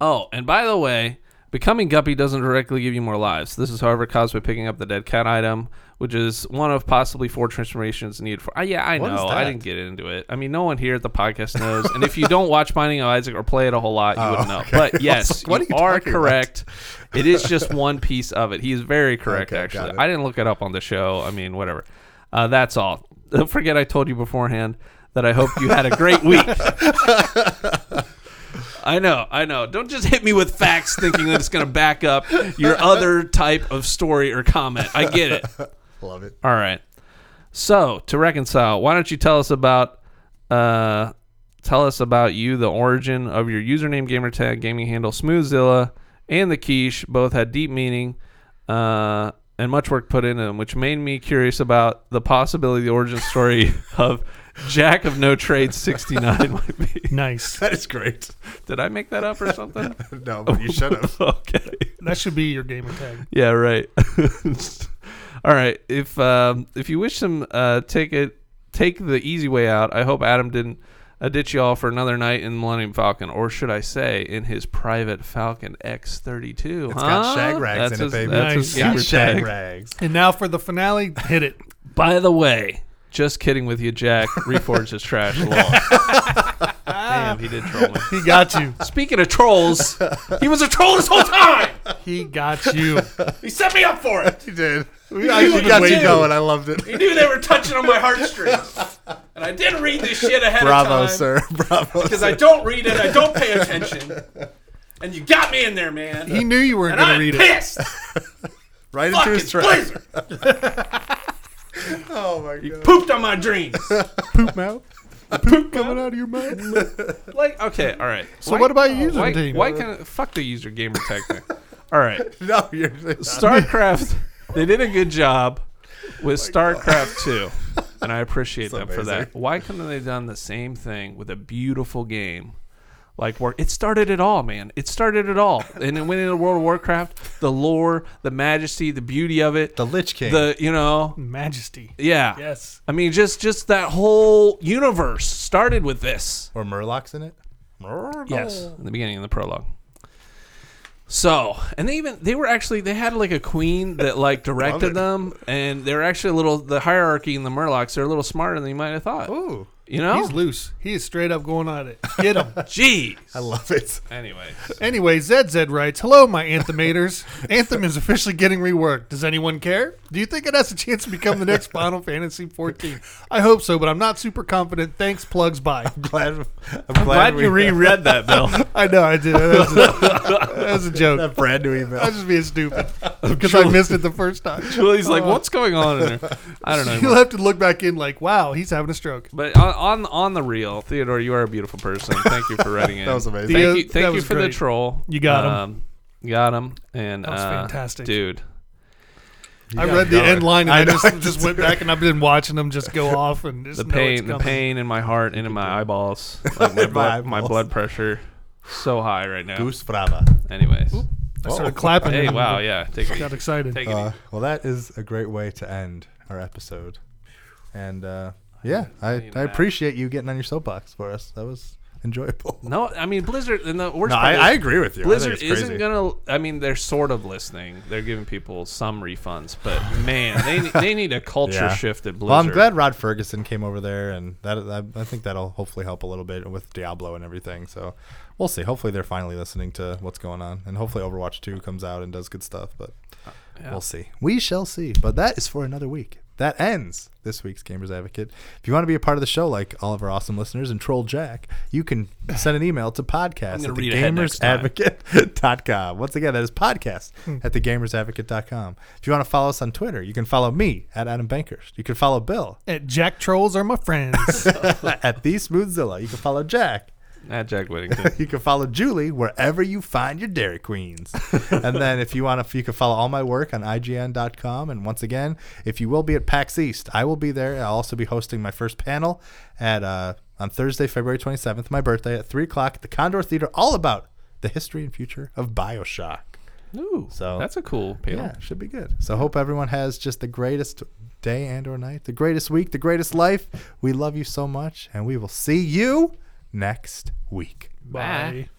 Speaker 2: Oh, and by the way, becoming guppy doesn't directly give you more lives. This is, however, caused by picking up the dead cat item, which is one of possibly four transformations needed for. Uh, yeah, I
Speaker 1: What is
Speaker 2: know. I
Speaker 1: that?
Speaker 2: didn't get into it. I mean, no one here at the podcast knows. and if you don't watch Binding of Isaac or play it a whole lot, you wouldn't know. But
Speaker 1: like,
Speaker 2: yes,
Speaker 1: Oh, what
Speaker 2: you,
Speaker 1: are you
Speaker 2: are
Speaker 1: talking about?
Speaker 2: correct. it is just one piece of it. He is very correct,
Speaker 1: Okay, got
Speaker 2: actually.
Speaker 1: it.
Speaker 2: I didn't look it up on the show. I mean, whatever. Uh, that's all. Don't forget I told you beforehand that I hope you had a great week. I know, I know. Don't just hit me with facts thinking that it's going to back up your other type of story or comment. I get it.
Speaker 1: Love it.
Speaker 2: All right. So to reconcile, why don't you tell us about uh, tell us about you, the origin of your username, gamertag, gaming handle, Smoothzilla, and the quiche both had deep meaning uh, and much work put into them, which made me curious about the possibility the origin story of Jack of No Trade sixty nine might be.
Speaker 3: Nice.
Speaker 1: That is great.
Speaker 2: Did I make that up or something?
Speaker 1: no, but you should have.
Speaker 2: okay.
Speaker 3: That should be your gamer tag.
Speaker 2: Yeah, right. All right. If um, if you wish them, uh, take it, take the easy way out. I hope Adam didn't uh, ditch y'all for another night in the Millennium Falcon, or should I say, in his private Falcon X32.
Speaker 1: It's
Speaker 2: huh?
Speaker 1: got shag rags
Speaker 2: That's
Speaker 1: in
Speaker 2: his-
Speaker 1: it, baby.
Speaker 2: That's his
Speaker 3: Nice.
Speaker 2: gamer
Speaker 1: Got shag
Speaker 2: tag.
Speaker 1: rags.
Speaker 3: And now for the finale, hit it.
Speaker 2: By the way, just kidding with you, Jack. Reforged is trash. Lol. Damn, he did troll me.
Speaker 3: He got you.
Speaker 2: Speaking of trolls, he was a troll this whole time.
Speaker 3: He got you.
Speaker 2: He set me up for it.
Speaker 1: You did. We, I you got you going. I loved it.
Speaker 2: He knew they were touching on my heartstrings. And I did read this shit ahead
Speaker 1: Bravo, sir. Bravo.
Speaker 2: Because I don't read it, I don't pay attention. And you got me in there, man.
Speaker 3: He knew you weren't going to read it.
Speaker 2: pissed.
Speaker 1: Right into his trap. Oh my god.
Speaker 2: pooped on my dreams.
Speaker 3: Poop mouth. Poop coming out of your mouth.
Speaker 2: Like, okay, all right.
Speaker 3: So what about
Speaker 1: Oh,
Speaker 3: your
Speaker 2: why,
Speaker 3: username?
Speaker 2: Why can I, fuck the user gamer tag thing? All right,
Speaker 1: No, you're
Speaker 2: StarCraft. They did a good job
Speaker 1: Oh
Speaker 2: with StarCraft two, and I appreciate
Speaker 1: That's
Speaker 2: them for that.
Speaker 1: amazing.
Speaker 2: Why couldn't they done the same thing with a beautiful game? like where it started it all, man. It started it all, and it went into World of Warcraft. The lore, the majesty, the beauty of it,
Speaker 1: the Lich King.
Speaker 2: the you know,
Speaker 3: Majesty.
Speaker 2: yeah.
Speaker 3: Yes.
Speaker 2: I mean, just just that whole universe started with this.
Speaker 1: or Murlocs in it. Murloc.
Speaker 2: Yes, in the beginning, in the prologue. So, and they even they were actually they had like a queen that like directed
Speaker 1: it.
Speaker 2: them, and they're actually a little the hierarchy in the Murlocs. They're a little smarter than you might have thought.
Speaker 1: Ooh,
Speaker 2: You know,
Speaker 3: He's loose. He is straight up going at it. Get him.
Speaker 2: jeez.
Speaker 1: I love it.
Speaker 2: Anyway,
Speaker 3: Anyway, ZZ writes, "Hello, my Anthemators. Anthem is officially getting reworked. Does anyone care? Do you think it has a chance to become the next Final Fantasy 14? I hope so, but I'm not super confident. Thanks, plugs. Bye.
Speaker 1: Glad. I'm,
Speaker 2: glad
Speaker 1: we
Speaker 2: you reread that, Bill.
Speaker 3: I know I did. That was a, that was a joke.
Speaker 1: that brand new
Speaker 3: I
Speaker 1: email.
Speaker 3: was just being stupid because I missed it the first time.
Speaker 2: Julie's like, what's going on in there? Uh, I don't know.
Speaker 3: You'll
Speaker 2: anymore.
Speaker 3: have to look back in, like, wow, he's having a stroke.
Speaker 2: But on on- on the real, Theodore, you are a beautiful person. Thank you for writing it.
Speaker 1: That was amazing.
Speaker 2: Thank
Speaker 3: Theo,
Speaker 2: you,
Speaker 3: that
Speaker 2: thank you
Speaker 3: was
Speaker 2: for the
Speaker 3: great.
Speaker 2: troll.
Speaker 3: You got 'em.
Speaker 2: Um, got him. And
Speaker 3: That was
Speaker 2: uh,
Speaker 3: fantastic.
Speaker 2: dude.
Speaker 3: I
Speaker 1: got
Speaker 3: read the
Speaker 1: going.
Speaker 3: end line and
Speaker 1: I
Speaker 3: I,
Speaker 1: know,
Speaker 3: just,
Speaker 1: I did
Speaker 3: just went back and I've been watching them just go off and just
Speaker 2: The
Speaker 3: know it's
Speaker 2: pain, the
Speaker 3: coming.
Speaker 2: pain in my heart and in my eyeballs. Like my,
Speaker 1: In my
Speaker 2: blood, my
Speaker 1: eyeballs.
Speaker 2: blood pressure, so high right now.
Speaker 1: Goose Brava.
Speaker 2: Anyways,
Speaker 3: I started clapping.
Speaker 2: hey,
Speaker 3: and
Speaker 2: wow, yeah, take it,
Speaker 3: Got
Speaker 2: easy.
Speaker 3: excited.
Speaker 2: take it.
Speaker 1: Uh,
Speaker 2: easy.
Speaker 1: well, that is a great way to end our episode. And uh, yeah, I, I appreciate you getting on your soapbox for us. That was enjoyable.
Speaker 2: No, I mean Blizzard. And the worst
Speaker 1: No,
Speaker 2: part
Speaker 1: I,
Speaker 2: is
Speaker 1: I agree with you. I think
Speaker 2: Blizzard
Speaker 1: it's
Speaker 2: isn't
Speaker 1: crazy.
Speaker 2: gonna. I mean, they're sort of listening. They're giving people some refunds, but man, they they need a culture
Speaker 1: Yeah.
Speaker 2: shift at Blizzard.
Speaker 1: Well, I'm glad Rod Ferguson came over there, and that, that I think that'll hopefully help a little bit with Diablo and everything. So we'll see. Hopefully, they're finally listening to what's going on, and hopefully, Overwatch 2 comes out and does good stuff. But
Speaker 2: Uh, Yeah.
Speaker 1: we'll see. We shall see. But that is for another week. That ends this week's Gamers Advocate. If you want to be a part of the show, like all of our awesome listeners and Troll Jack, you can send an email to podcast
Speaker 2: gonna
Speaker 1: at
Speaker 2: read ahead next time.
Speaker 1: thegamersadvocate gamersadvocate.com. Once again, that is podcast at thegamersadvocate.com. If you want to follow us on Twitter, you can follow me at Adam Bankers. You can follow Bill
Speaker 3: At Jack Trolls are my friends.
Speaker 1: at The Smoothzilla. You can follow Jack.
Speaker 2: At Jack Whittington.
Speaker 1: You can follow Julie wherever you find your Dairy Queens. and then if you want to, you can follow all my work on IGN.com. And once again, if you will be at PAX East, I will be there. I'll also be hosting my first panel at uh, on Thursday, February 27th, my birthday, at 3 o'clock at the Condor Theater, all about the history and future of Bioshock.
Speaker 2: Ooh,
Speaker 1: So-
Speaker 2: that's a cool panel.
Speaker 1: Yeah, should be good. So hope everyone has just the greatest day and or night, the greatest week, the greatest life. We love you so much, and we will see you next week.
Speaker 3: Bye.